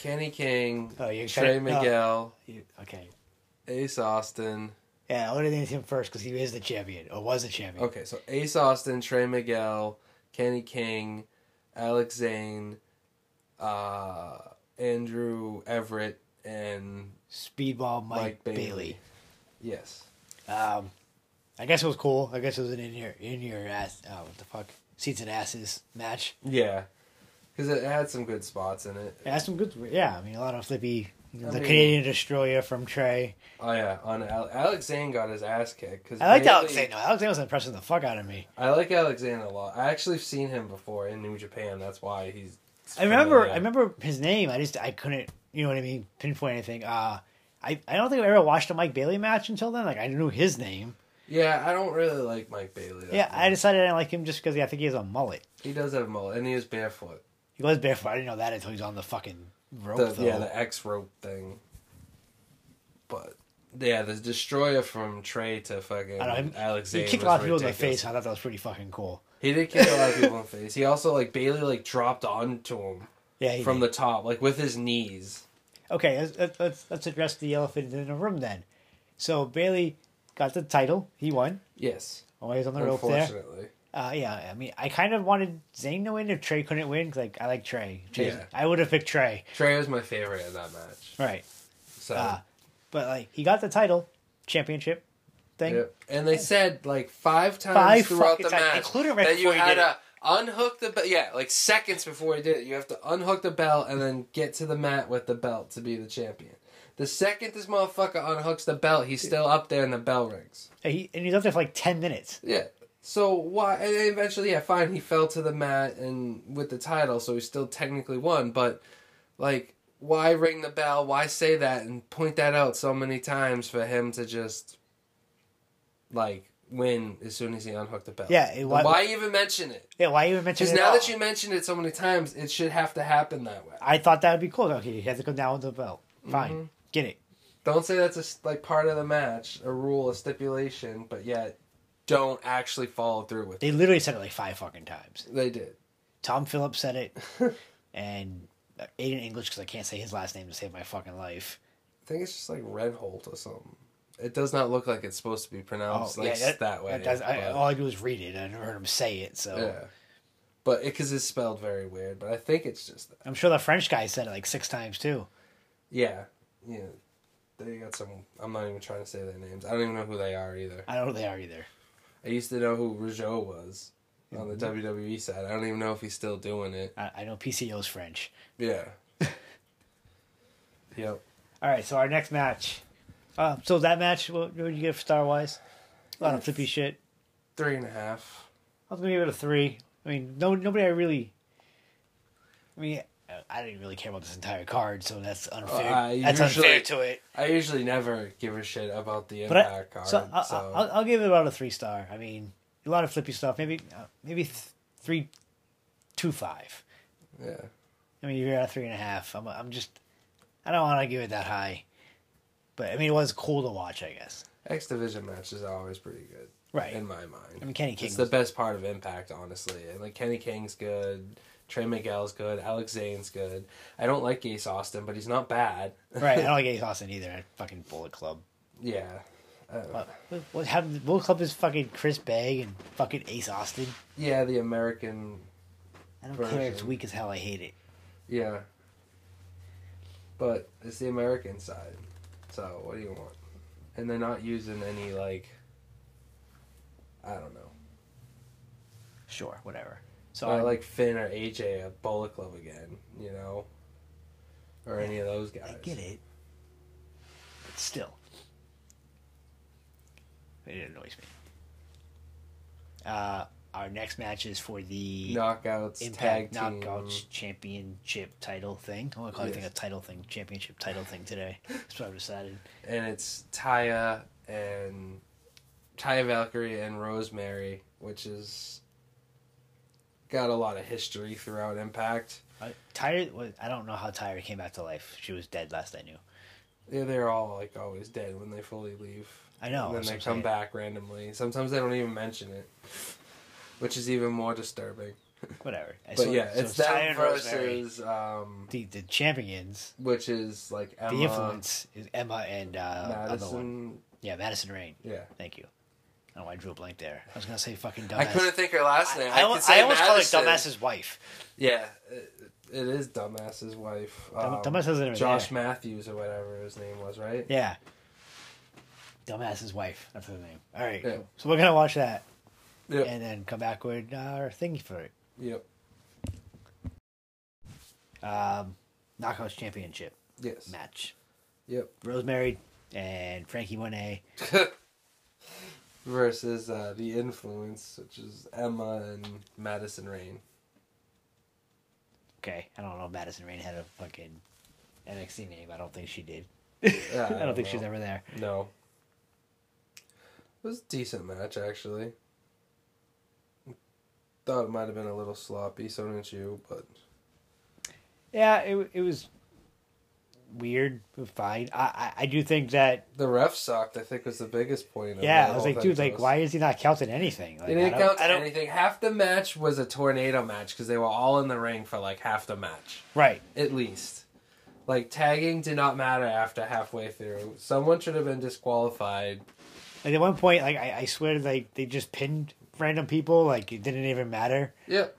[SPEAKER 2] Kenny King,
[SPEAKER 1] Uh, Oh, you
[SPEAKER 2] Trey
[SPEAKER 1] excited? No.
[SPEAKER 2] Miguel,
[SPEAKER 1] You- Okay.
[SPEAKER 2] Ace Austin.
[SPEAKER 1] Yeah, I would have named him first because he is the champion, or was the champion.
[SPEAKER 2] Okay, so Ace Austin, Trey Miguel, Kenny King, Alex Zane, uh, Andrew Everett, and
[SPEAKER 1] Speedball Mike,
[SPEAKER 2] Mike Bailey.
[SPEAKER 1] Bailey.
[SPEAKER 2] yes,
[SPEAKER 1] Um, I guess it was cool. I guess it was an in your in your ass. Oh, what the fuck? Seats and asses match.
[SPEAKER 2] yeah, because it had some good spots in it.
[SPEAKER 1] Yeah, some good. Yeah, I mean a lot of flippy. the
[SPEAKER 2] mean-
[SPEAKER 1] Canadian Destroyer from Trey.
[SPEAKER 2] Oh yeah, on Al- Alex Zane got his ass kicked. Cause
[SPEAKER 1] I liked
[SPEAKER 2] Bailey-
[SPEAKER 1] Alex Zane. though. Alex Zane was impressing the fuck out of me.
[SPEAKER 2] I like Alex Zane a lot. I actually have seen him before in New Japan. That's why he's.
[SPEAKER 1] I remember.
[SPEAKER 2] familiar.
[SPEAKER 1] I remember his name. I just I couldn't. You know what I mean? Pinpoint anything. Uh, I I don't think I ever watched a Mike Bailey match until then. Like I knew his name.
[SPEAKER 2] Yeah, I don't really like Mike Bailey. that
[SPEAKER 1] Yeah, I
[SPEAKER 2] much.
[SPEAKER 1] decided I didn't like him just because I think he has a mullet.
[SPEAKER 2] he does have a mullet, and he is barefoot.
[SPEAKER 1] He goes barefoot. I didn't know that until he's on the fucking rope.
[SPEAKER 2] the,
[SPEAKER 1] though.
[SPEAKER 2] yeah, the X rope thing. But yeah, the destroyer from Trey to fucking
[SPEAKER 1] I don't know. He,
[SPEAKER 2] Alex
[SPEAKER 1] he
[SPEAKER 2] Zane
[SPEAKER 1] kicked a
[SPEAKER 2] was
[SPEAKER 1] lot of people in the
[SPEAKER 2] ridiculous.
[SPEAKER 1] face. I thought that was pretty fucking cool.
[SPEAKER 2] He did kick a lot of people in the face. He also like Bailey like dropped onto him
[SPEAKER 1] Yeah. He
[SPEAKER 2] from
[SPEAKER 1] did.
[SPEAKER 2] the top, like with his knees.
[SPEAKER 1] okay. Let's, let's- let's let's address the elephant in the room then. So Bailey got the title. He won.
[SPEAKER 2] Yes,
[SPEAKER 1] Oh, he was on the rope there.
[SPEAKER 2] unfortunately.
[SPEAKER 1] Uh, yeah, I mean, I kind of wanted Zayn to win if Trey couldn't win. 'cause, like, I like Trey. Trey's-
[SPEAKER 2] Yeah.
[SPEAKER 1] I would have picked Trey.
[SPEAKER 2] Trey was my favorite in that match.
[SPEAKER 1] Right.
[SPEAKER 2] So
[SPEAKER 1] Uh, but, like, he got the title, championship thing.
[SPEAKER 2] Yep. And they said like five times
[SPEAKER 1] Five
[SPEAKER 2] throughout
[SPEAKER 1] fucking
[SPEAKER 2] the
[SPEAKER 1] times,
[SPEAKER 2] match
[SPEAKER 1] including right
[SPEAKER 2] that you
[SPEAKER 1] before he
[SPEAKER 2] had
[SPEAKER 1] did
[SPEAKER 2] to unhook the belt. Yeah, like seconds before he did it, you have to unhook the belt and then get to the mat with the belt to be the champion. The second this motherfucker unhooks the belt, he's still up there and the bell rings.
[SPEAKER 1] And, he, and he's up there for like 10 minutes.
[SPEAKER 2] Yeah. So why? And then eventually, yeah, fine. He fell to the mat and with the title, so he still technically won. But like, why ring the bell? Why say that and point that out so many times for him to just like win as soon as he unhooked the bell?
[SPEAKER 1] Yeah, it-
[SPEAKER 2] And
[SPEAKER 1] why-
[SPEAKER 2] why, even mention it?
[SPEAKER 1] Yeah, why even mention it?
[SPEAKER 2] Because
[SPEAKER 1] at
[SPEAKER 2] now
[SPEAKER 1] all?
[SPEAKER 2] that you mentioned it so many times, it should have to happen that way.
[SPEAKER 1] I thought that would be cool. Okay, he has to come down with the belt. Fine.
[SPEAKER 2] Mm-hmm.
[SPEAKER 1] Get it.
[SPEAKER 2] Don't say that's a s like part of the match, a rule, a stipulation, but yet don't actually follow through with
[SPEAKER 1] They
[SPEAKER 2] it.
[SPEAKER 1] literally said it like five fucking times.
[SPEAKER 2] They did.
[SPEAKER 1] Tom Phillips said it, and uh, Aiden English, because I can't say his last name to save my fucking life.
[SPEAKER 2] I think it's just like Red Holt or something. It does not look like it's supposed to be pronounced Oh,
[SPEAKER 1] Oh,
[SPEAKER 2] like that, way.
[SPEAKER 1] does- I- oh,
[SPEAKER 2] but,
[SPEAKER 1] all I do is read it. I never heard him say it, so.
[SPEAKER 2] yeah, but because it's spelled very weird. But I think it's just that.
[SPEAKER 1] I'm sure the French guy said it like six times too.
[SPEAKER 2] Yeah, yeah. They got some. I'm not even trying to say their names. I don't even know who they are either.
[SPEAKER 1] I don't know who they are either.
[SPEAKER 2] I used to know who Rougeau was. on
[SPEAKER 1] Mm-hmm.
[SPEAKER 2] the WWE side. I don't even know if he's still doing it.
[SPEAKER 1] I, I know PCO's French.
[SPEAKER 2] Yeah. yep.
[SPEAKER 1] All right, so our next match. Uh, so that match, what, what did you get for star wise? A lot of flippy shit.
[SPEAKER 2] Three and a half.
[SPEAKER 1] I was gonna give it a three. I mean, no, nobody I really. I mean, I- I didn't really care about this entire card, so that's unfair.
[SPEAKER 2] Uh, you
[SPEAKER 1] that's unfair to
[SPEAKER 2] usually-
[SPEAKER 1] it.
[SPEAKER 2] I usually never give a shit about the
[SPEAKER 1] But I,
[SPEAKER 2] impact card.
[SPEAKER 1] so, I,
[SPEAKER 2] so
[SPEAKER 1] I, will I'll give it about a three star. I mean, a lot of flippy stuff. Maybe uh, maybe th- three, two five.
[SPEAKER 2] yeah.
[SPEAKER 1] I mean, you're at a three and a half. I'm I'm just I don't want to give it that high, but I mean, it was cool to watch. I guess.
[SPEAKER 2] X Division matches are always pretty good.
[SPEAKER 1] Right.
[SPEAKER 2] In my mind.
[SPEAKER 1] I mean, Kenny King
[SPEAKER 2] It's the
[SPEAKER 1] was-
[SPEAKER 2] best part of Impact, honestly. And like Kenny King's good, Trey Miguel's good, Alex Zane's good. I don't like Ace Austin, but he's not bad.
[SPEAKER 1] Right. I don't like Ace Austin either. I fucking Bullet Club.
[SPEAKER 2] yeah.
[SPEAKER 1] Uh, what- What happened? Bullet Club is fucking Chris Bag and fucking Ace Austin.
[SPEAKER 2] Yeah, the American
[SPEAKER 1] I don't
[SPEAKER 2] Version.
[SPEAKER 1] care. It's weak as hell. I hate it.
[SPEAKER 2] yeah. But it's the American side. So what do you want? And they're not using any like I don't know.
[SPEAKER 1] Sure, whatever. So
[SPEAKER 2] Not
[SPEAKER 1] I like.
[SPEAKER 2] like Finn or AJ at Bullet Club again, you know? Or any of those guys.
[SPEAKER 1] I get it. But still, it annoys me. Uh, our next match is for the
[SPEAKER 2] Knockouts,
[SPEAKER 1] Impact
[SPEAKER 2] tag team.
[SPEAKER 1] Knockouts Championship title thing. I want to call everything
[SPEAKER 2] Yes.
[SPEAKER 1] a title thing, championship title thing today. That's what I've decided.
[SPEAKER 2] and it's Taya and Taya Valkyrie and Rosemary, which is got a lot of history throughout Impact.
[SPEAKER 1] I, Tyra, was- I don't know how Tyra came back to life. She was dead last I knew.
[SPEAKER 2] Yeah, they're all like always dead when they fully leave.
[SPEAKER 1] I know,
[SPEAKER 2] And then
[SPEAKER 1] that's what
[SPEAKER 2] they
[SPEAKER 1] I'm
[SPEAKER 2] come
[SPEAKER 1] saying.
[SPEAKER 2] back randomly. Sometimes they don't even mention it, which is even more disturbing.
[SPEAKER 1] Whatever.
[SPEAKER 2] But
[SPEAKER 1] So-
[SPEAKER 2] yeah,
[SPEAKER 1] so
[SPEAKER 2] it's them
[SPEAKER 1] Tyra and Rosemary.
[SPEAKER 2] versus um,
[SPEAKER 1] the the champions.
[SPEAKER 2] which is like Emma,
[SPEAKER 1] the influence is Emma and uh, other one.
[SPEAKER 2] Madison.
[SPEAKER 1] Yeah, Madison Rain.
[SPEAKER 2] Yeah.
[SPEAKER 1] Thank you. I don't know why I drew a blank there. I was gonna say fucking dumbass.
[SPEAKER 2] I couldn't think her last
[SPEAKER 1] I,
[SPEAKER 2] name.
[SPEAKER 1] I,
[SPEAKER 2] could
[SPEAKER 1] almost-
[SPEAKER 2] say
[SPEAKER 1] I almost called it
[SPEAKER 2] Madison.
[SPEAKER 1] dumbass's wife.
[SPEAKER 2] Yeah, it, it is dumbass's wife.
[SPEAKER 1] Dumb-
[SPEAKER 2] um,
[SPEAKER 1] dumbass isn't even
[SPEAKER 2] Josh
[SPEAKER 1] there.
[SPEAKER 2] Matthews or whatever his name was, right?
[SPEAKER 1] Yeah. Dumbass's wife. That's her name. All right.
[SPEAKER 2] Yeah.
[SPEAKER 1] So we're gonna watch that
[SPEAKER 2] Yep.
[SPEAKER 1] and then come back with our thing for it.
[SPEAKER 2] yep.
[SPEAKER 1] Um, Knockouts Championship
[SPEAKER 2] Yes.
[SPEAKER 1] match.
[SPEAKER 2] Yep.
[SPEAKER 1] Rosemary and Frankie Monet.
[SPEAKER 2] Versus uh, the influence, which is Emma and Madison Rain.
[SPEAKER 1] Okay, I don't know if Madison Rain had a fucking NXT name. I don't think she did.
[SPEAKER 2] Yeah,
[SPEAKER 1] I don't think
[SPEAKER 2] know.
[SPEAKER 1] she's ever there.
[SPEAKER 2] No. It was a decent match actually. Thought it might have been a little sloppy, so didn't you? But
[SPEAKER 1] Yeah, it it was weird, but fine. I, I I do think that
[SPEAKER 2] the ref sucked. I think was the biggest point. Of
[SPEAKER 1] yeah,
[SPEAKER 2] the
[SPEAKER 1] I was
[SPEAKER 2] whole
[SPEAKER 1] like,
[SPEAKER 2] thing
[SPEAKER 1] dude,
[SPEAKER 2] to
[SPEAKER 1] like,
[SPEAKER 2] us.
[SPEAKER 1] why is he not counting anything? Like,
[SPEAKER 2] They
[SPEAKER 1] I
[SPEAKER 2] didn't
[SPEAKER 1] don't-
[SPEAKER 2] count
[SPEAKER 1] I don't-
[SPEAKER 2] anything. Half the match was a tornado match because they were all in the ring for like half the match,
[SPEAKER 1] Right,
[SPEAKER 2] at least. Like tagging did not matter after halfway through. Someone should have been disqualified.
[SPEAKER 1] like at one point, like I, I swear, like they just pinned random people. Like it didn't even matter
[SPEAKER 2] Yep.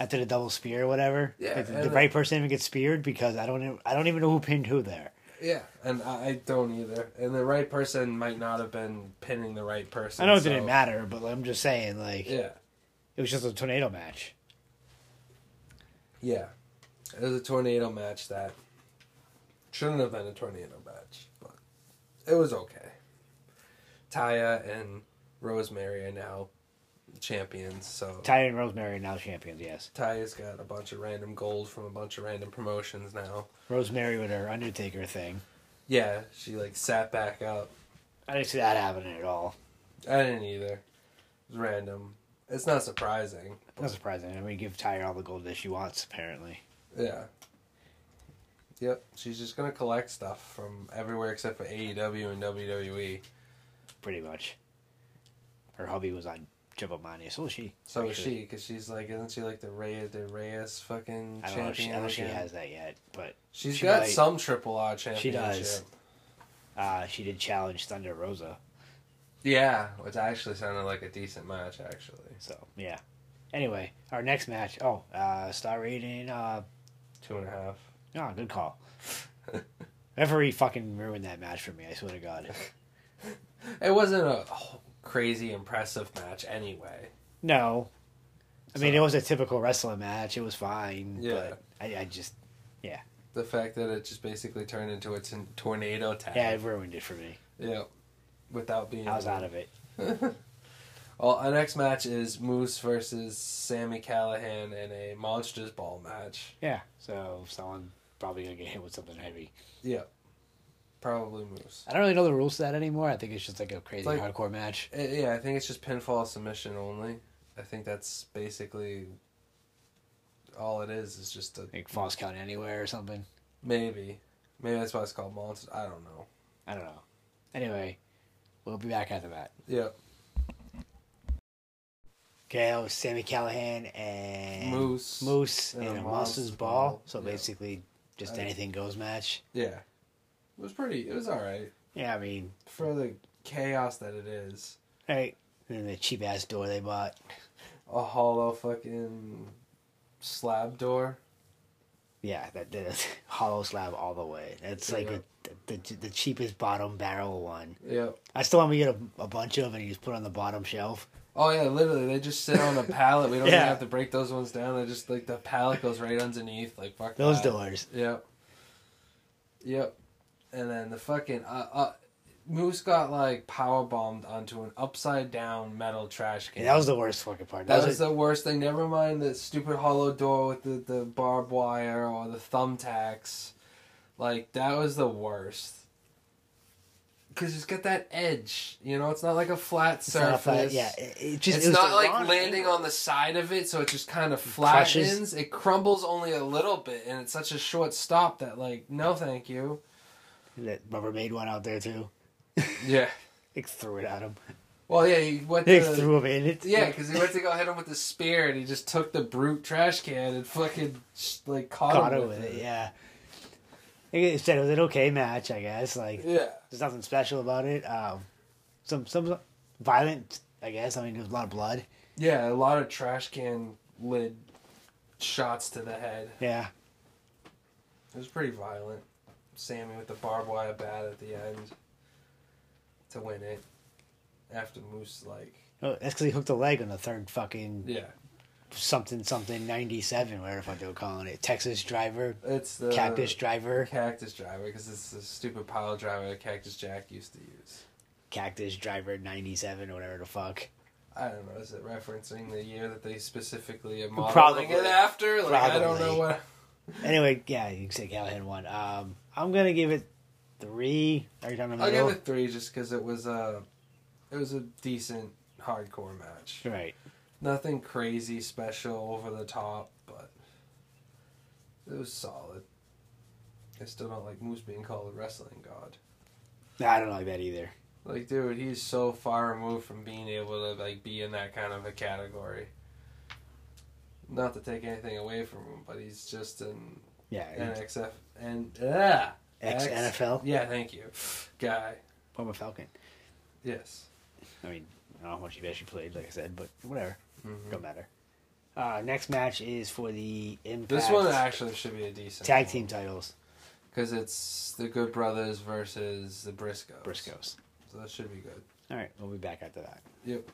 [SPEAKER 1] after the double spear or whatever.
[SPEAKER 2] Yeah,
[SPEAKER 1] Like, the-
[SPEAKER 2] and
[SPEAKER 1] the
[SPEAKER 2] it-
[SPEAKER 1] right person even gets speared because I don't know- I don't even know who pinned who there.
[SPEAKER 2] Yeah, and I I don't either. And the right person might not have been pinning the right person.
[SPEAKER 1] I know it
[SPEAKER 2] so-
[SPEAKER 1] didn't matter, but I'm just saying, like
[SPEAKER 2] Yeah,
[SPEAKER 1] it was just a tornado match.
[SPEAKER 2] yeah. It was a tornado match that shouldn't have been a tornado match, but it was okay. Taya and Rosemary are now champions, so
[SPEAKER 1] Ty and Rosemary are now champions. Yes,
[SPEAKER 2] Taya's got a bunch of random gold from a bunch of random promotions now.
[SPEAKER 1] Rosemary with her Undertaker thing.
[SPEAKER 2] Yeah, she like sat back up.
[SPEAKER 1] I didn't see that happening at all.
[SPEAKER 2] I didn't either. It's random. It's not surprising.
[SPEAKER 1] Not surprising. I mean, give Tyre all the gold that she wants, apparently.
[SPEAKER 2] Yeah. Yep, she's just gonna collect stuff from everywhere except for AEW and E. WWE.
[SPEAKER 1] Pretty much. Her hubby was on Jabamania, so was she.
[SPEAKER 2] So is
[SPEAKER 1] actually.
[SPEAKER 2] she, because she's like, isn't she like the Reyes de Reyes fucking
[SPEAKER 1] I don't know if she, I
[SPEAKER 2] champion?
[SPEAKER 1] don't know if she
[SPEAKER 2] again?
[SPEAKER 1] has that yet, but
[SPEAKER 2] She's
[SPEAKER 1] she
[SPEAKER 2] got
[SPEAKER 1] might.
[SPEAKER 2] some Triple R championship.
[SPEAKER 1] She does. uh, she did challenge Thunder Rosa.
[SPEAKER 2] Yeah, which actually sounded like a decent match, actually.
[SPEAKER 1] So, yeah. Anyway, our next match. Oh, uh, star rating. Uh,
[SPEAKER 2] Two and a half.
[SPEAKER 1] no, good call. Referee fucking ruined that match for me, I swear to God.
[SPEAKER 2] It wasn't a h- crazy impressive match anyway.
[SPEAKER 1] No. I mean, it was a typical wrestling match. It was fine.
[SPEAKER 2] Yeah.
[SPEAKER 1] But I, I just, yeah.
[SPEAKER 2] The fact that it just basically turned into a t- tornado tag.
[SPEAKER 1] Yeah, it ruined it for me.
[SPEAKER 2] Yeah. Without being.
[SPEAKER 1] I was out of it.
[SPEAKER 2] Well, our next match is Moose versus Sammy Callahan in a Monsters Ball match.
[SPEAKER 1] Yeah. So someone probably going to get hit with something heavy.
[SPEAKER 2] Yeah. Probably Moose.
[SPEAKER 1] I don't really know the rules to that anymore. I think it's just like a crazy
[SPEAKER 2] Like-
[SPEAKER 1] hardcore match.
[SPEAKER 2] Uh, yeah, I think it's just pinfall submission only. I think that's basically all it is. Is just a
[SPEAKER 1] Like false count anywhere or something.
[SPEAKER 2] maybe, maybe that's why it's called monster. I don't know.
[SPEAKER 1] I don't know. Anyway, we'll be back after that.
[SPEAKER 2] Yeah,
[SPEAKER 1] Okay, that was Sammy Callahan and
[SPEAKER 2] Moose.
[SPEAKER 1] Moose
[SPEAKER 2] and
[SPEAKER 1] and,
[SPEAKER 2] a
[SPEAKER 1] a
[SPEAKER 2] Monster's
[SPEAKER 1] Monsters Ball.
[SPEAKER 2] Ball.
[SPEAKER 1] So
[SPEAKER 2] Yeah.
[SPEAKER 1] basically, just
[SPEAKER 2] I-
[SPEAKER 1] anything goes match.
[SPEAKER 2] yeah. It was pretty. It was all right
[SPEAKER 1] Yeah, I mean,
[SPEAKER 2] for the chaos that it is.
[SPEAKER 1] right. And then the cheap ass door they bought.
[SPEAKER 2] A hollow fucking slab door.
[SPEAKER 1] Yeah, that, that hollow slab all the way. That's like
[SPEAKER 2] Yeah.
[SPEAKER 1] the, the the cheapest bottom barrel one.
[SPEAKER 2] Yeah.
[SPEAKER 1] I still want to get a, a bunch of, and you just put it on the bottom shelf.
[SPEAKER 2] Oh yeah, literally they just sit on a pallet. We don't even
[SPEAKER 1] Yeah.
[SPEAKER 2] have to break those ones down. They just like the pallet goes right underneath. Like fuck.
[SPEAKER 1] Those
[SPEAKER 2] that.
[SPEAKER 1] doors.
[SPEAKER 2] Yep. Yep. And then the fucking uh, uh, Moose got like power bombed onto an upside down metal trash can.
[SPEAKER 1] Yeah, that was the worst fucking part.
[SPEAKER 2] That
[SPEAKER 1] That,
[SPEAKER 2] was,
[SPEAKER 1] was,
[SPEAKER 2] the worst thing. Never mind the stupid hollow door with the, the barbed wire or the thumbtacks. Like that was the worst. Cause it's got that edge, you know. It's not like a flat
[SPEAKER 1] it's not a flat-
[SPEAKER 2] surface.
[SPEAKER 1] yeah, it, it just
[SPEAKER 2] It's
[SPEAKER 1] it was
[SPEAKER 2] not
[SPEAKER 1] the
[SPEAKER 2] like
[SPEAKER 1] wrong
[SPEAKER 2] landing
[SPEAKER 1] angle.
[SPEAKER 2] on the side of it, so it just kind of
[SPEAKER 1] Crushes.
[SPEAKER 2] flattens. It crumbles only a little bit, and it's such a short stop that, like, no, thank you.
[SPEAKER 1] That Rubbermaid one out there too.
[SPEAKER 2] Yeah.
[SPEAKER 1] They threw it at him.
[SPEAKER 2] Well, yeah, he went
[SPEAKER 1] They
[SPEAKER 2] to.
[SPEAKER 1] threw him in it.
[SPEAKER 2] Uh, yeah, because he went to go hit him with the spear, and he just took the brute trash can and fucking sh- like caught,
[SPEAKER 1] caught
[SPEAKER 2] him
[SPEAKER 1] it with it. Yeah. Like I said, it was an okay match, I guess. Like
[SPEAKER 2] Yeah.
[SPEAKER 1] there's nothing special about it. Um, some some violent, I guess. I mean, there's a lot of blood.
[SPEAKER 2] Yeah, a lot of trash can lid shots to the head.
[SPEAKER 1] Yeah.
[SPEAKER 2] It was pretty violent. Sammy with the barbed wire bat at the end to win it. After Moose, like,
[SPEAKER 1] Oh, that's because he hooked a leg on the third fucking
[SPEAKER 2] yeah.
[SPEAKER 1] something something ninety seven, whatever the fuck they were calling it. Texas driver,
[SPEAKER 2] It's the
[SPEAKER 1] cactus driver,
[SPEAKER 2] cactus driver because it's the stupid pile driver that Cactus Jack used to use.
[SPEAKER 1] cactus driver ninety seven, or whatever the fuck.
[SPEAKER 2] I don't know. Is it referencing the year that they specifically are modeling it
[SPEAKER 1] Probably.
[SPEAKER 2] after? Like I don't
[SPEAKER 1] Probably.
[SPEAKER 2] know what.
[SPEAKER 1] Anyway, yeah, you can say Callahan won. Um, I'm gonna give it three. Every time I'm
[SPEAKER 2] I'll give it three just because it was a, it was a decent hardcore match.
[SPEAKER 1] right.
[SPEAKER 2] Nothing crazy special over the top, but it was solid. I still don't like Moose being called a wrestling god.
[SPEAKER 1] Nah, I don't like that either.
[SPEAKER 2] Like, dude, he's so far removed from being able to like be in that kind of a category. Not to take anything away from him, but he's just an
[SPEAKER 1] Yeah,
[SPEAKER 2] NXF and yeah,
[SPEAKER 1] ex NFL,
[SPEAKER 2] Yeah, thank you, guy.
[SPEAKER 1] former Falcon.
[SPEAKER 2] Yes.
[SPEAKER 1] I mean, I don't know how much he actually played, like I said, but whatever,
[SPEAKER 2] Mhm.
[SPEAKER 1] don't matter. Uh, next match is for the Impact
[SPEAKER 2] This one actually should be a decent
[SPEAKER 1] tag team titles,
[SPEAKER 2] because it's the Good Brothers versus the Briscoes.
[SPEAKER 1] Briscoes.
[SPEAKER 2] So that should be good.
[SPEAKER 1] All right, we'll be back after that.
[SPEAKER 2] Yep.